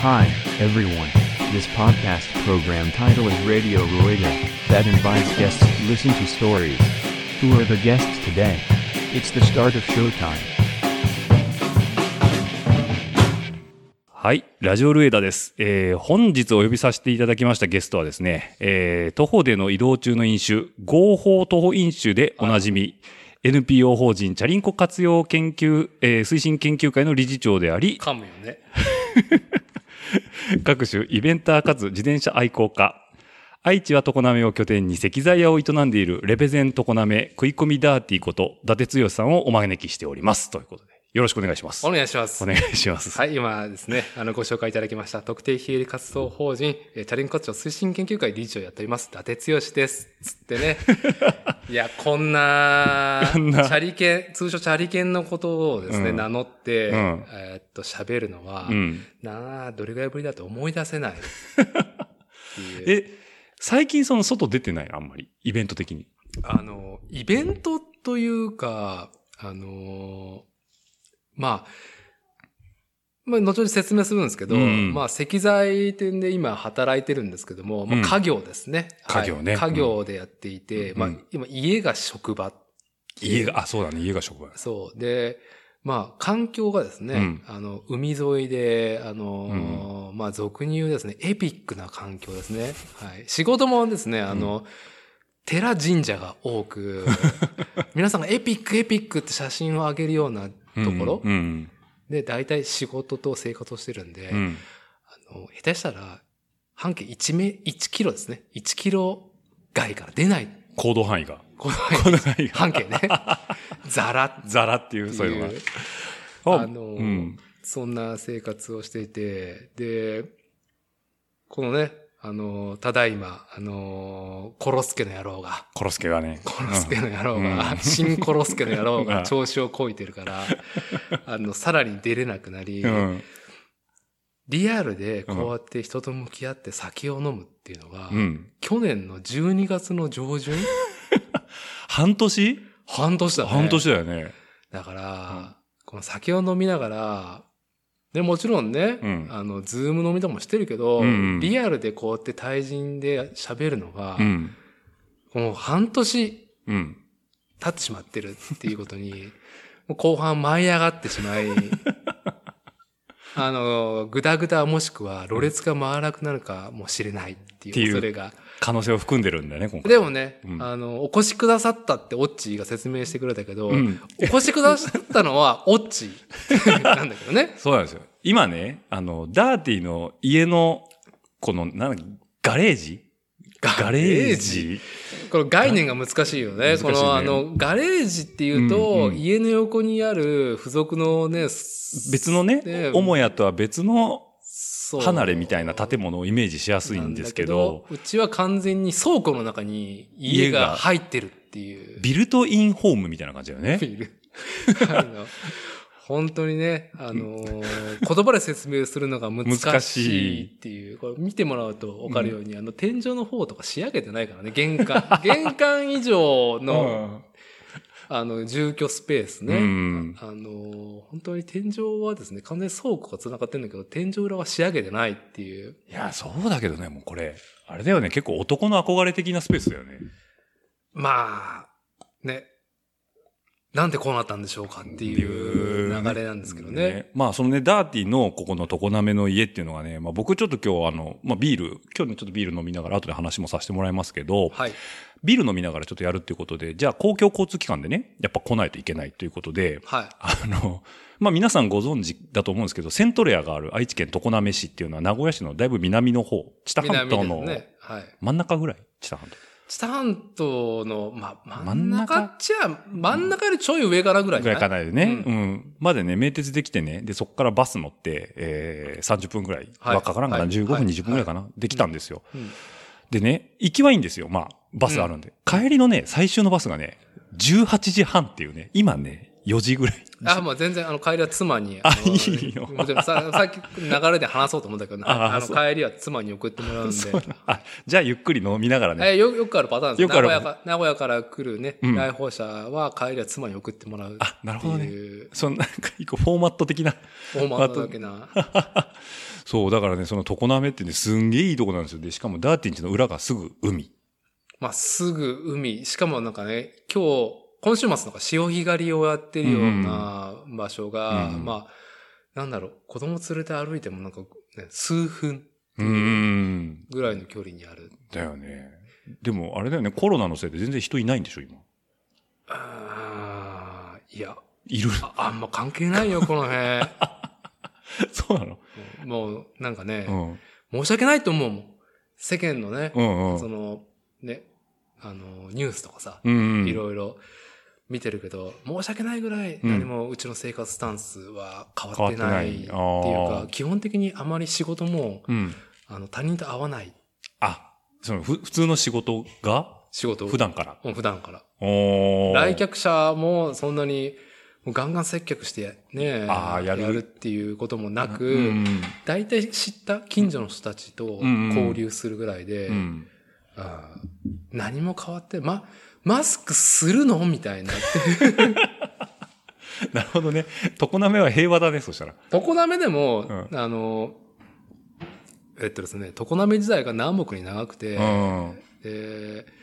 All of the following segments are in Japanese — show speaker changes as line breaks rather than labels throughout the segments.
Hi, everyone. This podcast program title is Radio Rueda, that invites guests to listen to stories. Who are the guests today? It's the start of showtime.
はい、ラジオルエダです。えー本日お呼びさせていただきましたゲストはですね、えー徒歩での移動中の飲酒、合法徒歩飲酒でおなじみ、NPO 法人チャリンコ活用研究、えー推進研究会の理事長であり、
噛むよね。
各種イベンターかつ自転車愛好家。愛知は常滑を拠点に石材屋を営んでいるレペゼン常滑食い込みダーティーこと、伊達剛さんをお招きしております。ということで、よろしくお願いします。
お願いします。
お願いします。
はい、今ですね、あの、ご紹介いただきました、特定非営利活動法人、えーチャリンコ活動推進研究会理事長やっております、伊達剛です。つってね。 いや、こんな、
こんな
チャリケン、通称チャリケンのことをですね、
うん
名乗って、
うん
えーっと、喋るのは、
うん。
なあ、どれぐらいぶりだと思い出 せない。っていう
え、最近その外出てないあんまり。イベント的に。
あの、イベントというか、あの、まあ、まあ、後に説明するんですけど、
うん
まあ、石材店で今働いてるんですけども、
う
まあ、
ん
家業ですね。はい
家業ね
家業でやっていて、
うん
まあ
うん、
今、家が職場。
家が、あ、そうだね。家が職場です。
そう。で、まあ、環境がですね、
うん
あの、海沿いで、あのーまあ、俗に言うですね、エピックな環境ですね。はい。仕事もですね、あの、寺神社が 多く、皆さんがエピック、エピックって写真を上げるようなところ、
うん。
で、大体仕事と生活をしてるんで、
うん。
あの下手したら、半径1メ、1キロですね。1キロ外から出ない。
行動 範囲が。
この
行動範囲が。
半径ね。ザラッ
ザラっていう、
て
そういうの
いう。
が。
あのー
うん。
そんな生活をしていて、で、このね、あの、ただいま、あの、コロスケの野郎が、
コロスケがね。
コロスケの野郎
う
が、
ん
新コロスケの野郎
うん
が調子をこいてるから、あの、さらに出れなくなり、
うん。うん。
リアルでこうやって人と向き合って酒を飲むっていうのが、
うん。
去年の12月の上旬
半年
半年だね。
半年だよね。
だから、
うん
この酒を飲みながら、で、もちろんね、
うん
あの、ズーム飲みとかもしてるけど、
うんうん
リアルでこうやって対人で喋るのが、
うん。
もう半年
うん。
経ってしまってるっていうことに、 もう後半舞い上がってし まい、あの、ぐだぐだもしくは、ろれつが回らなくなるかもしれないって
ってい
いうう恐れが。
可能性を含んでるんだよね、今回。
でもね、
うん
あの、お越しくださったってオッチーが説明してくれたけど、
うん
お越しくださったのはオッチ ーなんだけどね。
そうなんですよ。今ね、あの、ダーティの家の、この、なんだっけガレージガレージ
この概念が難しいよ
難
ね。
しいね
この、あの、ガレージっていう
うん
と、
うん
家の横にある付属のね、す
別のね、母屋とは別の
そう
離れみたいな建物をイメージしやすいんですけど、
なんだけどうちは完全に倉庫の中に家
家が
が入ってるっていう。
ビルトインホームみたいな感じだよね。
ビル。あの本当にね、あの ー言葉で説明するのが難しいっていう、これ見てもらうと分かるように、あの、天井の方とか仕上げてないからね、玄 関。玄関以上
う
の、
ん。
あの、住居スペース
う
ね。
ん。
あのー本当に天井はですね、完全に倉庫が繋がってるんだけど、天井裏は仕上げてないっていう。
いや、そうだけどね、もうこれ、あれだよね、結構男の憧れ的なスペースだよね。
まあ、ね。なんでこうなったんでしょうかっていう流れなんですけどね。
まあ、そのね、ダーティのここの常滑の家っていうのがね、まあ僕ちょっと今日あの、まあビール、今日ねちょっとビール飲みながら後で話もさせてもらいますけど、
はい。
ビール飲みながらちょっとやるっていうことで、じゃあ公共交通機関でね、やっぱ来ないといけないということで、
はい。
あの、まあ、皆さんご存知だと思うんですけど、セントレアがある愛知県常滑市っていうのは名古屋市のだいぶ南の方、知多半
南で
島
す
の
ね。はい。
真ん中ぐらい知多半島。
知多半島の、まあ、
真
真
ん
ん
中
中っちゃ、真ん中よりちょい上からぐらい
ぐ
じ
ら
ゃ
い
ない
かないでね、う。
うん
までね、名鉄できてね、で、そこからバス乗って、えー、30分ぐらい、
はい
わっかからんかな、
はい
15
は
分、
い
20分ぐらいかな、できたんですよ。
うん
でね、行きはいいんですよ。まあ、バスあるんで。帰りのね、最終のバスがね、18時半っていうね、今ね、4時ぐ らい。
あ、もう全然、あの、帰りは妻に。
あ
の
いいよ
もちろんさ、さっき流れで話そうと思ったけど、
あ
あの、
そう
帰りは妻に送ってもらうんで。
あ、じゃあゆっくり飲みながらね、
えよよくあるパターンです
よくある
名古屋か名古屋から来るね、
うん
来訪者は帰りは妻に送ってもらうっていう。
あなるほどねそのなんか、一個フォーマット的な。
フォーマットだけな。
そう、だからね、その常滑ってね、すんげえいいとこなんですよ。で、しかもダーティンチの裏がすぐ海。
まあ、すぐ海、しかもなんかね、今日、今週末なんか潮干狩りをやってるような場所が、
うん
まあ、なんだろう、子供連れて歩いてもなんか、ね、数分
うーん。
ぐらいの距離にある。
だよね。でも、あれだよね、コロナのせいで全然人いないんでしょ、今。
あーいや、
いる。
ああんま関係ないよ、この 辺。
そうなの
もう、なんかね、
うん。
申し訳ないと思うもん。世間のね、
うんう
そ
ん。
の、ね、あの、ニュースとかさ、
うんうん。
いろいろ見てるけど、申し訳ないぐらい何もうちの生活スタンスは変わってないっていう
変わってないあ
か
ー、
基本的にあまり仕事も、
うん。
あの、他人と会わない
あ、その、ふ、普通の仕事が
仕事を
普段から。
うん普段から。
おー
来客者もそんなに、もうガンガン接客してね、
あーやる
っていうこともな
う
く、
ん。
大体、知った近所の人たちと
んうん
交流するぐらいで、
うん。
あー何も変わって、ま、マスクするのみたいな。
なるほどね。常滑は平和だね、そしたら。
常滑でも、
う
あの、えっとですね、常滑時代が南北に長くて、
うん。
で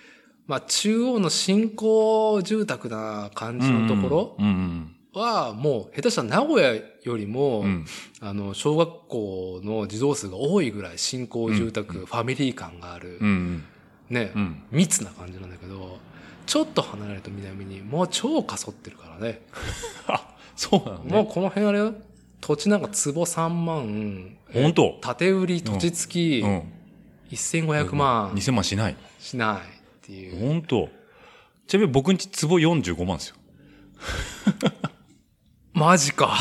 まあ中央の新興住宅な感じのとこ
うんうん。
ろは、もう下手したら名古屋よりも、
うん。
あの、小学校の児童数が多いぐらい新興住宅、ファミリー感がある、
うん。
ね、
うん。
密な感じなんだけど、ちょっと離れると南に、もう超かそってるからね。
あ、そうなの
もう
ね。
この辺あれよ土地なんか坪3万、
本当
縦売り土地付き
うん。
1500万
2000万しない。
しないっていう。
本当ちなみに僕んち壺45万ですよ。
マジか。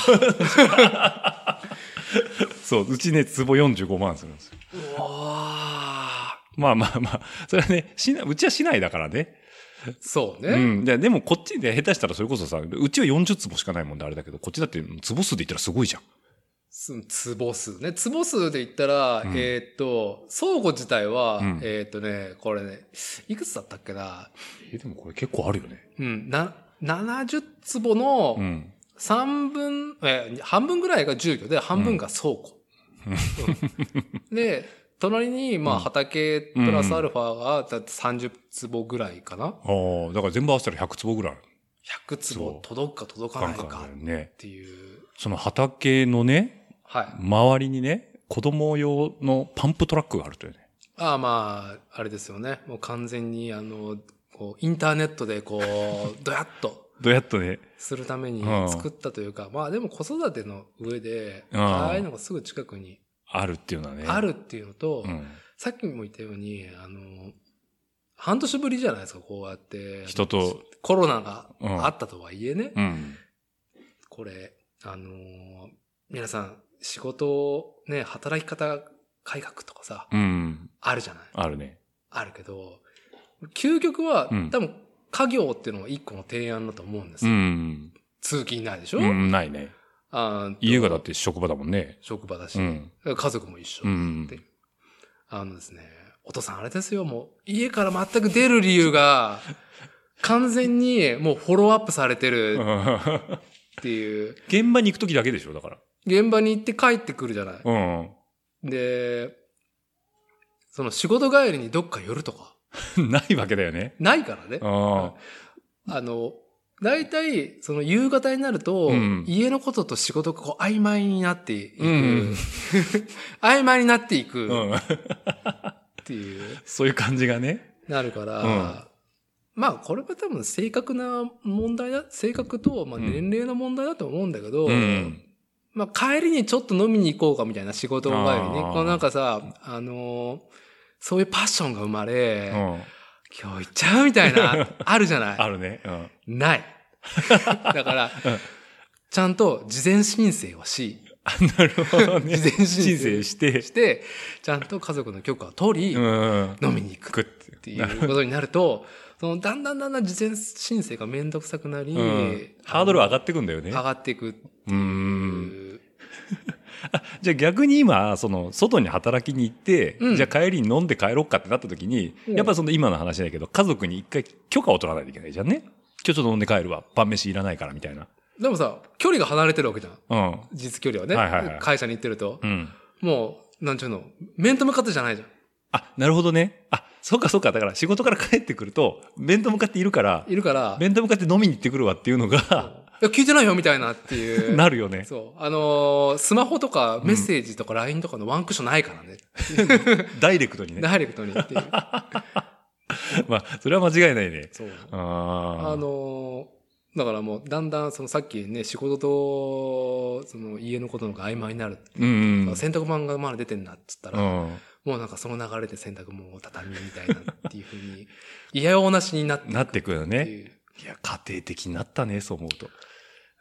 そう、うちね、壺45万するんですよ。
うわ
まあまあまあ、それはね、しな、うちは市内だからね。
ーそう
う
ね。
ん。ででもこっちで下手したらそれこそさ、うちは40壺しかないもんであれだけど、こっちだって壺数で言ったらすごいじゃん。
す坪数ね。坪数で言ったら、
うん
えーっと、倉庫自体は、
うん
えーっとね、これね、いくつだったっけな。
え、でもこれ結構あるよね。
うん、な、70坪の
うん。
3分、えー、半分ぐらいが住居で、半分が倉庫。うんで、隣に、ま
う
あ、
ん
畑プラスアルファが、だって30坪ぐらいかな
ああ、だから全部合わせたら100坪ぐらいある。
?100
そ
坪
う
届くか届かない
なん
か
ある
っ
ね。
ていう。
その畑のね、
はい。
周りにね、子供用のパンプトラックがあるというね。
ああ、まあ、あれですよね。もう完全に、あの、こう、インターネットで、こう、ドヤっと
どうやっとね、
するために
うん
作ったというか、まあでも子育ての上で、
うん
ああいうのがすぐ近くに
あるっていうのはね。
あ。るっていうのと、
うん。
さっきも言ったように、あの、半年ぶりじゃないですか、こうやって。
人と。
コロナが
うん
あったとはいえね、
うん。
これ、あのー皆さん、仕事をね、働き方改革とかさ、
うん。
あるじゃない
あるね。
あるけど、究極は、
うん
多分、家業っていうのが一個の提案だと思うんです
う
よ。
ん。
通勤ないでしょ、
うん、ないね。
あー
家がだって職場だもんね。
職場だし、
うん。
家族も一緒、
うん
で。あのですね、お父さんあれですよ、もう、家から全く出る理由が、完全にもうフォローアップされてるっていう、
現場に行くときだけでしょ、だから。
現場に行って帰ってくるじゃない。
う
で、その仕事帰りにどっか寄るとか、
ん。ないわけだよね。
ないからね。
あ
あの、大体、その夕方になると、
うん
家のことと仕事がこう曖昧になっていく。
うん
曖昧になってい
あ。
く
うん。
っていう、
そういう感じがね。
なるから、まあこれは多分正確な問題だ、性格と、まあ、
うん
年齢の問題だと思うんだけど、
うん。
まあ帰りにちょっと飲みに行こうかみたいな仕事帰りね。
あー
こうなんかさ、あのーそういうパッションが生まれ、
うん。
今日行っちゃうみた いな、あるじゃない
あるね。うん。
ない。 だから、
うん
ちゃんと事前申請をし、
なるほどね。
事前申
申
請
請して。
して、ちゃんと家族の許可を取り、
うん。
飲みに行く
食っ
ってていうことになると、そのだんだんだんだん事前申請がめんどくさくなり、
うん。ハードル上がってくんだよね
上。がっていくって
う
い
ん。
う。
じゃあ逆に今、その、外に働きに行って、
うん
じゃあ帰りに飲んで帰ろうかってなった時に、
うん
やっぱその今の話だけど、家族に一回許可を取らないといけないじゃんね。今日ちょっと飲んで帰るわ。晩飯いらないからみたいな。
でもさ、距離が離れてるわけじゃん。
うん。
実距離はね。
はいはいはい
会社に行ってると。
うん。
もう、なんちゅうの、面と向かってじゃないじゃん。
あ、なるほどね。あ、そうかそうか。だから仕事から帰ってくると、面と向かっているから、
いるから、い
面と向かって飲みに行ってくるわっていうのが、
や聞いてないよみたいなってい う。
なるよね。
そう。あのースマホとかメッセージとか LINE とかのワンクッションないからね。
ダイレクトにね。
ダイレクトにっていう。
まあ、それは間違いないね。
そう。
あ
あ
あ。
のーだからもうだんだんそのさっきね、仕事と、その家のことの方が曖昧になる。
うんうん。
洗濯物がまだ出てんなっつったら、
うん
もうなんかその流れで洗濯物を畳みみたいなっていうふうに、嫌ようなしになって
なってくるよ
っ
ね。
ていう。
いや、家庭的になったね、そう思うと。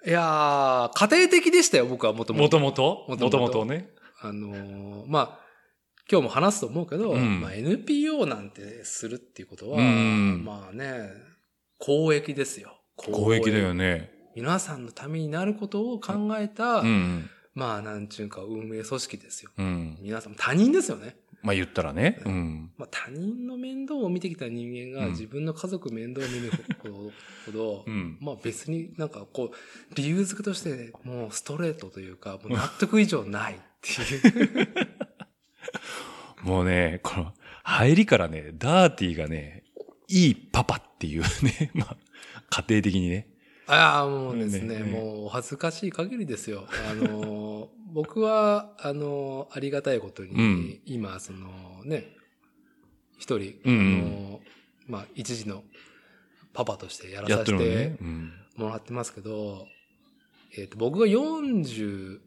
いやー、家庭的でしたよ、僕はもとも
もと
と。
もともと
もともと
もとね。
あのーまあ、今日も話すと思うけど、
うん
まあ、NPO なんてするっていうことは、
うん
まあね、公益ですよ。
公益だよね。
皆さんのためになることを考えた、
うん。
まあ、なんちゅうか、運営組織ですよ。
うん。
皆さんも他人ですよね。
まあ言ったらね。うん。
まあ、他人の面倒を見てきた人間が
うん
自分の家族面倒を見るほど、
うん。
まあ別になんかこう、理由づけとしてもうストレートというか、もう納得以上ないっていう。
もうね、この、入りからね、ダーティーがね、いいパパっていうね、 まあ、家庭的にね。
ああ、もうですね、
ねね
もうお恥ずかしい限りですよ。あのー、 僕は、あのー、ありがたいことに、
うん
今、そのね、一人、
うん
あのー、まあ一時のパパとしてやら
や
さ
ってる
せ
の
て
ね。うん。
もらってますけど、えっ、と、僕が 41?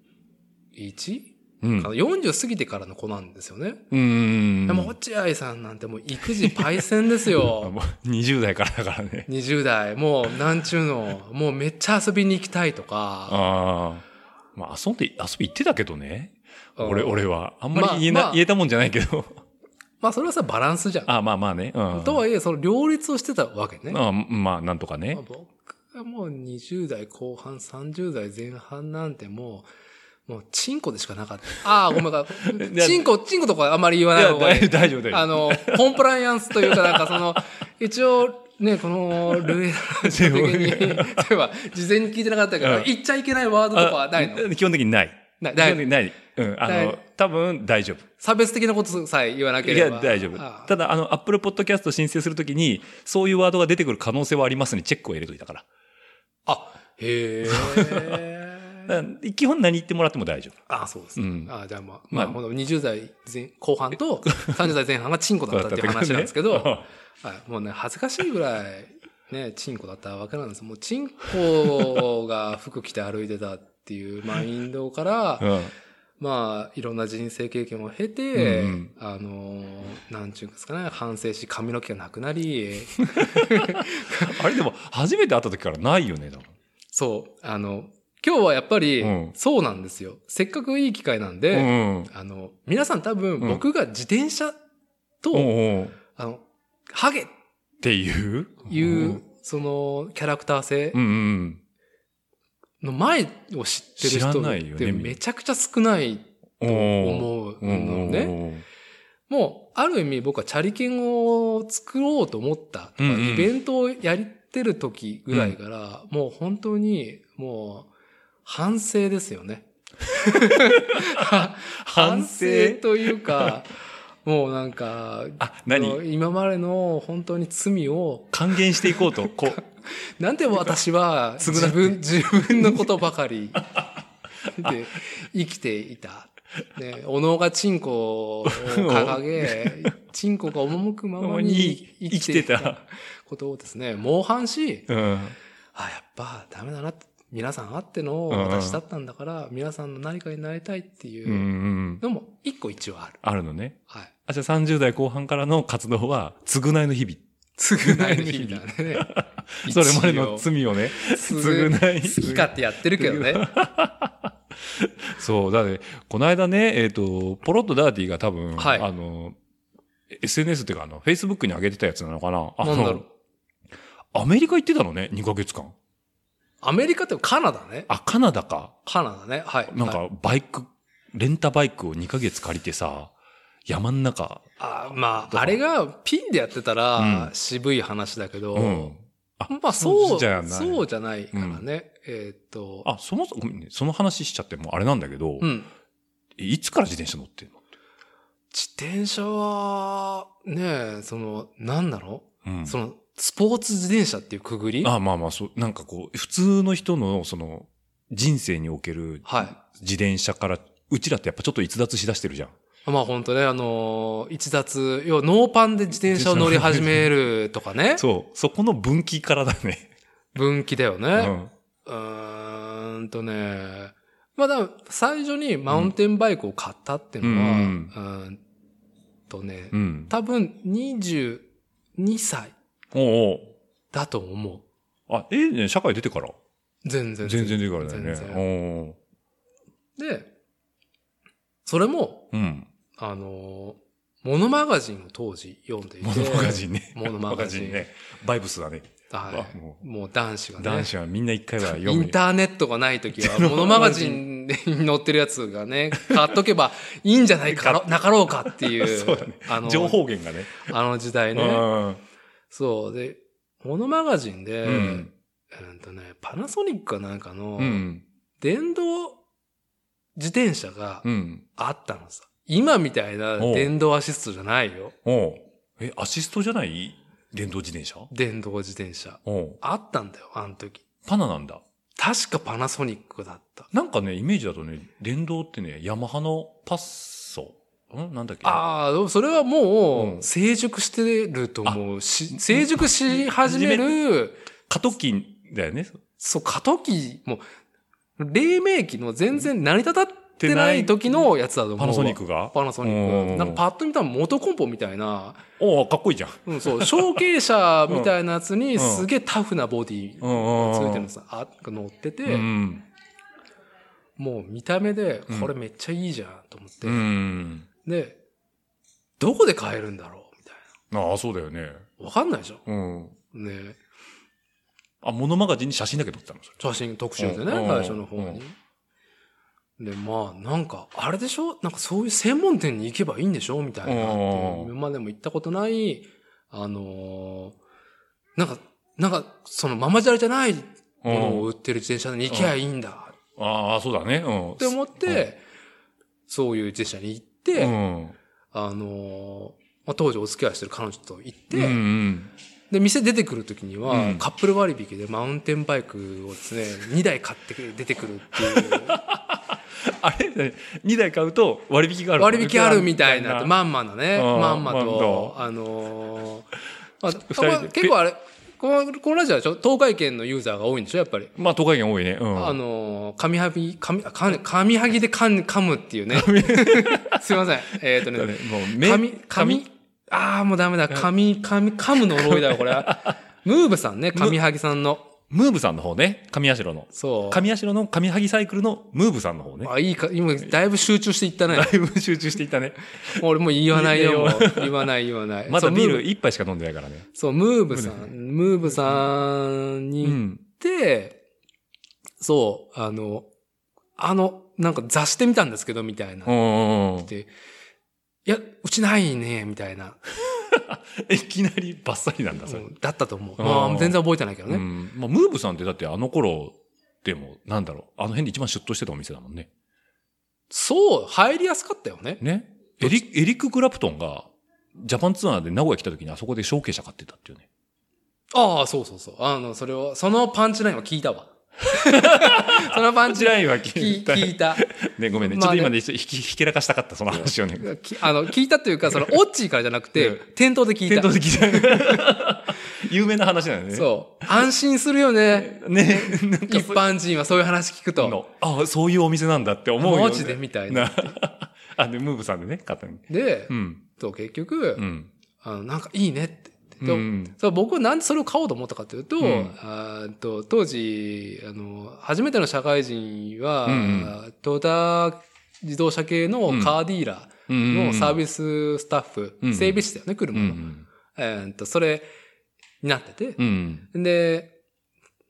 うん
かな。40過ぎてからの子なんですよね。
うん。
でも落合さんなんてもう育児パイセンで すよ。
もう20代からだから ね。
20代、もうなんちゅうの、もうめっちゃ遊びに行きたいとか。
ああ。まあ遊んで、遊び行ってたけどね。俺、
うん
俺は。あんまり言えな、
まあまあ
言えたもんじゃないけ ど。
まあそれはさ、バランスじゃん。
あまあまあね。うん。
とはいえ、その両立をしてたわけね。ま
あまあ、なんとかね
あ。僕はもう20代後半、30代前半なんてもう、もうチンコでしかなかった。ああ、ごめんか。 チンコ、チンコとかあまり言わ
い
ない
や、
方がいい
大丈夫、大丈夫大
あ
丈
の、コンプライアンスというか、なんかその、一応、ね、この、ルール的に、例えば、事前に聞いてなかったから、
うん
言っちゃいけないワードと
夫。
かはないの
あ基本的にない。
ない
基
な
本的
い
にない。うん。あ
な
の
い、
多分大丈夫。
差別的なことさえ言わなけ
い
れ
や、
ば。
大丈夫
あ。あ
ただ、あの、アップルポッドキャスト申請するときに、そういうワードが出てくる可能性はありますにチェックを入れといたから。
あ、へ
だ
え。
から基本何言ってもらっても大丈夫。
あ、そうです
う
ね
ん。
あ、じゃあまあ、
ま
ま
あ
あ、ほんと20代前後半と30代前半がチンコだったっていう話なんですけ
だった
ど、
って
はいもうね、恥ずかしいぐらい、ね、チンコだったわけなんです。もう、チンコが服着て歩いてたってい うマインドから、
ことね。
まあ、いろんな人生経験を経て、
うんうん
あのー、なんちゅうんですかね、反省し、髪の毛がなく なり、
うんあれでも、初めて会ったときからないよね、だもん
そう、あの、今日はやっぱり、
うん
そうなんですよ。せっかくいい機会なん
う
で、
んうん。
あの、皆さん多分
うん
僕が自転車と、
おうおうっ
あの、ハゲ
ていう
いう、その、キャラクター性
うんうん
の前を知ってる
知ら
人
ないよ
っ
ね
てめちゃくちゃ少ない
うん。
と
おうお
思う
う
のね。
おう
もう、ある意味僕はチャリ券を作ろうと思ったと
う
か、
んうん
イベントをやってる時ぐらいから、もう本当に、もう、反省ですよね。
反省
とい うか、もうなんか、
あ、何
今までの本当に罪を、
還元していこうと、こう。
なんで私は
償
自分、自分のことばかりで生きていた。ね、おのがチンコを掲 げ、チンコが赴く ままに
に
生きてい
生きてた
たことをですね、猛反し、
うん。
あ、やっぱダメだなって、皆さんあっての
うんうん
私だったんだから、皆さんの何かになりたいってい
うんう。
うんのも一個一応ある。
あるのね。
はい。
あ、じゃあ30代後半からの活動は、償いの日々。
償いの日々だね。
それまでの罪をね、
償
償い。
好き勝手やってるけどね。
そう、だって、この間ね、えっ、と、ポロッとダーティーが多分、
はい
あの、SNS っていうか、あの、Facebook に上げてたやつなのかなあ
なんだろ
の
う、
アメリカ行ってたのね、2ヶ月間。
アメリカってカナダね。
あ、カナダか。
カナダね。はい。
なん
はい
か、バイク、レンタバイクを2ヶ月借りてさ、山ん中。
あま
とか
あ、あれがピンでやってた
う
ら
ん
渋い話だけど、
うん。
まあそう、
じゃない
そうじゃないからね。えーっと、
あ、そもそも、ごめんねその話しちゃってもうあれなんだけど、
うん。
いつから自転車乗ってんの
自転車は、ねえ、その、なんだろ
うん
うその、スポーツ自転車っていうくぐり
あまあまあ、そう、なんかこう、普通の人の、その、人生における、
は
自転車から、うちらってやっぱちょっと逸脱しだしてるじゃん。
まあ本当ね、あのー一脱、要はノーパンで自転車を乗り始めるとかね。
そう、そこの分岐からだね。
分岐だよ
う
ね。
ん。
うーんとね。まあだから最初にマウンテンバイクを買ったっていうのは、
う
うんーんとね
う、ん。
多分22歳
おうおう
だと思う。
あ、ええね、社会出てから
全然。
全然出てからだよね。
全然
おう
で、それも、
おううん。
あのーモノマガジンを当時読んでいて。
モノマガジンね。
モノマガジン
ね。バイブスだね。
は
あも
い。もう男子がね。
男子はみんな一回は読
イ
む。
ンターネットがない時は、モノマガジンに載ってるやつがね、買っとけばいいんじゃないかろなかろうかっていう、
そうだね
あの、
情報源がね。
あの時代ね。そう。で、モノマガジンで、
うん。うん。
うんとね、パナソニックかなんかの
う、ん。
電動自転車が
うん。
あったのさ。今みたいな
おう
電動アシストじゃないよ。
おうえ、アシストじゃない電動自転車
電動自転車。
おう
あったんだよ、あの時。
パナなんだ。
確かパナソニックだった。
なんかね、イメージだとね、電動ってね、ヤマハのパッソ。んなんだっけ
ああ、でもそれはも
うん
う成熟してると思うし、成熟し始める、
過渡期だよね。
そう、過渡期、もう、黎明期の全然成り立たってない時のやつだと思う。
パナソニッ。クが。
パナソニッ
うん
ク。なんかパッと見たら元コンポみたいな、
おおかっこいいじゃん。
うん、そう、小径車みたいなやつ
うん
にすげえタフなボディ
う
が
ん
つ
うん。
いてるのさ、あ、乗ってて、
うん。
もう見た目で
うん、
これめっちゃいいじゃんと思って、
うん。
で、どこで買えるんだろうみたい
ああ、そうだよね。
な。わかんないでしょ
うん。
ね
あ、モノマガジンに写真だけ撮ってたのそれ
写真特集でね、
うんうん
最初の方に。で、まあ、なんか、あれでしょなんかそういう専門店に行けばいいんでしょみたいなって
う
い
ん
う。今までも行ったことない、あのーなんか、なんか、そのママジャレじゃないものを売ってる自転車に行けばいいんだっ
ああ、そうだね。うん。
て思って、そういう自転車に行って、
うん。
あのーまあ、当時お付き合いしてる彼女と行って、
うんうん。
で、店出てくるときには、
うん
カップル割引でマウンテンバイクをですね、2台買って出てくるっていう、
あれ ?2 台買うと割引があるの
割引あるみたいな、
あ、
まんまなね、
うん
まんまと、
ま
あのーまあ
二人で
まあ結構あれ、このこのラジオはちょ東海圏のユーザーが多いんでしょ、やっぱり。
まあ、東海圏多いね。うん。
あのー、紙はぎ、紙、あ噛ん紙はぎで噛ん噛むっ ていうね。すいません。えっ、と
だから
ね、
ね、もう、目
紙、紙、ああ、もうダメだ。紙、紙、噛むの呪い だよ、これは。ムーブさんね、紙はぎさんの。
ムーブさんの方ね。神社の。
そう。
神社の神萩サイクルのムーブさんの方ね。
あ、いいか、今、だいぶ集中していったね
だ。いぶ集中していた ね。
俺もう言わないよ、
いい
も
ね
う。言わない、言わない。
ま
そ
だ
う
ビー
ム
ル
ーブ
一杯しか飲んでないからね。
そう、ムーブさん、ムーブさんに
う
行っ
ん。
て、そう、あの、あの、なんか雑してみたんですけど、みたいな。
うんう
い
んうん。
や、うちないね、みたいな。
いきなりバッサリなんだ、それ。
うんだったと思う。
うん
まあ、全然覚えてないけど
う
ね。
ん。まあ、ムーブさんってだってあの頃でも、なんだろう。あの辺で一番シュッとしてたお店だもんね。
そう、入りやすかったよね。
ね。エリエリック・クラプトンが、ジャパンツアーで名古屋来た時にあそこで承継者買ってたっていうね。
ああ、そうそうそう。あの、それを、そのパンチラインは聞い たわ。そのパンチライン
インは
聞い聞いた。
ね、ごめんね。ちょっ
まあ
と
ね
今ね、ひきひけらかしたかった、その話をね。
きあの、聞いたというか、その、オッチーからじゃなくて
うん、
店頭で聞い
店
た
頭。で聞いた。 有名な話なんだよね。
そう。安心するよね。
う。ね。なん
一
かそう
般人はそういう話聞くと。
の、ああ、そういうお店なんだって思うよ、ね。
マジでみたいな。
あ、で、ムーブさんでね、買ったの
で
う、ん。
と結局
う、ん。
あの、なんかいいねって
う
言って。
ん。
そう僕はなんでそれを買おうと思ったかというと、
うん
あーっと当時、あの、初めての社会人は、
うん
トヨタ自動車系のカーディーラーのサー
ス。
ビススタッフ、
うん
整備士だよね、車
う
の。
ん。
えーっと、それになってて、
うん。
で、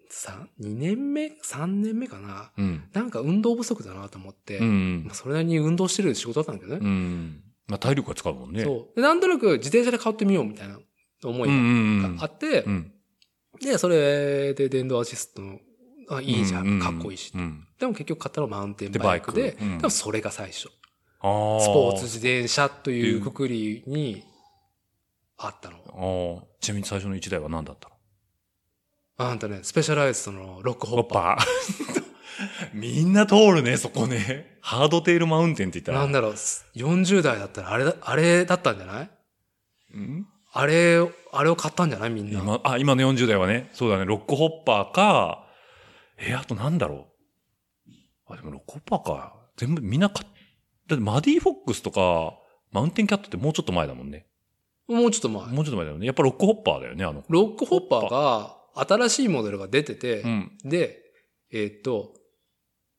さ、2年目 ?3 年目かな
うん。
なんか運動不足だなと思って、
うん
まあ、。それなりに運動してる仕事だったんだけど
う
ね。
ん。まあ、体力は使うもんね。
そう。でなんとなく自転車で買ってみようみたいな思
うん
い
うんうん。
があって、
うん。
で、それで電動アシストの、あいいじゃ
うんうん
ん、かっこいいし。
うん。
でも結局買ったのはマウンテンバイクで、
でバイクうん
でもそれが最初。
あー
スポーツ、自転車というくくりにあったの。
あーちなみに最初の1台は何だったの
あんたね、スペシャライズのロックホ
ホッ
ッパー。
パ ー。みんな通るね、そこね。ハードテールマウンテンって言ったら。
なんだろう、40代だったらあれだ、あれだったんじゃない
ん
あれを、あれを買ったんじゃないみんな。
今、あ、今の40代はね、そうだね、ロックホッパーか、え、あとなんだろう。あ、でもロックホッパーか。全部みんな買っだってマディ・フォックスとか、マウンテンキャットってもうちょっと前だもんね。
もうちょっと前。
もうちょっと前だよね。やっぱロックホッパーだよね、あの子。
ロックホッパーが新しいモデルが出てて、
うん。
で、えーっと、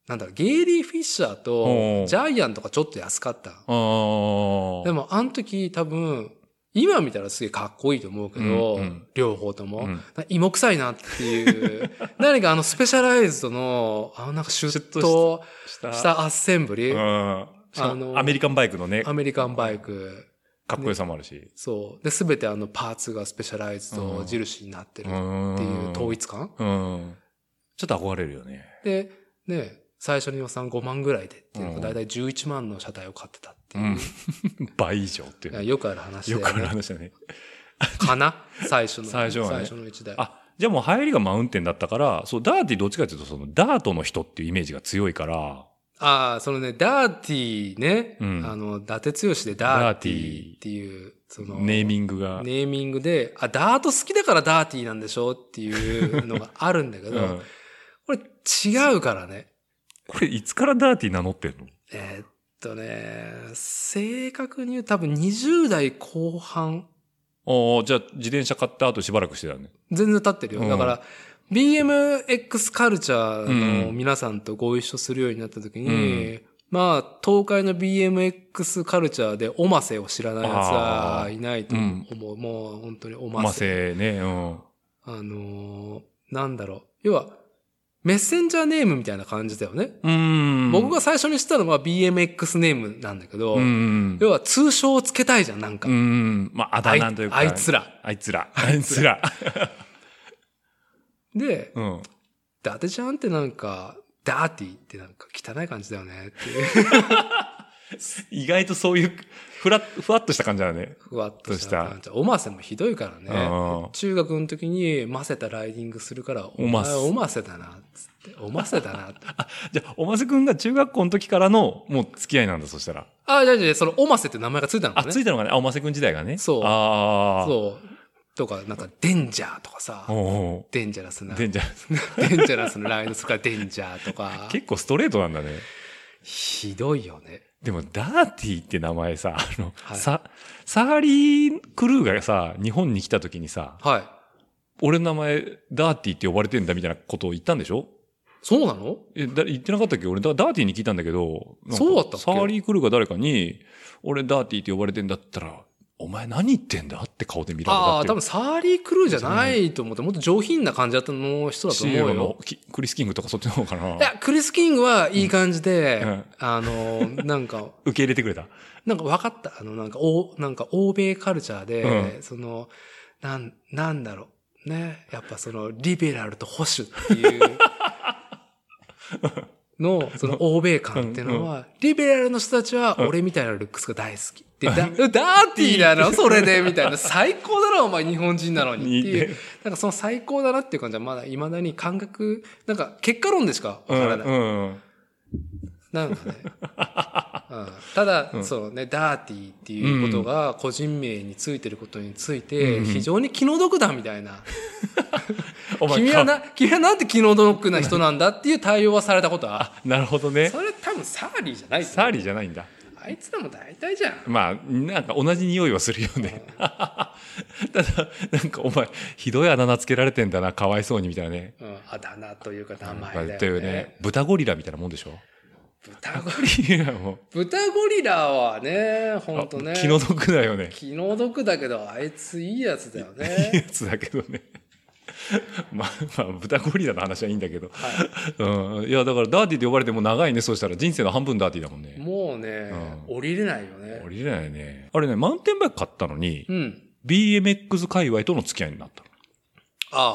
なんだろう、ゲイリー・フィッシャー
おう
とジャイアンとかちょっと安かった。
あー
でも、あの時多分、今見たらすげえかっこいいと思うけど、
うんうん
両方とも、
うん
な芋臭いなっていう、 何かあのスペシャライズドの、あのなんかシュ
シュッ
ッ
と
と
した
したアッセンブ
う
リ、
ん。あ
あの
アメリカンバイクのね、
アメリカンバイク、
かっこよさもあるし。
そう。で、すべてあのパーツがスペシャライズド印になってるっていう統
一。
一感、
うん。ちょっと憧れるよね。
で、ね、最初に予算5万ぐらいでっていうのが大体11万の車体を買ってたっていう。
うん。倍以上ってい
いや
う。
よくある 話
よ
だ
くあ
よ
る
ね。
話だね。
かな最初の。
最初はね
の一台。
あ、じゃあもう流行りがマウンテンだったから、そう、ダーティーどっちかっていうと、その、ダートの人っていうイメージが強いから、
ああ、そのね、ダーティーね。
うん
あの、伊達剛でダーティーっていう、その、
ネーミングが。
ネーミングで、あ、ダート好きだからダーティーなんでしょっていうのがあるんだけ
う
ど、
ん、
これ違うからね。
これ、いつからダーティー名乗ってんの
えーっとね、正確に言う多分20代後半、
おーじゃあ、自転車買った後しばらくしてたね。
全然経ってるよ。
うん
だから、BMX カルチャー
う
の
ん
皆さんとご一緒するようになった時に、
うん
まあ、東海の BMX カルチャーでオマセを知らない奴
あ
は
ー
いないと
うん
思う。もう本当にオ
マ
マセ。
セね、うん。
あのーなんだろう。要は、メッセンジャーネームみたいな感じだよね。
うん。
僕が最初に知ったのは BMX ネームなんだけど、
うん。
要は通称をつけたいじゃん、なんか。
うん。まあ、あ
あ
だ
い
名というか。
あいつ。ら。
あいつら。あいつら。
で、
うん。
伊達ちゃんってなんか、ダーティーってなんか汚い感じだよねっていう。
意外とそういう、ふら、ふわっとした感じだね。
ふわっとした感じ。おませもひどいから
うん
ね。中学の時にませたライディングするから、お
ま
前
せ
おませだな、っつって。おませだなって。
じゃあ、おませくんが中学校の時からの、もう付き合いなんだ、そしたら。
あ、じゃあじゃあそのおませって名前がついたのか
あ、つ
ね。
いたのがね、あ、おませくん時代がね。
そう
ああ。
そう。とか、なんか、デンジャーとかさ。
おうお
デンジャラスな。
う。で
デン
んじゃ。
ジャラスのライドするから、デンジャーとか
結構ストレートなんだね。
ひどいよね。
でも、ダーティーって名前さ、あの、
はい
さ、サーリー・クルーがさ、日本に来た時にさ、
はい。
俺の名前、ダーティーって呼ばれてんだみたいなことを言ったんでしょ
そうなの
え、だ、言ってなかったっけ俺ダ、ダーティーに聞いたんだけど、なんか
そうだったっけ
サーリー・クルーが誰かに、俺ダーティーって呼ばれてんだったら、お前何言ってんだって顔で見られた
あ
っ
あ、
て。
多分サーリー・クルーじゃないと思って、もっと上品な感じだったの人だと
シ
思う
ーロ
よ。
の。キクリス・キングとかそっちの方かない
や、クリス・キングはいい感じで、
うんうん
あの、なんか、
受け入れてくれた。
なんか分かった。あの、なんか、お、なんか、欧米カルチャーで、
う
その、なん、なんだろう。ね。やっぱその、リベラルと保守ってい うの、その、欧米感っていうのは、リベラルの人たちは、俺みたいなルックスが大好き。で、だ、ダーティーなのそれで、みたいな。最高だな、お前、日本人なのに。っていう。なんか、その最高だなっていう感じは、まだ、未だに感覚、なんか、結果論でしか
う
わからない。
ん。うん。
なんかね。 うん、ただ、そのね、ダーティーっていうことが個人名についてることについて、
うん
非常に気の毒だみたいな。
お前
君はな、君はなんて気の毒な人なんだっていう対応はされたことは。
かなるほどね。
それ多分サーリーじゃない
サーリー
ー
じゃないんだ。
あいつらも大体じゃん。
まあ、なんか同じ匂いはするよね。 ただ、なんかお前、ひどいあだ名つけられてんだな、かわいそうに、みたいなね。
うん、あだ名というか名
まあ
前だ
とい
よ
う
ね。
ね、豚ゴリラみたいなもんでしょ。
豚ゴ
いや、もう
豚ゴリラはね、ほんとね。
あ気の毒だよね。
気の毒だけど、あいついいやつだよ
いいや
ね。
つだけどね。まあ、まあ、豚ゴリラの話はいいんだけど。
はい
うん。いや、だからダーティーで呼ばれても長いね、そうしたら人生の半分ダーティーだもんね。
もうね、
うん
降りれないよね
降。りれないね。あれね、マウンテンバイク買ったのに
う、ん。
BMX 界隈との付き合いになったの。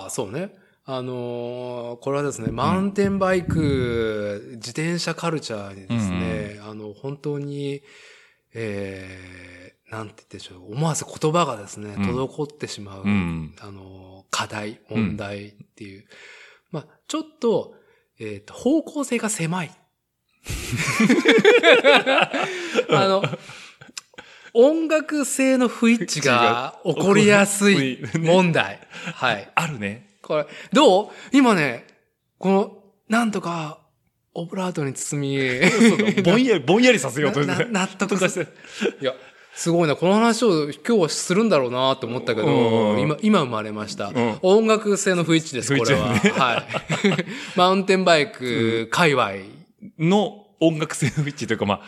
ああ、そうね。あのーこれはですね、マウンテンバイク、自転車カルチャーにですね、あの、本当に、えー、なんて言ってしょう。思わず言葉がですね、
うん
滞ってしまう、
うん
あの、課題、問題っていう。まあ、ちょっと、えっ、と、方向性が狭い。あの、音楽性の不一致が起こり やすい問題。はい。
あるね。
これ、どう今ね、この、なんとか、オブラートに包み、
ぼんやり、ぼんやりさせようとし
な
て
な。納得
と
さ
して
せいや、すごいな、この話を今日はするんだろうなと思ったけ
う
ど、
ん
今、今生まれました
ん。
音楽性の不一致です、
不
こ
一
れ
致
は。 はい。マウンテンバイク、界隈。
の音楽性の一致というか、ま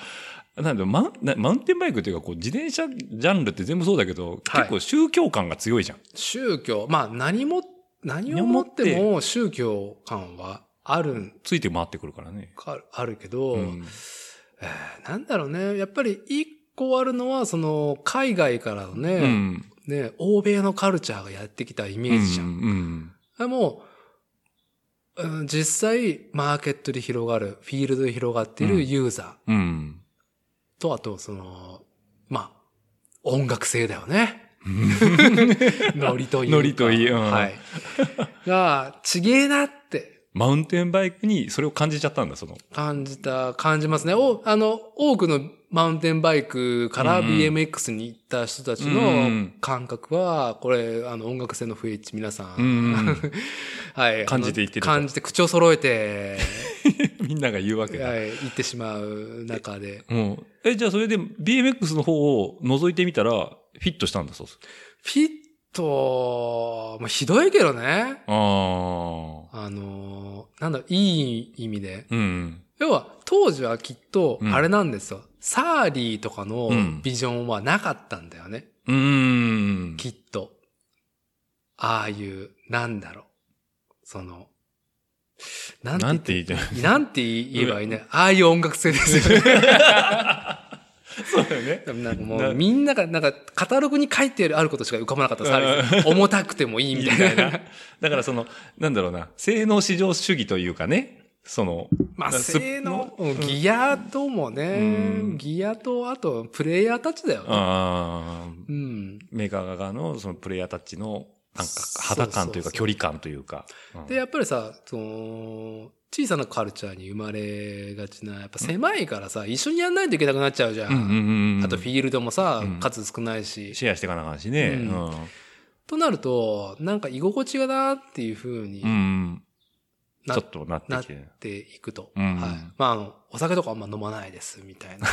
あ、なんだろうマウンなマウンテンバイクというか、こう、自転車ジャンルって全部そうだけど、
はい
結構宗教感が強いじゃん。
宗教、まあ何も、何をもっても宗教感はあるん
ついて回ってくるからね。
か、あるけど、
うん
えーなんだろうね。やっぱり一個あるのは、その、海外からのね、
うん。
ね、欧米のカルチャーがやってきたイメージじゃん。
うん。
あもう、うん実際、マーケットで広がる、フィールドで広がっているユーザー
うんうん。
と、あと、その、まあ、音楽性だよね。 ノリという か。
ノリといいうん
はい。が、ちげえなって
マウンテンバイクにそれを感じちゃったんだ、その。
感じた、感じますね。お、あの、多くのマウンテンバイクから
うん
BMX に行った人たち
う
の
ん
感覚は、これ、あの、音楽性の不一致皆さん、
うん
はい。
感じていってると
感じて、口を揃え て、
みんなが言うわけだ。
はい、行ってしまう中で。
うん。え、じゃあそれで BMX の方を覗いてみたら、フィットしたんだそうです。
フィット、まあ、ひどいけどね。
ああ。
あの、なんだろう、いい意味で。
うん。
要は、当時はきっと、
うん
あれなんですよ。サーリーとかの
うん
ビジョンはなかったんだよね。
うん。
きっと、ああいう、なんだろう、その、な
な
んて言
ん
って
言って
て、なんて言えばいい ね。ああいう音楽性ですよね。
そうだよね。
なんかも
な
う、みんなが、なんか、カタログに書いてあることしか浮かばなかった、サーリーさん重たくてもいいみ
み
た
た
い
い
な
な。。だからその、なんだろうな、性能至上主義というかね、その、
まあ、
だから
性能
す、
うんギアとも
う
ね
ん、
ギアと、あと、プレイヤーたちだよね。
あー
うん。
メーカー側のそのプレイヤーたちの、なんか
そうそう
肌感というか距離感というか。うん
で、やっぱりさ、その、小さなカルチャーに生まれがちな、やっぱ狭いからさ、一緒にやんないといけなくなっちゃうじゃ
うんうんうんうん
あとフィールドもさ、
うん
数少ないし。
シェアしていかなあかんしね。
う
うんん。
となると、なんか居心地がなっていう風に
うん。ち
な
ょ
っ
っとなってきて。
ていくと。
うん
はい。まあ、あの、お酒とかあんま飲まないです、みたいな。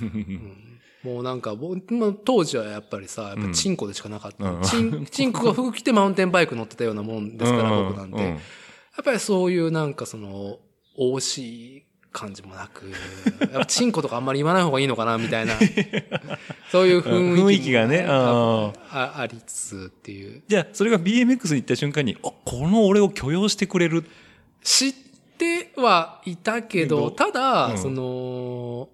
うんもうなんか、僕まあ当時はやっぱりさ、やっぱチンコでしかなかった。
うん
チンチンコが服着てマウンテンバイク乗ってたようなもんですから、
う
僕なんて。や。っぱりそういうなんかその、惜しい感じもなく、やっぱチンコとかあんまり言わない方がいいのかな、み たいな。そういう雰囲気も
雰囲気がねうん
あありつつっていう。
じゃあ、それが BMX に行った瞬間に、あ、この俺を許容してくれる。
知ってはいたけど、
け
ただ、
うん
その、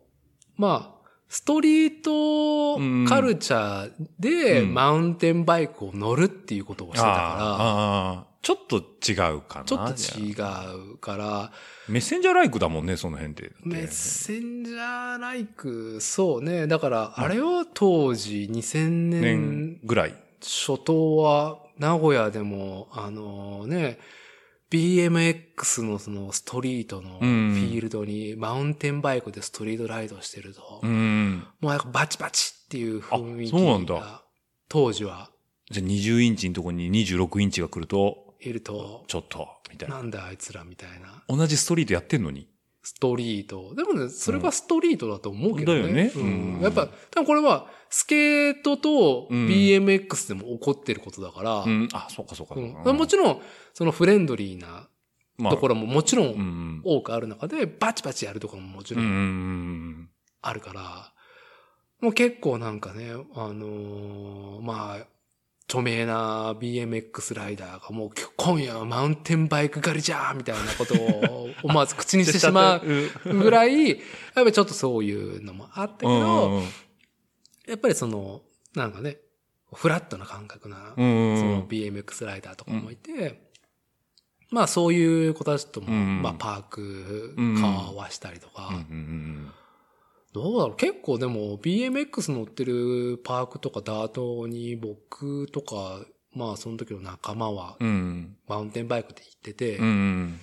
まあ、ストリートカルチャーで
うん
マウンテンバイクを乗るっていうことをしてたから、
あーあーちょっと違うかな。
ちょっ
じゃ
と違うから、
あメッセンジャーライクだもんね、その辺って。
メッセンジャーライク、そうね。だから、あれは当時2000
年
年
ぐらい。
初頭は、名古屋でも、あのね、BMX のそのストリートのフ
うん
ィールドにマウンテンバイクでストリートライドしてると、
うん。
もうなんかバチバチっていう雰囲
あそうなん
気が
だ、
当時は
じゃあ20インチのとこに26インチが来ると、
いると、
ちょっと、みたいな。
なんだあいつらみたいな、
同じストリートやってんのに。
ストリート。でもね、それがストリートだと思うけどね。
だよね
うん
うん
やっぱ、多分これは、スケートと
うん
BMX でも起こってることだから、
うん。あ、そうかそうか
う
そうんか。
まあもちろん、そのフレンドリーな
まあ
ところももちろん
うん
多くある中で、バチバチやるところももち
うん。う
ろ
んうんん
あるから、もう結構なんかね、あのーまあ、著名な BMX ライダーがもう今夜はマウンテンバイク狩りじゃーみたいなことを思わず口にしてしまうぐら い、やっぱりちょっとそういうのもあったけ
うんうん
ど、やっぱりその、なんかね、フラットな感覚な、
うんうん
そ
うん
の BMX ライダーとかもいて、まあそういう子たちとも、
うん
まあパーク
うん
交わしたりとか、
うんうんうん
どうだろう結構でも BMX 乗ってるパークとかダートに僕とか、まあその時の仲間は
うん。
マウンテンバイクで行ってて、
うん。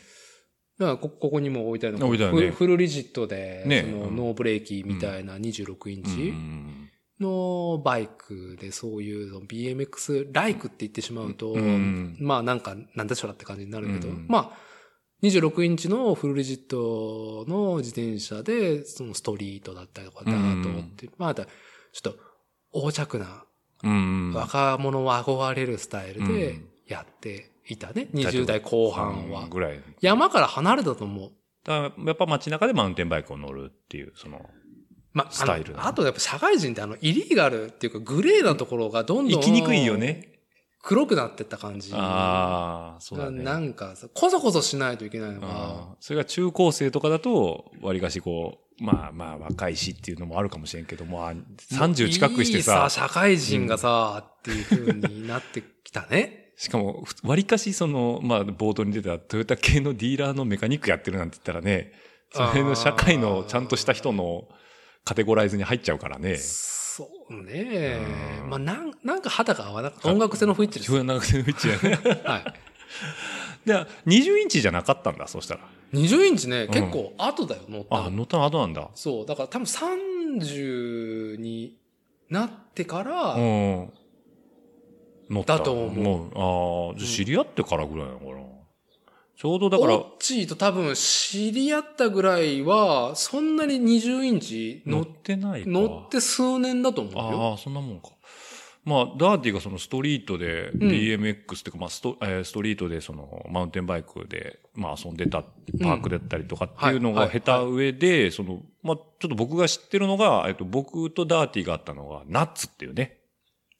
だからこここにも置いてあるの
置いてあるね
フフルリジットで、
ね
その
うん
ノーブレーキみたいな26イン
う
チ
ん。
のバイクでそういうの BMX ライクって言ってしまうと、
うん
まあなんかなんだそらって感じになるけど、
うん
まあ26インチのフルリジットの自転車で、そのストリートだったりとか、ダートって、まああとちょっと横着な
うん。
若者を憧れるスタイル
う
で
ん
やっていたね。20代後半は。
ぐらい。
山から離れたと思う。
だからやっぱ街中でマウンテンバイクを乗るっていう、その、
まあ、
スタイル
あ
な
のあとやっぱ社会人ってあの、イリーガルっていうかグレーなところがどんど
行
ん。
きにくいよ。ね。
黒くなってった感じ。
ああ、そうだね。
ななんかさ、こそこそしないといけないのが、
あーそれが中高生とかだと、わりかしこう、まあまあ若いしっていうのもあるかもしれんけども、あ30近くして
い
さ
い、社会人がさ、っていう風になってきたね。
しかも、ふわりかしその、まあ、冒頭に出たトヨタ系のディーラーのメカニックやってるなんて言ったらね、その辺の社会のちゃんとした人のカテゴライズに入っちゃうからね。
そうね
うん
まあ、なん、なんか肌が合わなかった。音楽性の不一致です。
表現長くての位置やね。
は
で、20インチじゃなかったんだ、そうしたら。
い。20インチね、結構後だよ、乗った
あ、
の。
乗ったの後なんだ。
そう、だから多分30になってから、
うん。乗った。
だと思う
もう。ああ、じゃあ知り合ってからぐらいなのかな。ちょうどだ
だ
か
からオッ、チーと多分知り合ったぐらいは、そんなに20インチ
乗っ
乗
てないか。
乗って数年だと思うよ。
ああ、そんなもんか。まあ、ダーティがそのストリートで BMX っていうか、まあスト、えーストリートでそのマウンテンバイクで、まあ遊んでたパークだったりとかっていうの
は
が
いはい
下手上で、その、まあ、ちょっと僕が知ってるのが、えっと、僕とダーティがあったのが、ナッツっていうね、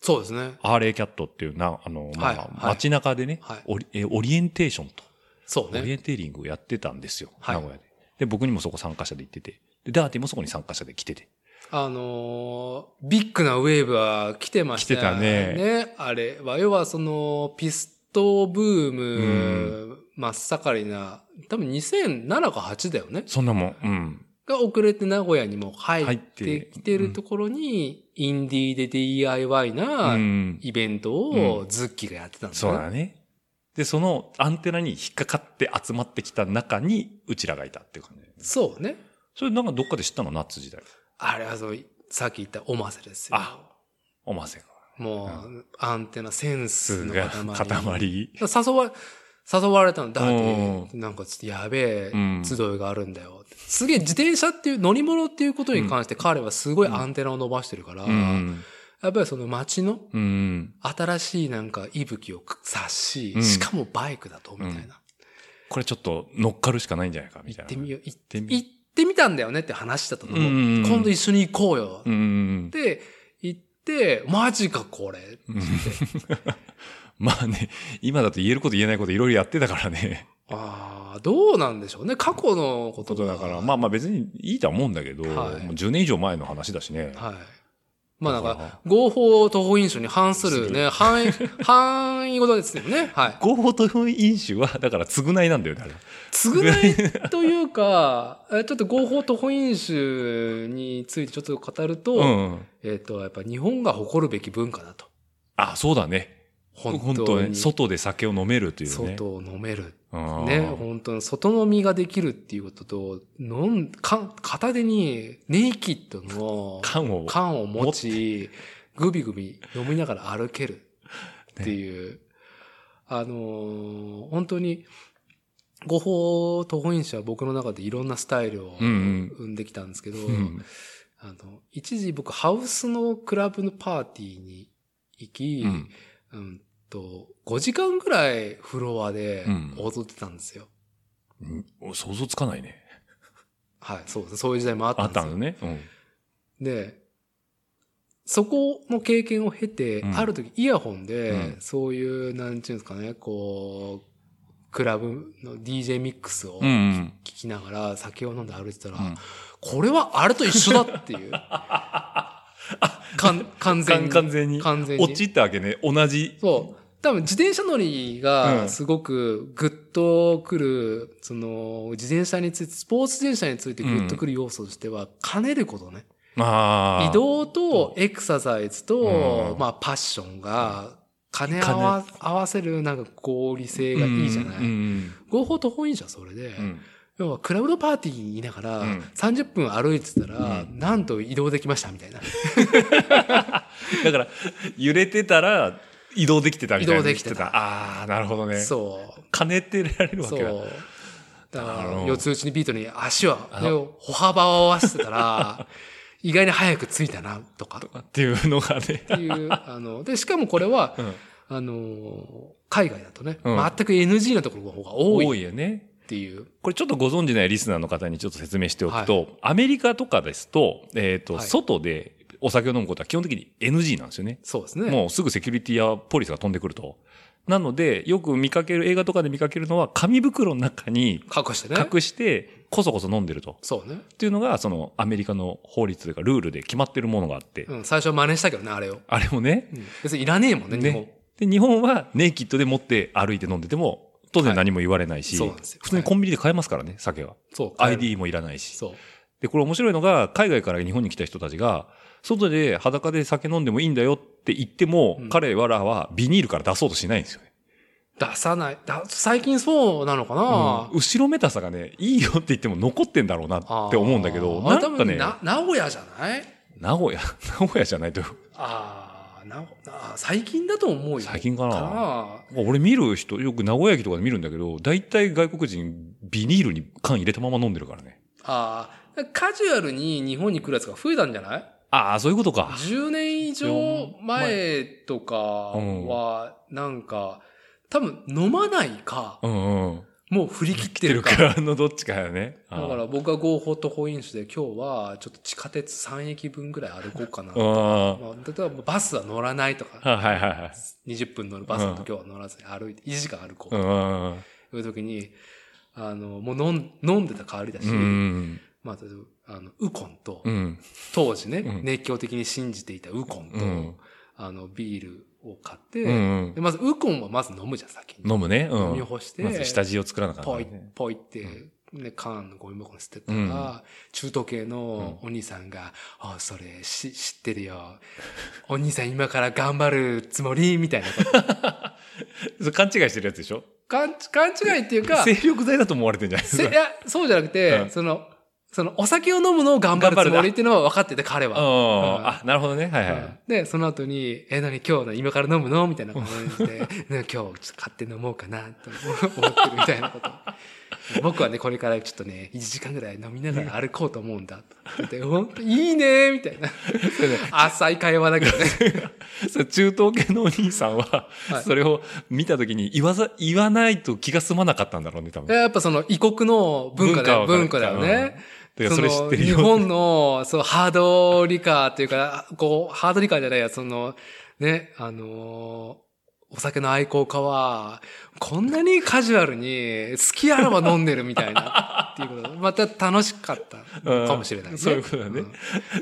そうですね。
ハーレーキャットっていうな、あの、まあ、
はいはい
街中でね、
はい
オリ、えーオリエンテーションと、
そう
オリエ
ね。
ンテーリングをやってたんですよ、
はい
名古屋で。で、僕にもそこ参加者で行ってて、で、ダーティもそこに参加者で来てて。
あのービッグなウェーブは来てましたよ
来てた
ね。あれは、要はその、ピストブー
う
ム、真っ盛りな、多分2007か8だよね。
そんなもん、うん。
が遅れて名古屋にも入ってきて
入って
るところに、インディーで DIY
う
なんイベントをズッキーがやってたんだ
そう
よね
だね。で、そのアンテナに引っかかって集まってきた中に、うちらがいたっていう感じ。
そうね。
それなんかどっかで知ったのナッツ時代。
あれはそう、さっき言ったオマセですよ。
あ、おませが。
もう、アンテナセンスの塊。
塊。
誘わ、誘われたの、ダーティ
う
ー。なんかちょっとやべえ
うん
集いがあるんだよって。すげえ自転車っていう乗り物っていうことに関して彼はすごいアンテナを伸ばしてるから、
うん。
やっぱりその街の
うん。
新しいなんか息吹を察し、
うん
しかもバイクだと、みたいな。
これちょっと乗っかるしかないんじゃないか、み
行
たい
っ
な。
てみよう、行っ
ってみ
行ってみたんだよねって話だったと思う。
うん
今度一緒に行こうよ。
う。うん
っ。て行って、マジかこれ。
うんまあね、今だと言えること言えないこといろいろやってたからね。
ああ、どうなんでしょうね。過去のこ
こととだから、まあまあ別にいいとは思うんだけど、
はい
もう10年以上前の話だしね。
はい。まあなん
だから
か、合法徒歩飲酒に反する
す
ね、範 囲、範囲事ですよね。はい。
合法と飲酒は、だから償いなんだよね、あれ。
償いというか、えちょっと合法徒歩飲酒についてちょっと語ると、
うん。
えっ、と、やっぱ日本が誇るべき文化だと。
あ、そうだね。
本
本
当
当
に。
に外で酒を飲めるというね。
外を飲める。
うん
ね、本当に外飲みができるっていうことと、飲ん、か、片手にネイキッドの
缶を。
缶を持ち、ぐびぐび飲みながら歩けるっていう、あのー本当に、合法徒歩飲酒は僕の中でいろんなスタイルを
うんうん
生んできたんですけど、
うん
あの、一時僕ハウスのクラブのパーティーに行き、
うん
うんと、5時間ぐらいフロアで
うん
踊ってたんですよ。
うん想像つかないね。
はい、そうです。そういう時代もあっ
あ
たん
っ
です
た
よ。
のね。うん
で、そこの経験を経て、
うん
ある時イヤホンで、
うん
そういう、なんちゅうんですかね、こう、クラブの DJ ミックスを
う
聞
ん
きながら酒を飲んで歩いてたら、
うん。うん
これはあれと一緒だっ ていう。かん完
完
全に。
完全に。
完全に
落ちったわけね。同じ。
そう。多分自転車乗り
うん
がすごくグッとくる、その自転車について、スポーツ自転車についてグッとくる要素としては、兼ねることね。
まあ。
移動とエクササイズと、
うん
まあパッションが、兼ね合わ合わせるなんか合理性がいいじゃない。
うん
合法と本意じゃん、それで。
うんうん
要は、クラウドパーティーにいながら
うん、
30分歩いてたら、
う
なんと移動できました、みたいな。
だから、揺れてたら移動できてたみたいな。
移動できてた
ああ、なるほどね。う。
そう。
兼ねてられるわ
そ
けだ。
う。だか
あ
ら、
の
四つ打ちにビートに足は
あ、
歩幅を合わせてた ら、意外に早く着いたな、とか。っ
っていうのがね。
ていう、あの、で、しかもこれは
う、ん
あの、海外だとね、
うん
全く NG なところの方が多いっ
よね。
ていう。
これちょっとご存知ないリスナーの方にちょっと説明しておくと、アメリカとかですと、えっ、と、
はい
外でお酒を飲むことは基本的に NG なんですよね。
そうですね。
もうすぐセキュリティやポリスが飛んでくると。なので、よく見かける、映画とかで見かけるのは、紙袋の中に
確保してね。
隠して、こそこそ飲んでると。
そうね。
っていうのが、その、アメリカの法律というか、ルールで決まってるものがあって、
うん、最初真似したけどね、あれを。
あれもね、
うん別にいらねえもんね、日本
ね。で、日本はネイキッドで持って歩いて飲んでても、当然何も言われないし、
はいそうなんですよ
普通にコンビニで買えますからね、酒は。
そう。
ID もいらないし。
そう。
で、これ面白いのが、海外から日本に来た人たちが、外で裸で酒飲んでもいいんだよって言っても、
うん
彼らはビニールから出そうとしないんですよね。
出さない。だ最近そうなのかな
うん後ろめたさがね、いいよって言っても残ってんだろうなって思うんだけど、
あー
なんかね、
あれ多分な名古屋じゃない
名古屋、 名古屋じゃないと、
ああ、な、あー最近だと思うよ。
最近かな
な
俺見る人、よく名古屋駅とかで見るんだけど、大体外国人ビニールに缶入れたまま飲んでるからね。
ああ、カジュアルに日本に来るやつが増えたんじゃない
ああ、そういうことか。
?10 年以上前とかは、なんか、多分飲まないか、
うんうん。
もう振り切
来
って
て
る
る
か。
かのどっちかやね。あ
だ
ー
から僕は合法と法飲酒で今日はちょっと地下鉄3駅分ぐらい歩こうかな。ま
あ
あ、例えばもうバスは乗らないと
ー。
か、
はいはいはいはい。
20分乗るバスだと今日は乗らずに歩いて、1時間歩こう
う
と
んうんうん。
いう時に、あの、もう飲ん飲んでた代わりだし、
うん
まあ、例えばあの、ウコンと、
うん。
当時ね、
うん
熱狂的に信じていたウコンと、
うん
あの、ビールを買って、
うんうん
で、まずウコンはまず飲むじゃん、先に。
飲むね。う
飲み
ん。
干して、
まず下地を作らなかった
ポイ
ね。、
ポイって、ね、缶のゴミ箱に捨てたら、
うん
中途系のお兄さんが、あ、それ、し、知ってるよ。お兄さん今から頑張るつもり、みたいなこと。
それ勘違いしてるやつでしょ
勘違、勘違いっていうか、
精力剤だと思われてんじゃないです
せい
か。
や、そうじゃなくて、
うん
その、その、お酒を飲むのを頑張るつもりっていうのは分かってて、彼は。
うんあ、なるほどね。はいはい。
で、その後に、え、何今日の今から飲むのみたいな感じで、ね 今日ちょっと買って飲もうかなと思ってるみたいなこと。 僕はね、これからちょっとね、1時間ぐらい飲みながら歩こうと思うんだ。で、ほんといいねみた いな。浅い会話だけどね。
それ中東系のお兄さんは
は、い
それを見たときに言わざ、言わないと気が済まなかったんだろうね、多分。
やっぱその異国の文化だよ、文
文化
化
は
だ
分
よ
かる
ね。
うんてかそれ知ってるよ
日本の、そう、ハードリカーっていうか、こう、ハードリカーじゃないや、その、ね、あのーお酒の愛好家は、こんなにカジュアルに、好きあらば飲んでるみたい な、っていうこと。また楽しかった
うん
かもしれない、ね。
そういうことだね
ん。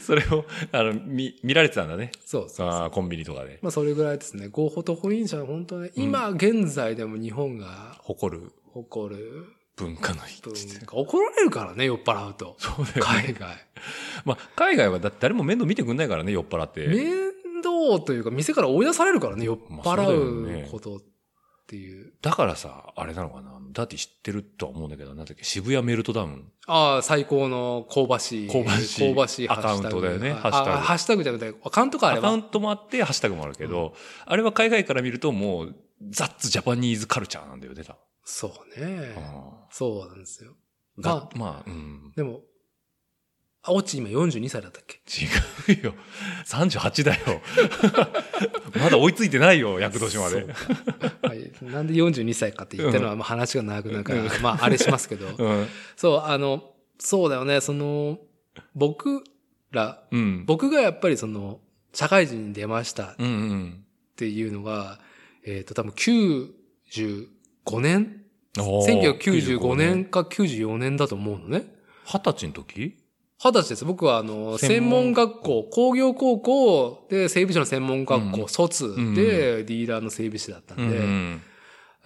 それを、あの、見、見られてたんだね。
そうそう。
あーコンビニとかで。
まあ、それぐらいですね。合法と法飲者は本当ね、今現在でも日本が
誇る
誇る
文化の一
文
つ。
化。怒られるからね、酔っ払うと。
そうだよね。
海外。
まあ、海外はだって誰も面倒見てくんないからね、酔っ払って。
面倒というか、店から追い出されるからね、酔っ
まあそうだよ
払
ね
うことっていう。
だからさ、あれなのかな。だって知ってるとは思うんだけど、なんだっけ、渋谷メルトダウン。
ああ、最高の香ばしい。
香ばしい
香ばしいハッシ
ア
ュタグ
カウントだよね
あ
ハッシュタグ
あハッシュタグじゃなくて、アカウントか、あれ
アカウ
は。
ントもあって、ハッシュタグもあるけど、あれは海外から見るともう、ザッツジャパニーズカルチャーなんだよね、多
そうね
分。。
そうなんですよ。
うん
まあ
がまあ、うん。
でも、あ、オチ今42歳だったっけ
違うよ。38だ よ。まだ追いついてないよ、厄年ま
そ
で
う。かはい なんで42歳かって言ったのは、まあ話が長くなるから、まああれします けど。
うん。
そう、あの、そうだよね、その、僕ら、
うん。
僕がやっぱりその、社会人に出ました
うんうん。
っていうのが、えっ、と、多分95年
おー
?1995 年。か94年だと思うのね。
二十歳の時
二二十歳です。僕は、あの、
専
専
門
門学校、工業高校で整備士の専門学
うん
校卒
ん
で、ディーラーの整備士だった
うん
で、
ん。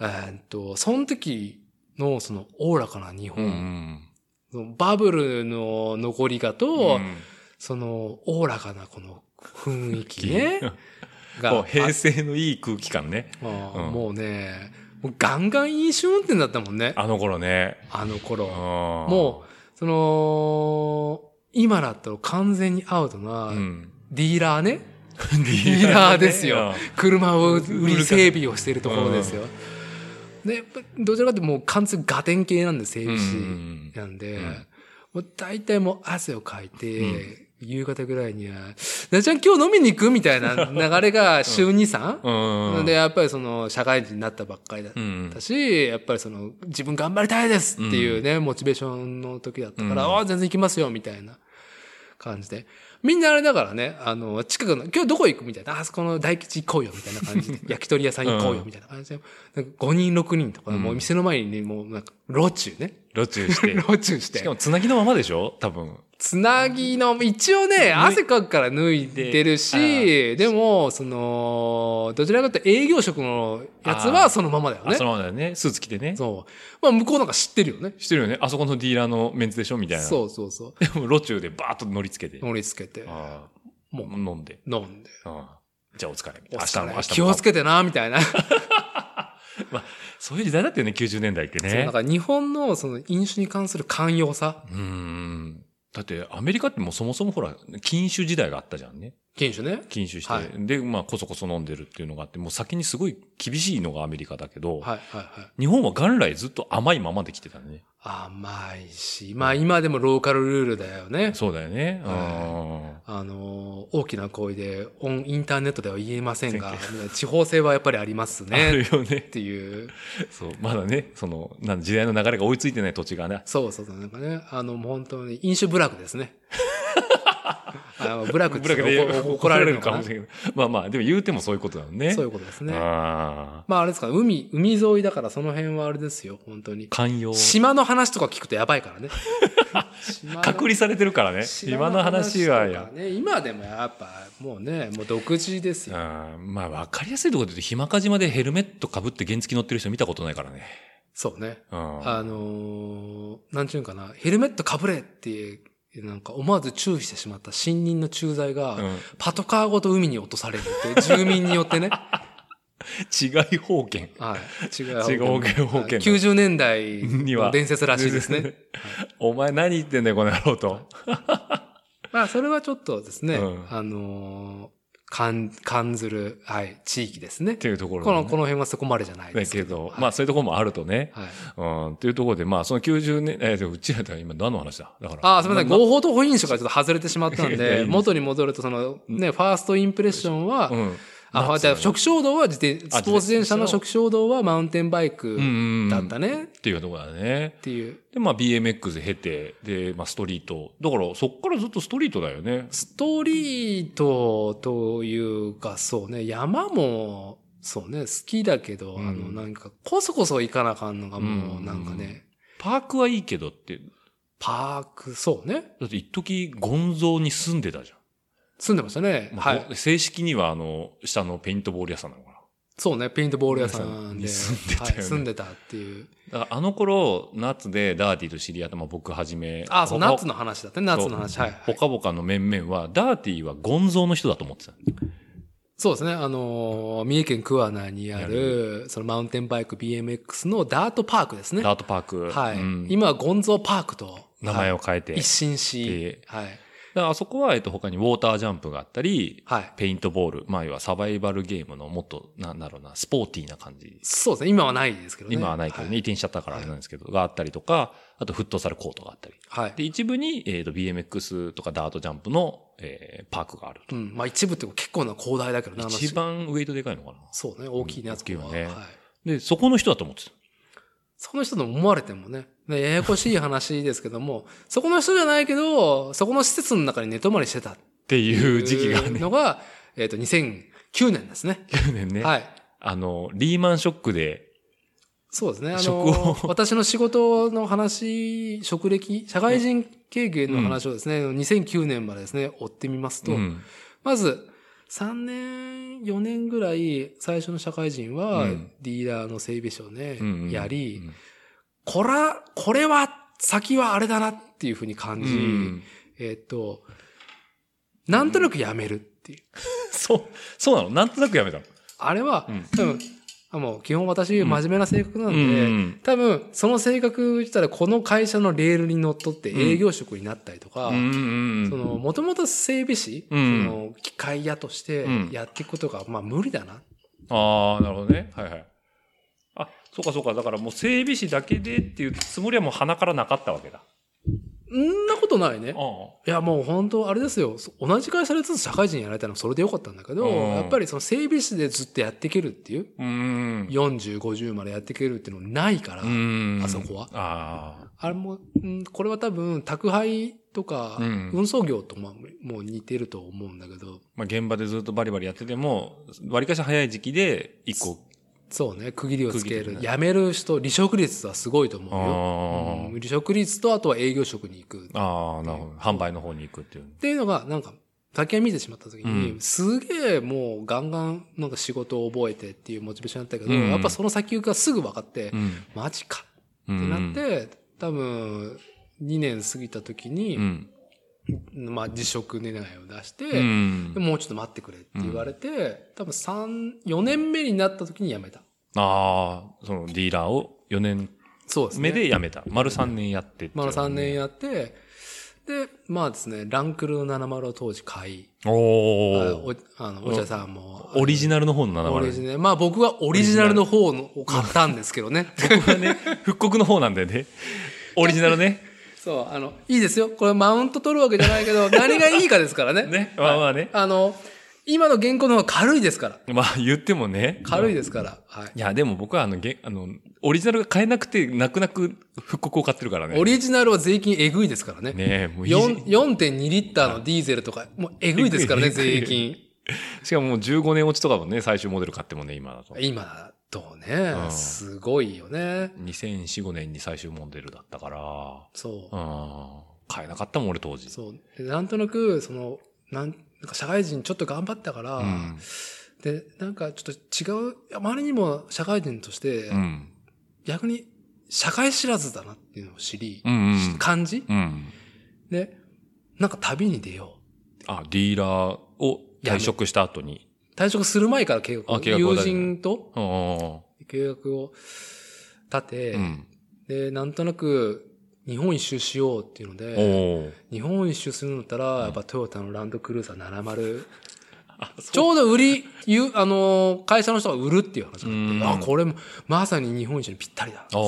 えーっと、その時のそのおおらかな日
う
本、
ん。
そのバブルの残りがと、
うん
そのおおらかなこの雰囲気ね、
こ
が
う、平成のいい空気感ね。
ああ
うん
もうね、もうガンガン飲酒運転だったもんね、
あの頃ね。
あの頃。
も
もその、今だと完全にアウトな
う、ん。
ディーラーね、
デ
ディーラーですよ。車を売り整備をしてるところですよ。で、やっぱどちらかというともう完全にガテン系なんで、整
うんう
備士
ん
なんで、
うん
もう大体もう汗をかいて、
うん
夕方ぐらいには、なちゃん今日飲みに行くみたいな流れが週2、3?
うん。うん
で、、やっぱりその、社会人になったばっかりだっ
うん
だ。し、やっぱりその、自分頑張りたいですっていうね、モチベーションの時だったから、
うん
ああ、全然行きますよ、みたいな感じで。みんなあれだからね、あの、近くの、今日どこ行くみたいな、ああそこの大吉行こうよ、みたいな 感じで、焼き鳥屋さん行こう
う
よ
ん、
みたいな感じで、なんか5人、6人とか、
うん
もう店の前にね、もうなんか、路中ね。
路中 して。
路中し
してか。も、つなぎのままでしょ多分。
つなぎの、一応ね、汗かくから脱いでる
あ
し、でも、その、どちらかというと営業職のやつ
あー
はそのままだよ
あ、
ね
そ。のままだよね。スーツ着てね。
そう。まあ、向こうなんか知ってるよね。
してるよね。あそこのディーラーのメンズでしょみたいな。
そうそうそう。
でも、路中でバーッと乗りつけて。
乗りつけて、
ああ
もう
飲んで。
飲んで。
ああじゃあお疲れ。
お
明日
疲
も、
れ
明日も。
気をつけてな、みたいな。
そういう時代だったよね、90年代って
そう
ね
なん。か日本のその飲酒に関する寛容さ。
うーん。だって、アメリカってもうそもそもほら、禁酒時代があったじゃんね。
禁酒ね。
禁酒して。
はい
で、まあ、こそこそ飲んでるっていうのがあって、もう先にすごい厳しいのがアメリカだけど、
はいはいはい。
日本は元来ずっと甘いままで来てたね。
甘いし、まあ今でもローカルルールだよね。
そうだよね。
はあのー、大きな声で、オンインターネットでは言えませんが、地方性はやっぱりあります
うん。あ
ね。
る
っ
よ ね。
ていう。
そう。まだね、その、なん時代の流れが追いついてない土地がね。
そうそうそう、なんかね、あの、もう本当に、飲酒ブラックです ね。あのブラックって
ブラック
言ったら
で
怒怒られるのかな
もしれないけど。まあまあ、でも言うてもそういうことなのね。
そういうことですね。
ああ。
まああれですか、海、海沿いだからその辺はあれですよ、本当に。
寛容。
島の話とか聞くとやばいからね。島の
隔離されてるからね。今の話は
島の
や
話。とかね、今でもやっぱ、もうね、もう独自ですよ。
うんまあ、わかりやすいところで言うと、ひまかじまでヘルメットかぶって原付乗ってる人見たことないからね。
そうね。
うん
あのー、なんちゅうんかな、ヘルメットかぶれって、なんか思わず注意してしまった新任の駐在が、
うん
パトカーごと海に落とされるって、住民によっ てね。
違い方権。
はい。違う。
違う保険保険
90年代
には
の伝説らしいで すね。
お前何言ってんだよ、この野郎と。
まあ、それはちょっとですね、
うん
あのー、感、感ずる、はい、地域ですね
っ。ていうところ
こ
だね、
の、この辺はそこまでじゃないで
だ
す
けど、
はい
まあそういうところもあるとね。
はい。
うん、っていうところで、まあその90年、えー、うちらとは今何の話だだから。
ああ、すみません。
な
合法と法飲酒からちょっと外れてしまったん
いやいやい
で、
や
元に戻ると、その、ね、ファーストインプレッションは、
うん。
あ、
ま
まあ、じゃあ、初期衝動は自転、スポ
あ
ーツ自転車の
自
初
転
期衝動はマウンテンバイ
う
ク
んうんうん
だったね、
っていうところだね
っ。ていう。
で、まあ BMX 経て、で、まあストリート。だからそっからずっとストリートだよね。
ストリートというか、そうね、山も、そうね、好きだけど、
うん
あの、なんか、こそこそ行かなあかんのがもう、なんかね、
うんパークはいいけどって、
パーク、そうね、
だって一時ゴンゾーに住んでたじ
住んでましたね
ゃん。。まあ
はい。
ご正式にはあの、下のペイントボール屋さんなのかな。
そうね、ペイントボール屋さんで、
に住んでたよ
は
ね
い、住んでたっていう。
だからあの頃、夏でダーティと知り合った、まあ僕はじめ。
あ、そう、
ほか
夏の話だったね、夏の話。
そう
はい、は
ほ
い。
かほかの面々は、ダーティはゴンゾーの人だと思ってた。
そうですね、あのー三重県桑名にある、そのマウンテンバイク BMX のダートパークですね。
ダートパーク。
はい。
うん
今はゴンゾーパークと。
名前
を。
を変えて。
一
だ
新し
で、
はい。
からあそこは、えっと、他にウォータージャンプがあったり、
はい。
ペイントボール。まあ、要はサバイバルゲームのもっと、なんだろうな、スポーティーな感じ。
そうですね。今はないですけどね。
今はないけどね、移転しちゃったからあれなんですけど、があったりとか、あとフットサルコートがあったり。
はい。はい。
で、一部に、えっと、BMX とかダートジャンプの、えーパークがある
う
と。
ん。まあ一部って結構な広大だけどね。あの
一番ウェイトでかいのかな。
そうね。大きいやつ
大きいよね
はい。
で、そこの人だと思ってた。
そこの人と思われてもね。ねややこしい話ですけども、 そこの人じゃないけど、そこの施設の中に寝泊まりしてたって
ってい
いう
時期がね、
のが、えっと、2009年ですね。
9年ね。
はい。
あの、リーマンショックで、
そうですね。あ
職を
の、 私の仕事の話、職歴、社会人経験の話をですね、2009年までですね、追ってみますと、
うん
まず、3年、4年ぐらい、最初の社会人は
うん、
ディーラーの整備士をね、
うんうん
やり、こら、これは、先はあれだなっていうふうに
う
感
ん
じ、
うん
えっと、なんとなくやめるっていう。
そう、そうなのなんとなくやめたの。
あれは、
うん
多分、あもう基本私真面目な性格なんで、
うん
多分、その性格したらこの会社のレールにのっとって営業職になったりとか、
うんうんうん
その、もともと整備士、
うん
その、機械屋として
うん
やっていくことが、まあ無理だな。
ああ、なるほどね。はいはい。あ、そうかそうか。だからもう整備士だけでっていうつもりはもう鼻からなかったわけだ。
んなことないね
あ。あ。
いや、もう本当あれですよ。そ同じ会社でずっと社会人やられたのはそれでよかったんだけど、
うん
やっぱりその整備士でずっとやっていけるっていう、
うん。
40、50までやっていけるっていうのないから、
うん。
あそこは
あ
あれも、うんこれは多分宅配とか
うん
運送業とももう似てると思うんだけど、
あ。まあ、現場でずっとバリバリやってても、割かし早い時期で一個。
そうね、区切りをつけ
区切り
る。
ね
辞める人、離職率はすごいと思うよ。
あ
うん離職率とあとは営業職に行く。っ
あ。ああ、なるほど。販売の方に行くっていう。
ていうのが、なんか、先は見てしまった時に、
うん
すげえもうガンガンなんか仕事を覚えてっていうモチベーションだったけど、
うん
やっぱその先行きがすぐ分かって、
ん。
マジか
う
って
ん
なって、多分、2年過ぎた時に、
うん。
まあ辞職願いを出して、
うん
でもうちょっと待ってくれって言われて、多分三4年目になった時に辞めた。
ああ、そのディーラーを4年
そうです
目
ね。
で辞めた。丸3年やってっていう
まあ3年やって、で、まあですね、ランクルの70を当時買い、あ
お
お
お。
あのお茶さんも。
オリジ
ナ
ナルの方の7
ル。
割。
オリジナル。まあ僕はオリジナルの方のを買ったんですけどね。
これね、復刻の方なんだよね。オリジナルね。
そう、あの、いいですよ。これマウント取るわけじゃないけ ど、何がいいかですからね。
ねまあまあね
あの、今の原稿の方が軽いですから。
まあ言ってもね。
軽い
い。
ですから。はい。
や、でも僕はあの、げあの、オリジナルが買えなくて、泣く泣く復刻を買ってるからね。
オリジナルは税金えぐいですからね。
ねえ、もういい
4 4.2リッターのディーゼルとか、もうえぐいですからね、
えぐい
税金。
しかももう15年落ちとかもね、最終モデル買ってもね、今だと。
今、とね
う、ん
すごいよね。
2004、5年に最終モデルだったから、
そうう。
ん。買えなかったもん、俺当時。
そう。でなんとなく、その、なん、なんか社会人ちょっと頑張ったから、
うん。
で、なんかちょっと違う、あまりにも社会人として、
うん。
逆に社会知らずだなっていうのを知り、
うんうん
感じ
うん。
で、なんか旅に出よ
あ、ディーラーを退職した後に。
う。退職する前から計画
あ
を、
計画を
友
立てた
人と
うん。
計画を立て、
うん。
で、なんとなく日本一周しようっていうので、
おお。
日本一周するんだったら、やっぱトヨタのランドクルーザー70。
あ、そ
ちょうど売り、ゆあのー会社の人が売るっていう話
うん
があって、あ、これも、まさに日本一にぴったりだ。
う。お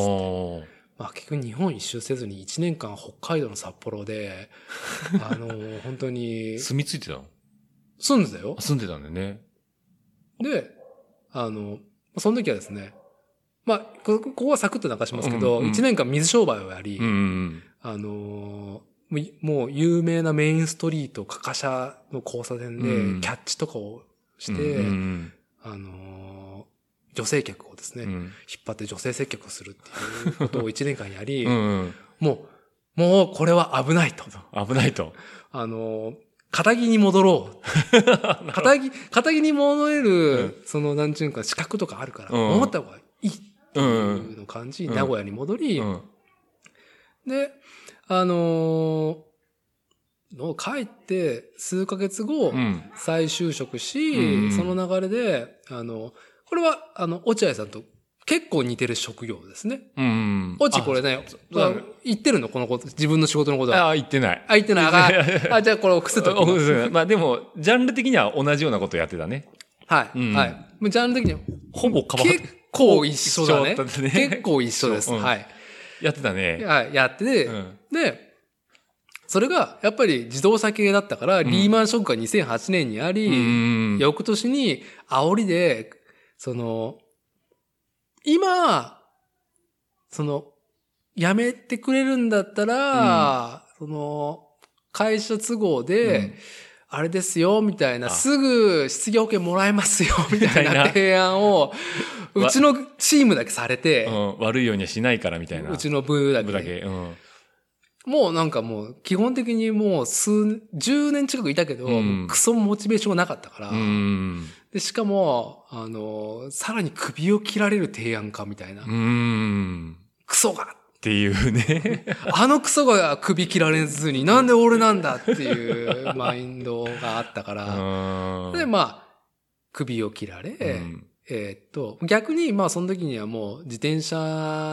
お。
まあ、結局日本一周せずに1年間北海道の札幌で、 あのー本当に、
住み着いてたの
住んでたよ
あ。住んでたんだよね。
で、あの、その時はですね、まあ、こここはサクッと流しますけど、
うんうん
1年間水商売をやり、
ん。
あのーもうもう有名なメインストリート、カカシャの交差点
う
で
ん
キャッチとかをして、
うん
あのー女性客をですね、
うんう
引っ
ん
張って女性接客をするっていうことを1年間や り、
うんうん
もう、もうこれは危ないと。
危ないと。
あのー、仇に戻 ろう。仇に、仇に戻れる、その、なんちゅうんか、資格とかあるから、
うん
思った方がいいっていうのを感じ、
うん
名古屋に戻
う
り、
ん。
で、あのーの帰って数ヶ月後、
うん。
再就職し、
うん
その流れで、あの、これは、あの、落合さんと結構似てる職業ですね。
うん。
落合これね、
そうだね
まあ言ってるのこのこと、自分の仕事のことは。
ああ、言ってない。
あ、言ってない。 あ、あじゃあこれをくせと
お
きます。
そうまあでも、ジャンル的には同じようなことやってたね。
はい、
うん
はい。もうジャンル的には
ほぼかば
結構一緒だね。
一緒だったね
結構一緒です。
うん
はい。
やってたね。
はい、やってて、
うん
で、それがやっぱり自動車系だったから、リーマンショックが2008年にあり、
うん
翌年に煽りで、その、今、その、辞めてくれるんだったら、その、会社都合で、あれですよ、みたいな、すぐ失業保険もらえますよ、みた い
みたいな
な提案を、うちのチームだけされて
う、ん、悪いようにはしないからみたいな。
うちの部だ
部
け
だけ。うん。
もうなんかもう、基本的にもう数、10年近くいたけど、
うん
もうクソモチベーションがなかったから、
うん。
で、しかも、あの、さらに首を切られる提案かみたいな、
うん。
クソが
っていうね。
あのクソが首切られずに、なんで俺なんだっていうマインドがあった か
う
ら、
ん。
で、まあ、首を切られ、
うん
えーっと、逆に、まあ、その時にはもう、自転車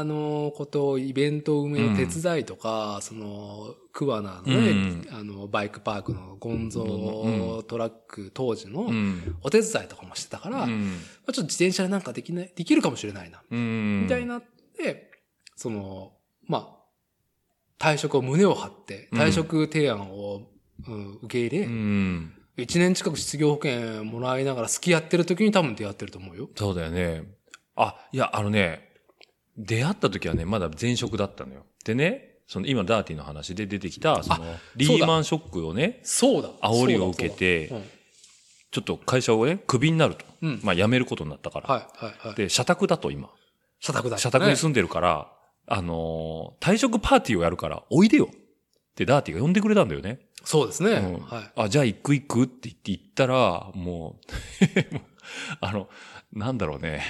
のことを、イベント運営の手伝いとか、その、桑名のね、
うん
あの、バイクパークのゴンゾートラック当時
う
の
ん。
お手伝いとかもしてたから、
う
ま
ん
あ、ちょっと自転車でなんかできない、できるかもしれないな、
うん。
みたいになって、その、まあ、退職を胸を張って、
うん
退職提案を、うん受け入
う
れ、
ん。
一1年近く失業保険もらいながら好きやってる時に多分出会ってると思うよ。
そうだよね。あ、いや、あのね、出会った時はね、まだ前職だったのよ。でね、その今ダーティの話で出てきた、その、リーマンショックをね、
そうだ。
煽りを受けて
そうだそうだ
ちょっと会社をね、クビになると。
うん。うん
まあ辞めることになったから。
はい、はい、はい。
で、社宅だと今。
社宅だ。
社宅に住んでるから、あのー退職パーティーをやるから、おいでよってダーティが呼んでくれたんだよね。
そうですね。
うん
はい。
あ、じゃあ行く行くって言って行ったら、もう もう、あの、なんだろうね。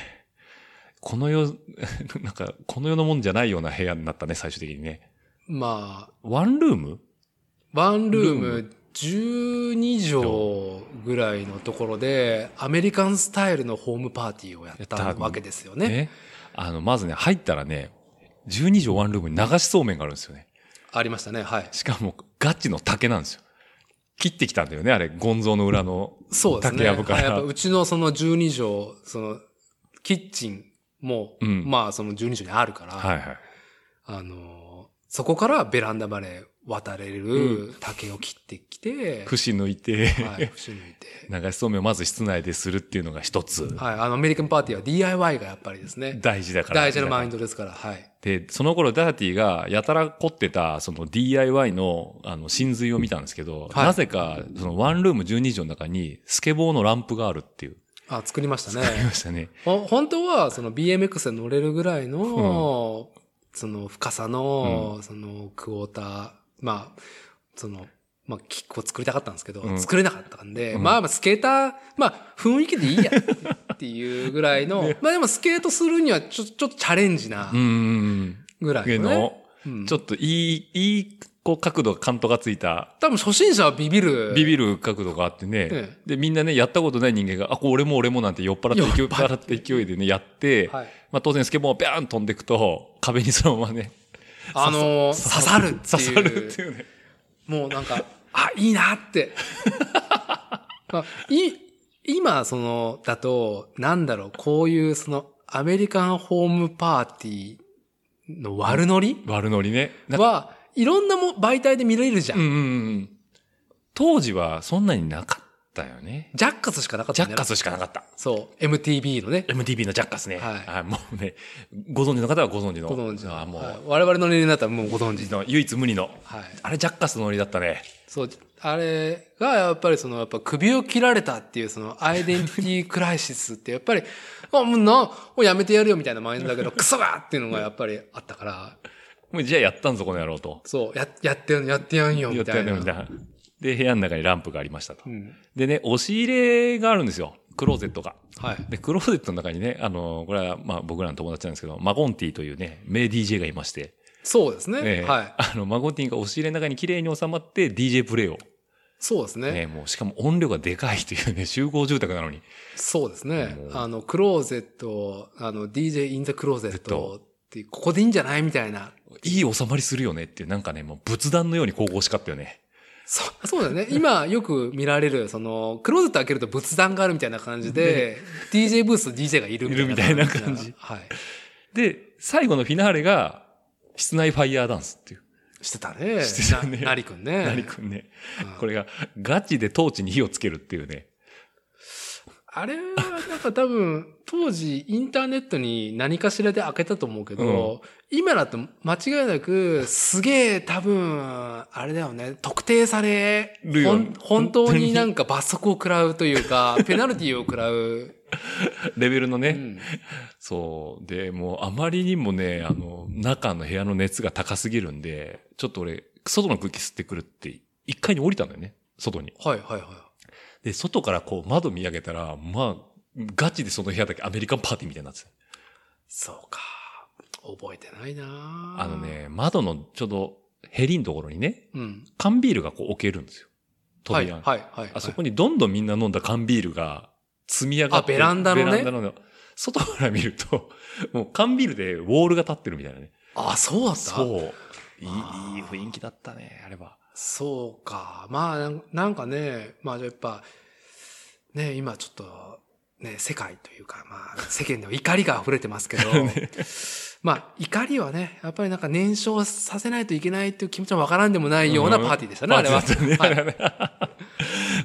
この世、 なんか、この世のもんじゃないような部屋になったね、最終的にね。
まあ、
ワンルーム
ワンルー
ルー
ム12畳ぐらいのところで、アメリカンスタイルのホームパーティーをやっ
や
た
った
わけですよ
ね
ね。
あの、まずね、入ったらね、12畳ワンルームに流しそうめんがあるんですよね。
ありましたね。はい。
しかも、ガチの竹なんですよ。切ってきたんだよね、あれ、ゴンゾーの裏の。
そうですね。
竹やぶから
やっぱうちのその12畳、その、キッチンも、
うん
まあその12畳にあるから、
はいはい。
あの、そこからベランダまで渡れる竹を切ってきて、
串抜いて、
はい、節抜いて。
流しそうめんをまず室内でするっていうのが一つ、
はい、あの、アメリカンパーティーは DIY がやっぱりですね、
大事だから。
大事なマインドですから、はい。
で、その頃ダーティがやたら凝ってた、その DIY の、あの、真髄を見たんですけど、
はい
なぜか、そのワンルーム12畳の中に、スケボーのランプがあるっていう、
あ、作りました
あり
ね。
ましたね。
ほ本当は、その BMX で乗れるぐらいの、その深さの、そのクォーター、まあ、その、まあ、キックを作りたかったんですけど、
うん
作れなかったんで、
うん
まあまあ、スケーター、まあ、雰囲気でいいや、っていうぐら いの、まあでもスケートするには、ちょ、ちょっとチャレンジな
うんうん
ぐら
うん。
いの、ね。
の、
うん
ちょっといい、いい、こう、角度、感度がついた、
多分初心者はビビる。
ビビる角度があってね、
え
で、みんなね、やったことない人間が、あ、これ俺も俺もなんて酔っ払って、勢い、
酔っ払
払って勢いでね、やって、
はい。
まあ当然スケボーをビャーン飛んでいくと、壁にそのままね、
あのー刺さるって
刺
いう。
さるっていうね。
もうな んか、あ、いいなって。 まあ、い、今、その、だと、なんだろう、こういう、その、アメリカンホームパーティーの悪ノリ
悪ノリね。なんか
は、いろんなも媒体で見れるじゃん。
うんうんうん。当時はそんなになかったよね。
ジャッカスしかなかっ
ジ
た
ャ
んだ
ッ
よ
カスしかなかった。
そう、MTV のね。
MTV のジャッカスね。
はい
あもうね、ご存知の方はご存知の。
ご存知の
あもう、
はい我々の年齢になったらもうご存知の。
の唯一無二の。
はい。
あれジャッカスのノリだったね。
そう、あれがやっぱりその、やっぱ首を切られたっていうそのアイデンティティクライシスってやっぱり、あ、もうな、もうやめてやるよみたいなマインドだけど、クソがっていうのがやっぱりあったから、
もうじゃあやったんぞ、この野郎と。
そう、や、やってやん、やってやんよ
や
み
った
た
や
い
った
な。
みたいな。で、部屋の中にランプがありましたと
う。ん。
でね、押し入れがあるんですよ。クローゼットが。
はい。
で、クローゼットの中にね、あの、これは、まあ僕らの友達なんですけど、マゴンティというね、名 DJ がいまして、
そうですね。
ええ
はい。
あの、マゴンティが押し入れの中に綺麗に収まって、DJ プレイを
そうですね。
ね、もうしかも音量がでかいというね、 集合住宅なのに。
そうですね
も。う
あの、クローゼット、あの、DJ in the クローゼッ
と
トって、ここでいいんじゃないみたいな。
いい収まりするよねっていう、なんかね、もう仏壇のように神々しかったよね。
そう、そうだね。今よく見られる、その、クローゼット開けると仏壇があるみたいな感じで、DJ ブースと DJ がいる
いるみたいな感じ
はい。
で、最後のフィナーレが、室内ファイヤーダンスっていう。
してたね。
してたね
ななりくんね。
なりくんね
うん。
これが、ガチでトーチに火をつけるっていうね。
あれはなんか多分、当時インターネットに何かしらで開けたと思うけど、今だと間違いなく、すげえ多分、あれだよね、特定され、
るよ
ほん本当になんか罰則を食らうというか、ペナルティーを食らう。
レベルのね、
うん
そう。で、もうあまりにもね、あの、中の部屋の熱が高すぎるんで、ちょっと俺、外の空気吸ってくるって、一階に降りたんだよね。外に。
はいはいは
で、外からこう窓見上げたら、まあ、ガチでその部屋だけアメリカンパーティーみたいになってた。
い。そうか。覚えてないな
あの。ね、窓のちょうどヘリのところにね、
うん。
缶ビールがこう置けるんですよ。
は
扉
い
に
はいはい。
あそこにどんどんみんな飲んだ缶ビールが積み上がって
あベランダのね
ベランダの外から見ると、もう缶ビールでウォールが立ってるみたいなね。
あ、そうだった
そう。いい
あー
いい雰囲気だったね、あれは。
そうか。まあ、なんなんかね、まあ、やっぱ、ね、今ちょっと、ね、世界というか、まあ、世間では怒りが溢れてま すけど、まあ、怒りはね、やっぱりなんか燃焼させないといけないという気持ちはわからんでもないようなパーティーでしたね、あれは。
パーティーだったねあれはね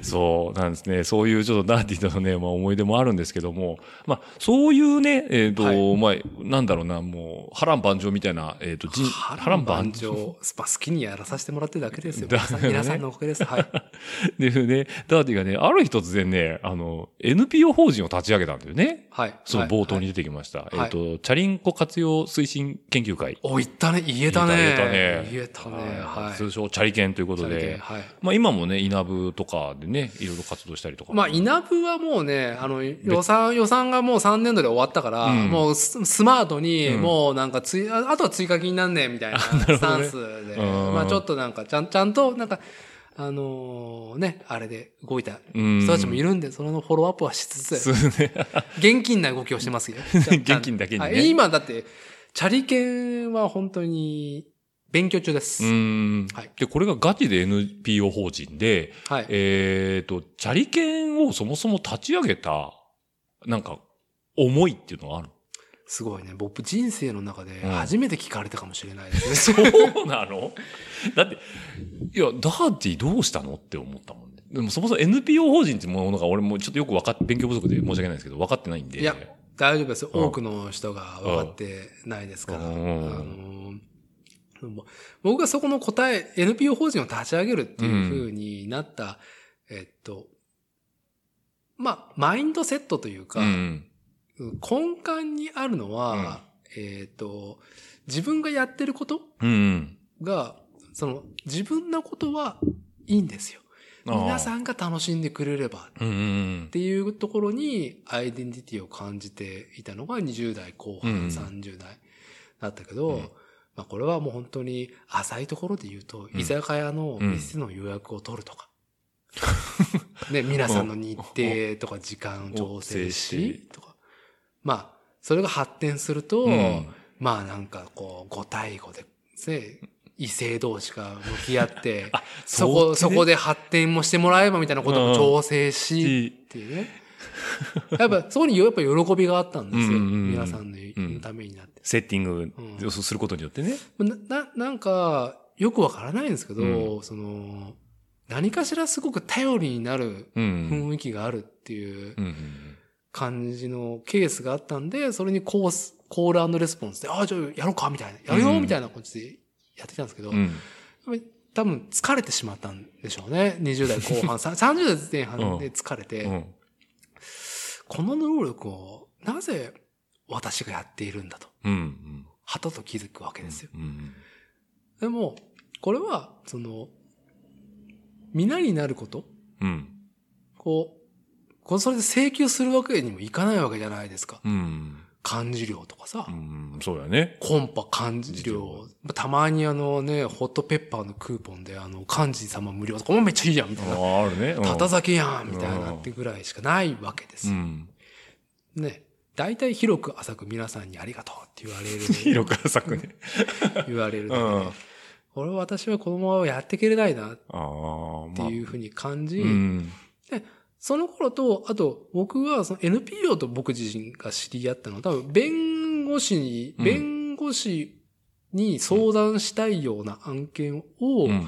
そうなんですね。そういうちょっとダーティーとのね、まあ思い出もあるんですけども、まあそういうね、えっ、と、まあなんだろうな、もう波乱万丈みたいな、えっ、と、人
波乱万丈。まあ、好きにやらさせてもらってるだけですよ。
だよね
皆さんのおかげです。はい。
でね、ダーティがね、ある日突然ね、あの、NPO 法人を立ち上げたんだよね。
はい。
その
はい
冒頭に。出てきました。
い
えっ、と、チャリンコ活用推進研究会。
お、言ったね。言えたね。
言えたね。
言えたね。はい。
通称、チャリケンということで。
はい。
まあ今もね、稲部とかでね、いろいろ活動したりとか。
まあ、稲部はもうね、あの、予算、予算がもう3年度で終わったから、
うん
もうススマートに、
うん
もうなんかつい、ああとは追加金になんねえみた いなスタンスで、
うん
まあちょっとなんか、ちゃん、ちゃんと、なんか、あのーね、あれで動いた
うん
人たちもいるんで、そのフォローアップはしつつ、
そうね。
現金な動きをしてますよ。
現金だけにね
はい今だって、チャリ券は本当に勉強中で す。
うん
はい。
で、これがガチで NPO 法人で、
はい。
えっ、と、チャリケンをそもそも立ち上げた、なんか、思いっていうのがあ る。
すごいね。僕、人生の中で
うん
初めて聞かれたかもしれないですね。
そうなのだって、いや、ダーティどうしたのって思ったもんね。でもそもそも NPO 法人ってものが俺もちょっとよくわかっ、勉強不足で申し訳ないんですけど、分かってないんで。
いや、 大丈夫ですよ。
うん
多くの人が分かってないですから。あ
う
の
ん
ーぼ僕がそこの答え、NPO 法人を立ち上げるっていう風になった、えっと、まあ、マインドセットというか、
うん。
根幹にあるのは、えっと、自分がやってること
うん。
が、その、自分のことはいいんですよ。皆
ん。
さんが楽しんでくれれば
うん
っ。ていうところにアイデンティティを感じていたのが20代後
うん
半、
うん
30代だったけど、
うん
まあこれはもう本当に浅いところで言うと、
うん
居酒屋の店の予約を取る とか、ね、皆さんの日程とか時間を調整し、とか、まあ、それが発展すると、
うん
まあなんかこう、5対5で、ね、異性同士が向き 合って、そこ、そこ
で。
で発展もしてもらえばみたいなことも調整し、っていうね。 やっぱそこにやっぱ喜びがあったんですよ。
うんうんうん
皆さんのためになって。
セッティング
うん
をすることによってね。
な、ななんか、よくわからないんですけど、
う
その、何かしらすごく頼りになる
うん。
雰囲気があるっていう
うん。
感じのケースがあったんで、それにコース、コールレスポンスで、ああ、じゃあやろうか、みたいな、やる
う
よ、
ん
みたいな感じでやってきたんですけど、
うん。
多分疲れてしまったんでしょうね。20代後半、さん30代前半で疲れて、
うん。
この能力をなぜ私がやっているんだと、
うん。
はたと気づくわけですよ。
うん。
でも、これは、その、皆になること、
うん。
こう、こうそれで請求するわけにもいかないわけじゃないですか。
うん。
漢字量とかさ、
うん。そうだね。
コンパ漢字量。たまにあのね、ホットペッパーのクーポンで、あの、漢字様無料とかもめっちゃいいやん、みたいな。
ああるね。
たた酒やん、みたいなってぐらいしかないわけです
う
よ。
ん。
ね。大体広く浅く皆さんにありがとうって言われ る。
広く浅くね。
言われる
う
だけで、
ん。
俺は私はこのままやっていけれないなっ
ああ、
て
まあ。
いうふうに感じ、
うん。
その頃と、あと僕はその NPO と僕自身が知り合ったのは多分弁護士に、
うん
弁護士に相談したいような案件を、
うん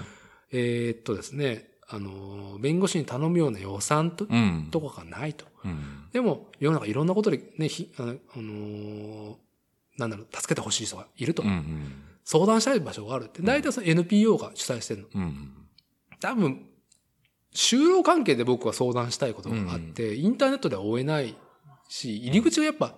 えーっとですね、あの、弁護士に頼むような予算と,、
うん。
とかがないと。
うん。
でも、世の中いろんなことでね、ひあの、あのーなんだろう、助けてほしい人がいると。
うん。うん。
相談したい場所があるって。大体その NPO が主催してるの。
うん。
多分、就労関係で僕は相談したいことがあって、インターネットでは追えないし、入り口がやっぱ、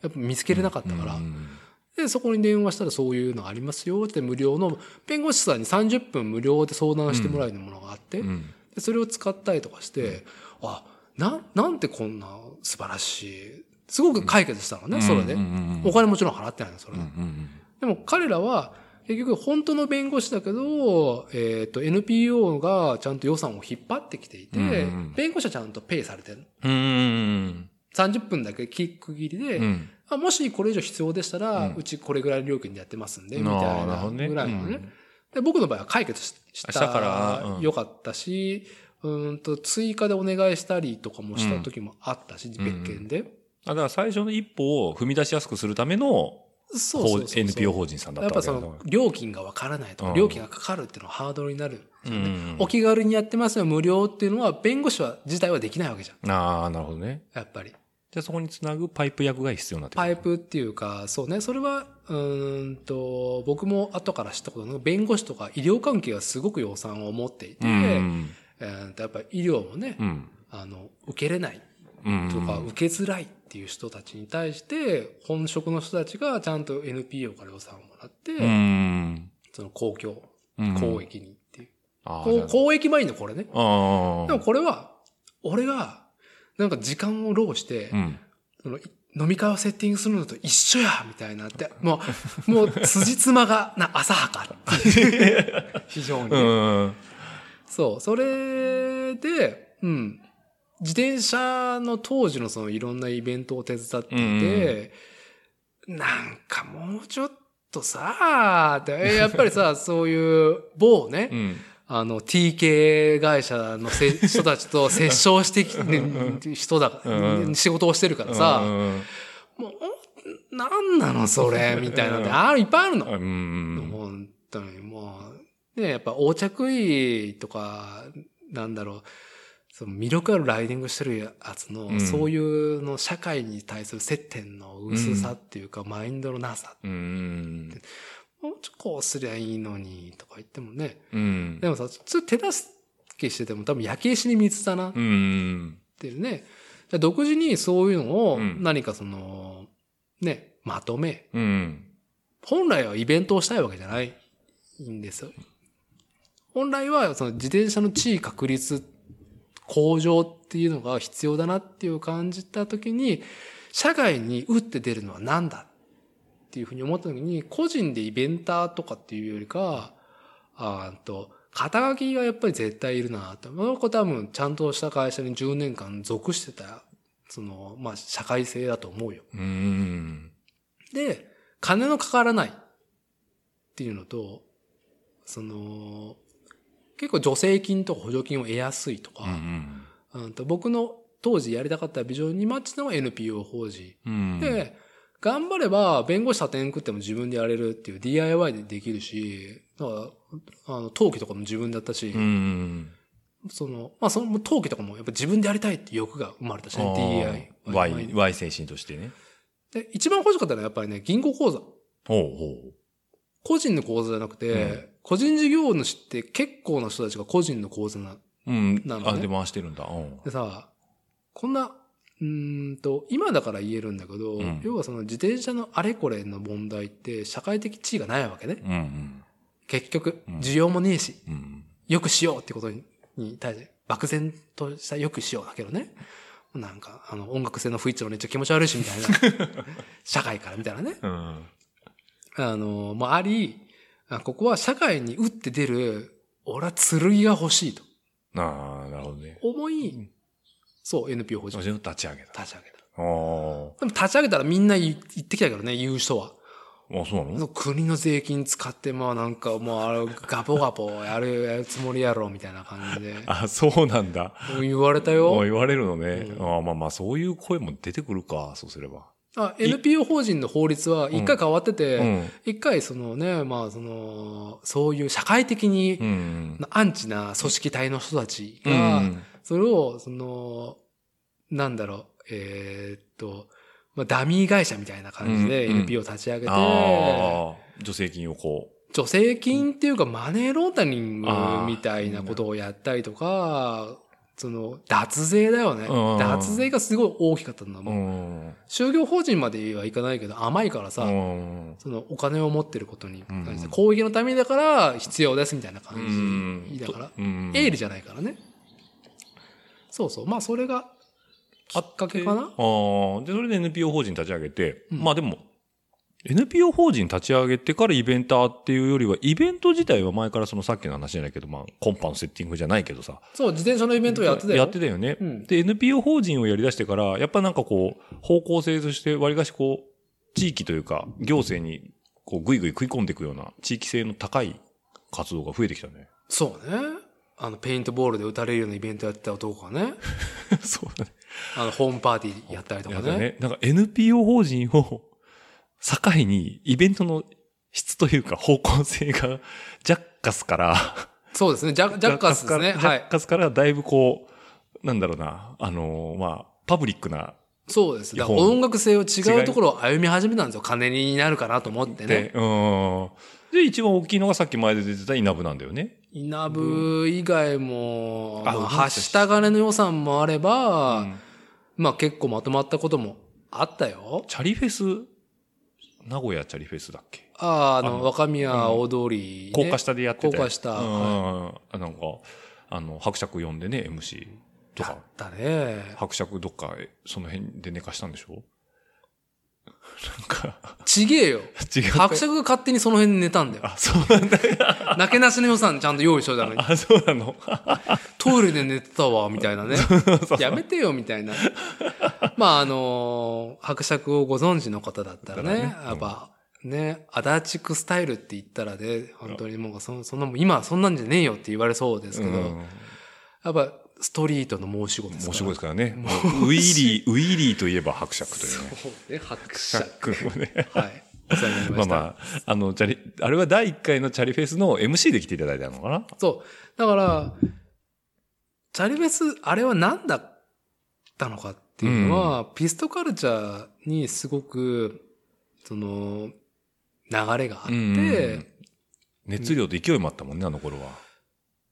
やっぱ見つけれなかったから、
うん
で、そこに電話したらそういうのがありますよって無料の、弁護士さんに30分無料で相談してもらえるものがあって、
うん。
でそれを使ったりとかして、あ、な、なんてこんな素晴らしい。すごく解決したのね、それで
うん。うん
お金もちろん払ってないの、それ
うん
で。
うん
でも彼らは、結局本当の弁護士だけど、えっ、と、NPO がちゃんと予算を引っ張ってきていて、
うんうん
弁護士はちゃんとペイされてる。
うん。うん。
30分だけ切区切りで、
うん。
あもしこれ以上必要でしたら、
う
うんちこれぐらいの料金でやってますんで、
あー
みたい
なるほ
な
どね
ぐらいのね。
うん
で僕の場合は解決しし
したから
た
うん
よかったし、うーんと追加でお願いしたりとかもした時もあったし、
ん
別件で。
あだから最初の一歩を踏み出しやすくするための
そうそう
法
そうそう
NPO 法人さんだ
や
っ
った
わけ
ぱ
だ
そ
な
の料金がわからないとか、
うん
料金がかかるっていうのはハードルになる。
うん
お気軽にやってますよ、無料っていうのは、弁護士は自体はできないわけじゃん。
ああ、なるほどね。
やっぱり。
じゃあそこにつなぐパイプ役が必要になってくる。
パイプっていうか、そうね、それは、うーんと、僕も後から知ったことの、弁護士とか医療関係がすごく予算を持っていて、
うん。
えーとやっぱり医療もね、
うん。
あの、受けれない
うん。
とか、受けづらいっていう人たちに対して、本職の人たちがちゃんと NPO から予算をもらって、
うん。
その公共、
うん
公益にっていう。
ああ。
こう公益マインド、これね。
ああ。
でもこれは、俺が、なんか時間を労して、
うん。
そのい飲み会をセッティングするのと一緒やみたいになって、もう、もう、辻褄が、な、浅はかっていう。非常に、
う
ね
ん。
そう、それで、うん。自転車の当時のそのいろんなイベントを手伝っていて、なんかもうちょっとさ、って、えやっぱり さ、そういう某ね、
うん。
あの、TK 会社のせ人たちと 折衝してきて、人だ、
うん
仕事をしてるからさ、もう、なんなのそれ、みたいなのって、ある、いっぱいあるの。
うん。
本当にもう、ね、やっぱ横着衣とか、なんだろう、その魅力あるライディングしてるやつの、
うん
そういうの社会に対する接点の薄さっていうか、マインドのなさ、
うん。
もうちょっとこうすりゃいいのに、とか言ってもね、
うん。
でもさ、普通手助けしてても多分焼け石に水だなっ
うん。
ていうね。じゃあ独自にそういうのを
うん
何かその、ね、まとめ。
うん。
本来はイベントをしたいわけじゃないんですよ。本来はその自転車の地位確立、向上っていうのが必要だなっていう感じた時に、社会に打って出るのは何だっていうふうに思った時に、個人でイベンターとかっていうよりか、あーんと、肩書きがやっぱり絶対いるなと。この子多分ちゃんとした会社に10年間属してた、その、まあ、社会性だと思うよ。
うん。
で、金のかからないっていうのと、その、結構助成金とか補助金を得やすいとか、うんと僕の当時やりたかったビジョンにマッチしたのが NPO 法人。
うん。
で、頑張れば弁護士立てんくっても自分でやれるっていう DIY でできるし、だから、あの、登記とかも自分だったし、
うん。
その、まあその登記とかもやっぱ自分でやりたいって欲が生まれたしね、
Y、
DIY。
Y 精神としてね。
で、一番欲しかったのはやっぱりね、銀行口座。
ほうほ
個人の口座じゃなくて、
うん
個人事業主って結構な人たちが個人の口座な。
う。うん。あ、
あ
で
で
回してるんだ。うん。
でさ、こんな、うーんと、今だから言えるんだけど、
うん
要はその自転車のあれこれの問題って社会的地位がないわけね。
うん。
結局
うん、
需要もねえし、
うん。
よくしようってことにに対して、漠然としたよくしようだけどね。なんか、あの、音楽性の不一致のめっちゃ気持ち悪いし、みたい な。社会からみたいなね。
うん。
あの、もあり、あここは社会に打って出る、俺は剣が欲しいと
ああ、なるほどね。
思
う
い
ん、
そう、NPO 法人
そ
立
れを立ち上げた。
ち上げた。
ああ。
でも立ち上げたらみんな言言ってきたけどね、言う人は。
あ、そうなの
国の税金使って、まあなんかもうあれ、ガボガボやるやるつもりやろ、みたいな感じで。
あ、そうなんだ。
言われた
あ
よ。
言われるのね。
うん
あまあまあ、そういう声も出てくるか、そうすれば。
あ、NPO 法人の法律は一回変わって
う
て、
ん。
一回そのね、まあその、そういう社会的
う
に
ん。
アンチな組織体の人たち
う
が、
ん。
それを、その、なんだろう、えーっと、まあ、ダミー会社みたいな感じで
うんうん
NPO を立ち上げて、
ああ、助成金をこ
助成金っていうかマネーロータリング
あー
みたいなことをやったりとか、その、脱税だよね
うん。
脱税がすごい大きかったんだ
う。
も。
うんん。
就業法人まではいかないけど甘いからさ、
うん。
そのお金を持ってることに関して、
うん
公益のためだから必要ですみたいな感じだから、
うん。
エールじゃないからね。そうそう。まあそれがきっかけか
あ
な
あ、で、それで NPO 法人立ち上げて、
うん
まあでも、NPO 法人立ち上げてからイベンターっていうよりは、イベント自体は前からそのさっきの話じゃないけど、まあ、コンパのセッティングじゃないけどさ。
そう、自転車のイベントやってたよ。
やってたよね。
うん
で、NPO 法人をやり出してから、やっぱなんかこう、方向性として割かしこう、地域というか、行政に、こう、ぐいぐい食い込んでいくような、地域性の高い活動が増えてきた ね。
そうね。あの、ペイントボールで打たれるようなイベントやってた男がね、
そうだね。
あの、ホームパーティーやったりとか
やだ
ね。
ね。なんか NPO 法人を境にイベントの質というか方向性がジャッカスから、
そうですね。ジャジャッカスですね。
ジャッカスからジ
は
ャ
い
ッ。カスからだいぶこう、なんだろうな、あのーまあ、パブリックな、
そうです。だから音楽性を違うところを歩み始めたんですよ。金になるかなと思って
で
ね。、
うん。で、一番大きいのがさっき前で出てた稲部なんだよね。
稲部以外も、
あ
ま
うん
あ、はした金の予算もあれば、
うん
まあ結構まとまったこともあったよ。
チャリフェス、名古屋チャリフェスだっけ
ああ、あの、
あの
若宮大通り、ね
高架下でやってて。
高架下
うん
は
あなんか、あの、伯爵呼んでね、MC と
だ
か
っ。たね。
伯爵どっか、その辺で寝かしたんでしょなんか、
ちげえよ。
違う。
伯爵が勝手にその辺で寝たんだ よ。
あ、そうなんだ。
なけなしの予算ちゃんと用意しとい たのに、
あ、そうなの。
トイレで寝てたわ、みた いなね。やめてよ、みたいな。まあ、あのー伯爵をご存知の方だったらね、
だからねうん
やっぱ、ね、アダチクスタイルって言ったらで、本当にもうそ、そんなもん、今はそんなんじゃねえよって言われそうですけど、
うん
やっぱ、ストリートの申し子です
面
から。
白いです からね。ウィリー、ウィリーといえば伯爵というね。
そう ね、伯爵。
伯爵もね。
はい。お世話になり ま
まあ
した。
まあ、あの、チャリ、あれは第1回のチャリフェスの MC で来ていただいたのかな
そう。だから、チャリベス、あれは何だったのかっていうのは、ピストカルチャーにすごく、その、流れがあって、
うん熱量と勢いもあったもんね、あの頃は。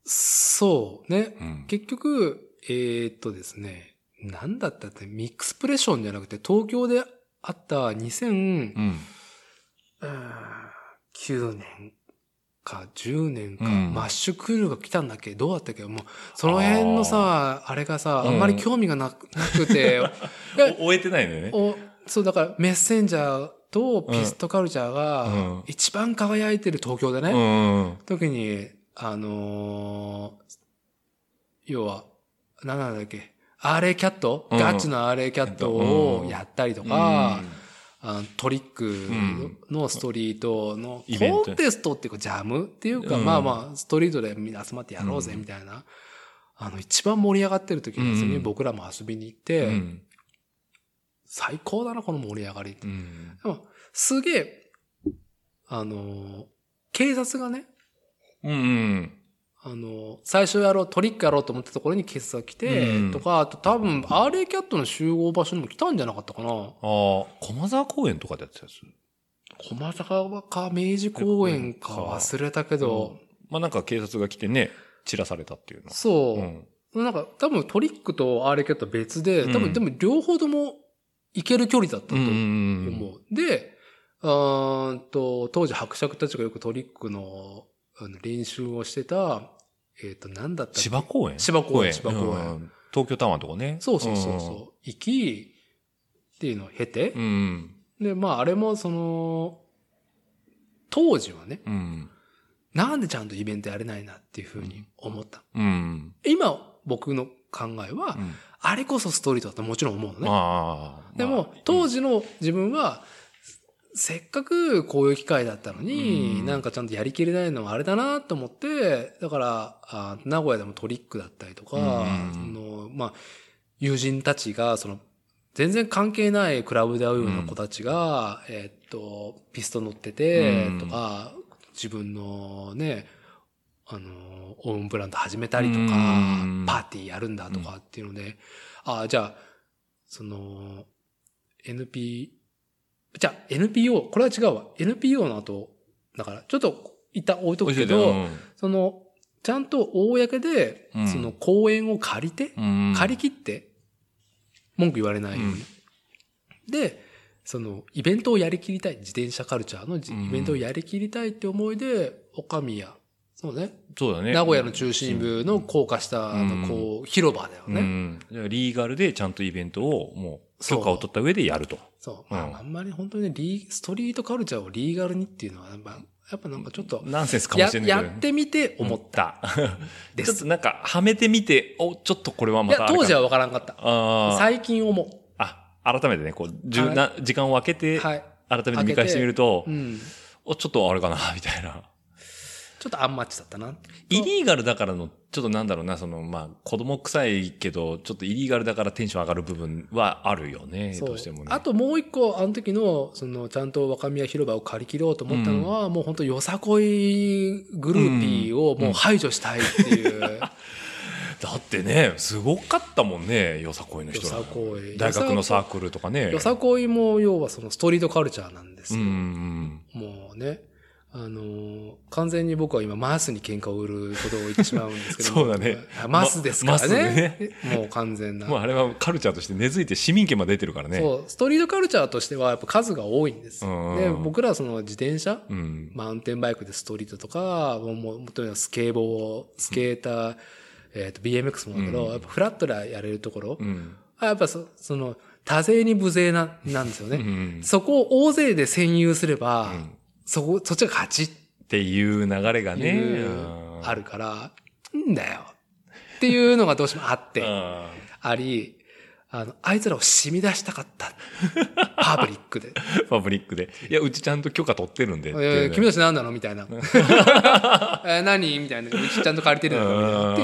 そうね。
うん。
結局、えーっとですね、何だったって、ミックスプレッションじゃなくて、東京であった2009
うん。
年か10年か、
うん
マッシュクールが来たんだっけどうだったっけもう、その辺のさ、あれがさ、
うん
あんまり興味がなくなくて、
お終えてないのよね。
おそう、だからメッセンジャーとピストカルチャ
うん
ー
う
が
ん、
一番輝いてる東京でね、
うん。
時に、あのー要は、何なんだっけ、RA キャット、
うん
ガチの RA キャットをやったりとか、
うん
あのトリックのストリートの
イベント
コンテストっていうかジャムっていうか、
うん
まあまあ、ストリートでみんな集まってやろうぜみたいな、あの、一番盛り上がってる時にですね、
うん
僕らも遊びに行っ
う
て、
ん。
最高だな、この盛り上がりって。
うん
でも、すげえ、あのー警察がね、
うんうん。
あの、最初やろう、トリックやろうと思ったところに警察が来て、
うん
とか、あと多分、RA キャットの集合場所にも来たんじゃなかったかな。
ああ、駒沢公園とかでやってたやつ。
駒坂か明治公園か忘れたけど、
まあなんか警察が来てね、散らされたっていうの。
そうう、
ん。
なんか多分トリックと RA キャットは別で、多
う
分、
ん
でも両方とも行ける距離だったと
うんう
思
ん
う。で、うーんと、当時伯爵たちがよくトリックのあの練習をしてた、えっ、と、なんだったっけ
芝公園
芝公園芝公園
うん東京タワーのとこね。
そうそうそうそう。行き、っていうのを経て、
うん。うん。
で、まあ、あれも、その、当時はね、
うん。
なんでちゃんとイベントやれないなっていうふうに思った。
うん。
今、僕の考えは、
うん
あれこそストリートだともちろん思うのね。
ああ。
で
ま
も
あ、
当時の自分は、せっかくこういう機会だったのに、
うん
なんかちゃんとやりきれないのはあれだなと思って、だから、あ名古屋でもトリックだったりとか、
うん
そのまあ、友人たちが、その、全然関係ないクラブで会うような子たちが、えーっと、ピスト乗ってて
うん、
とか、自分のね、あの、オウンブランド始めたりとか
うん、
パーティーやるんだとかっていうので、ああ、じゃあ、その、NP、じゃあ NPO、これは違うわ。NPO の後、だから、ちょっと一旦置いとくけど、その、ちゃんと公で
うん、
その公園を借りて、借り
切
切って、文句言われないように。で、その、イベントをやりきりたい、自転車カルチャーのじ
うん
イベントをやりきりたいって思いで、おかみや、そうね、
そうだね。
名古屋の中心部の高架下
うん
のこう、広場だよ
う
ね。
ん。じゃあリーガルでちゃんとイベントをもう
そう
許可を取った上でやると。
そう。ま
うん
あ、あんまり本当にねリーストリートカルチャーをリーガルにっていうのは、やっぱ、やっぱなんかちょっと、
ナンセンスかも
や
しれない
や
けどね
ってみて思った。で
ちょっと
す。
なんかはめてみて、お、ちょっとこれはいまた
や、
あれか。
当時は分からんかった。
あ
最近思う。
あ。あ、改めてね、こう、じゅうな時間を空けて、
はい。
改めて見返してみると
う、ん。
お、ちょっとあれかな、みたいな。
ちょっとアンマッチだったな。
イリーガルだからの、ちょっとなんだろうな、その、まあ、子供臭いけど、ちょっとイリーガルだからテンション上がる部分はあるよね、
そう
どうしてもね。
あともう一個、あの時の、その、ちゃんと若宮広場を借り切ろうと思ったのは、もう本当よさこいグルーピーをもう排除したいって いう、
だってね、すごかったもんね、よさこいの人ら
よさこい
大学のサークルとかね。
よさこいも要はそのストリートカルチャーなんです
うん
よ。
うん
もうね、あのー完全に僕は今、マースに喧嘩を売ることを言ってしまうんですけど。
そうだね
あマースですから
まマ
ね。もう完全
う
な。
ん。まあ、あれはカルチャーとして根付いて市民権まで出てるからね。
そう、ストリートカルチャーとしてはやっぱ数が多いんです
うんう
よ。
ん
で、僕らはその自転車、
うん。
マウンテンバイクでストリートとか、もう、もうもっと言うのはスケボー、スケーター、えっ、と、BMX もだけど、
うん
やっぱフラットらやれるところ、
うん。
あやっぱそその、多勢に無勢な、なんですよ
う
ね。
ん。
そこを大勢で占有すれば、
うん
そこ、そっちが勝ちっ
っていう流れが
て
ね。
いう
うん、
あるから、んだよ。っていうのがどうしてもあっ
う
て、
ん
あり、あの、あいつらを染み出したかった。パブリックで。
ファブリックで。いや、うちちゃんと許可取ってるんでっていうね。
えー君たち何なのみた いな。えー何みたいな。うちちゃんと借りてるのみたいな。って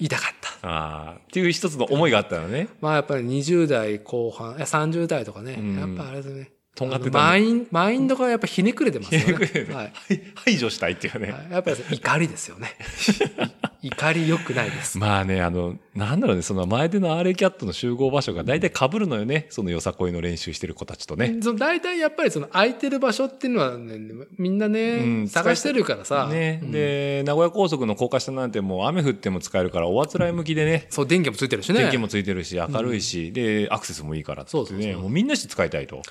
言いたかった。
ああ。っていう一つの思いがあったのね。
まあやっぱり20代後半、いや30代とかね。
うん
やっぱあれですね。
とんがってた
あのマイン、マインドがやっぱひねくれてますよね。 はい
はい 排除したいっていうね。
はい。やっぱり怒りですよ ね。い怒り良くないです。
まあね、あの、なんだろうね、その前での RA キャットの集合場所が大体被るのよね。そのよさこいの練習してる子たちとね。
その大体やっぱりその空いてる場所っていうのはね、みんなね、
うん
探してるからさ。
ね、
うん
で、名古屋高速の高架下なんてもう雨降っても使えるから、おあつらい向きでね、
そう、電気もついてるしね。
天気もついてるし、明るいし、で、アクセスもいいからって
そ
ね、
うそうそう
もうみんなして使いたいと。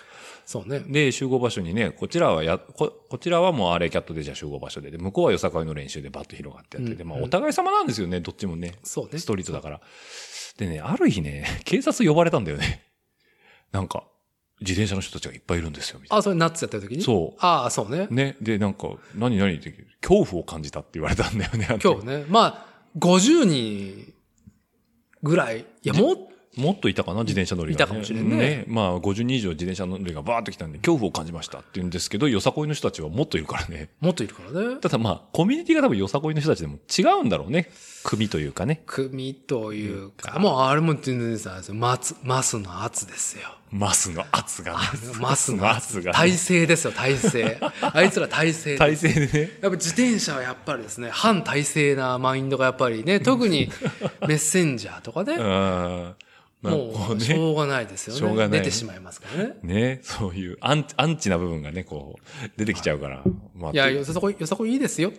そうね。
で、集合場所にね、こちらはや、こ、こちらはもう RA キャットでじゃあ集合場所で、で、向こうはよさこいの練習でバッと広がってやってて、
うん
まあお互い様なんですよね、どっちもね。
そうね
ス。トリートだから。でね、ある日ね、警察呼ばれたんだよね。なんか、自転車の人たちがいっぱいいるんですよ、みたい
あ、それナッツやってる時に
な。そう。
ああ、そうね。
ね。で、なんか、何何って、恐怖を感じたって言われたんだよね。あの時
今日ね。まあ、50人ぐらい。いや、もう、
もっといたかな、自転車乗りが、
いたかもしれんね
まあ、50人以上自転車乗りがバーっと来たんで、恐怖を感じましたって言うんですけど、よさこいの人たちはもっといるからね。
もっといるからね。
ただまあ、コミュニティが多分よさこいの人たちでも違うんだろうね。組というかね。
組というか、もうあれも全然さ、マス、マスの圧です よ。
マスの圧がね、
マスの圧。
がね。
体制ですよ、体制。 あいつら体制です。
体制で ね。
やっぱ自転車はやっぱりですね、反体制なマインドがやっぱりね、特にメッセンジャーと か
うん。
ね、
まあこ
も
う
う
ね
しょうがないですよ
しょうが
ね。
ない
出てしまいますからね。
ね、そういうアンアンチな部分がね、こう、出てきちゃうから。まあ、
いや、よさこい、よさこいいいですよ。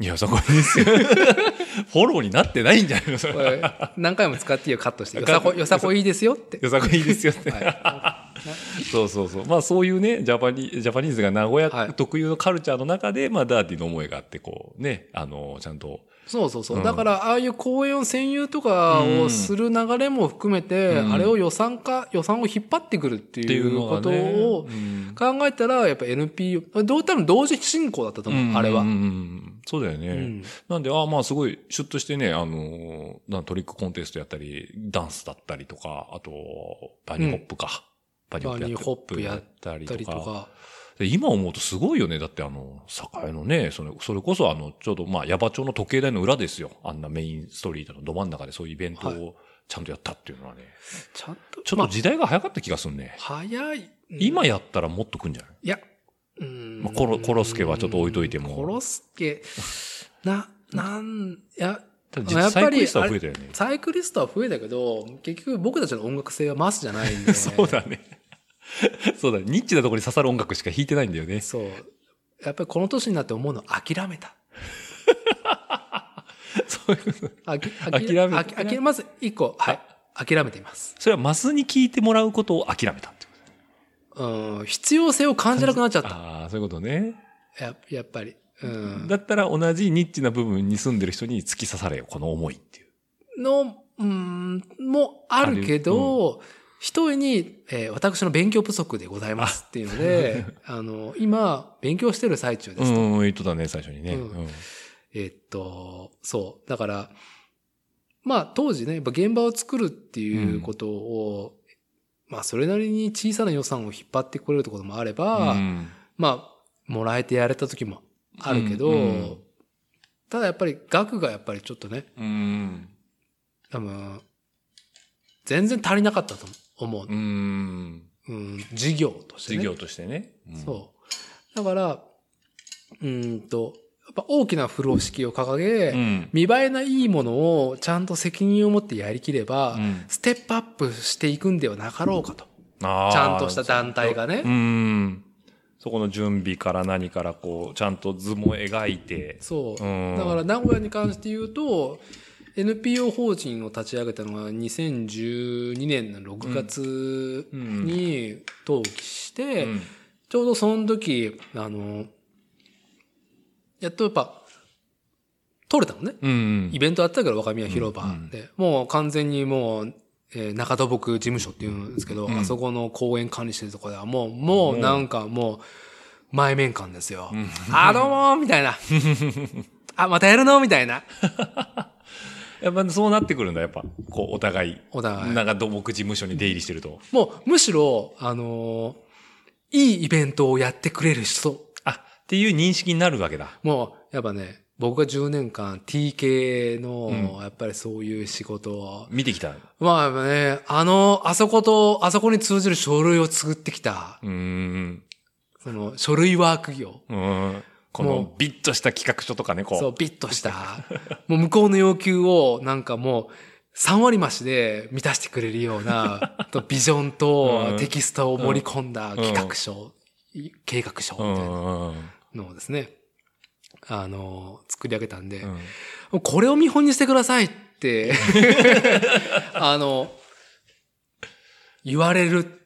いやそこですよ。 フォローになってないんじゃないのそ
こ
れ。
れ何回も使っていいよ、カットして。よさこい、よさこいいですよって。
よさこいいですよって。
は
そうそうそう。まあそういうね、ジャパニジャパニーズが名古
は
屋
い
特有のカルチャーの中で、まあダーティーの思いがあって、こうね、あの、ちゃんと。
いそうそうそう。
うん
だから、ああいう公園を占有とかをする流れも含めて、
うん
あれを予算化、予算を引っ張ってくるって
ってい
いうう
の
こ
が
と
ね
を
うん
考えたら、やっぱ NPO、どう多分同時進行だったと思う、あれは
うん。うんうんそうだよね。
うん
なんで、ああまあすごい、シュッとしてね、あの、なトリックコンテストやったり、ダンスだったりとか、あと、バニーホップか。バ
バニーホップやったやったりとか。
で今思うとすごいよね。だってあの、栄のね、それそれこそあの、ちょうどまあ、矢場町の時計台の裏ですよ。あんなメインストリートのど真ん中でそういうイベントをちゃんとやったっていうのはね、
ちゃんと、
ちょっと時代が早かった気がするね。
早い。
今
い
やったらもっとくんじゃない
や、うん
まあコロコロスケはちょっと置いといても
コロスケ、な、なん、いや、
ただ
まあ
実
やっぱ
際ク
り
リストは増えたよね。
サイクリストは増えたけど、結局僕たちの音楽性はマスじゃないん で。
そう。だね。そうだね。ニッチなところに刺さる音楽しか弾いてないんだよね。
そう。やっぱりこの年になって思うのは諦めた。
そういうこと。
あきあき
諦めた
あき諦めまず一個、はい。諦めています。
それはマスに聞いてもらうことを諦めたってこ
うん、必要性を感じなくなっちゃっ
と。
た。
ああ、そういうことね。
ややっぱり。うん。
だったら同じニッチな部分に住んでる人に突き刺されよ、この思いっていう。
の、うん、もあるけど、一重に、えー私の勉強不足でございますっていうので、 あの、今、勉強してる最中で
う
すと。
ん、言っとったね、最初にね。
うん
うん
えっと、そう。だから、まあ当時ね、やっぱ現場を作るっていうことを、まあそれなりに小さな予算を引っ張ってこれるってこともあれば、
うん
まあ、もらえてやれた時もあるけど、
うんうん
ただやっぱり額がやっぱりちょっとね、
うん。
多分、全然足りなかったと思う
う。ん。
うん、事業として、ね。
事業としてね。うん
そう。だから、うーんと、やっぱ大きな風呂敷を掲げ、
うん。
見栄えのいいものをちゃんと責任を持ってやりきれば、
うん
ステップアップしていくんではなかろうかと。
あー
ちゃんとした団体がね。
うん。そこの準備から何からこう、ちゃんと図も描いて。
そう。
うん
だから名古屋に関して言うと、NPO 法人を立ち上げたのが2012年の6月に登記して、
うん
ちょうどその時、あの、やっとやっぱ、取れたのね。
うん
イ。ベントあったから若宮広場で、もう完全にもう、えー中戸僕事務所っていうんですけど、
うん
あそこの公園管理してるとこではもう、もうなんかもう、前面感ですよ。あ、どうもーみたいな。あ、またやるのみたいな。
やっぱそうなってくるんだ、やっぱ。こう、お互い。
お互い
なんか土木事務所に出入りしてると。
もう、むしろ、あのーいいイベントをやってくれる人。
あ、っていう認識になるわけだ。
もう、やっぱね、僕が10年間 TK の
う、
やっぱりそういう仕事を、
見てきた。
まあやっぱね、あの、あそこと、あそこに通じる書類を作ってきた、
うん。
その、書類ワーク業。
うん。こ
も
のビッとした企画書とかね、こう。
そう、ビッとした。もう向こうの要求を、なんかもう、3割増しで満たしてくれるような、 とビジョン
う
と
ん
テキストを盛り込んだ企画書、い計画書み
うん
たいな
うんうん。
のをですね、あの、作り上げたんで、
うん
これを見本にしてくださ いって、あの、言われる。
うん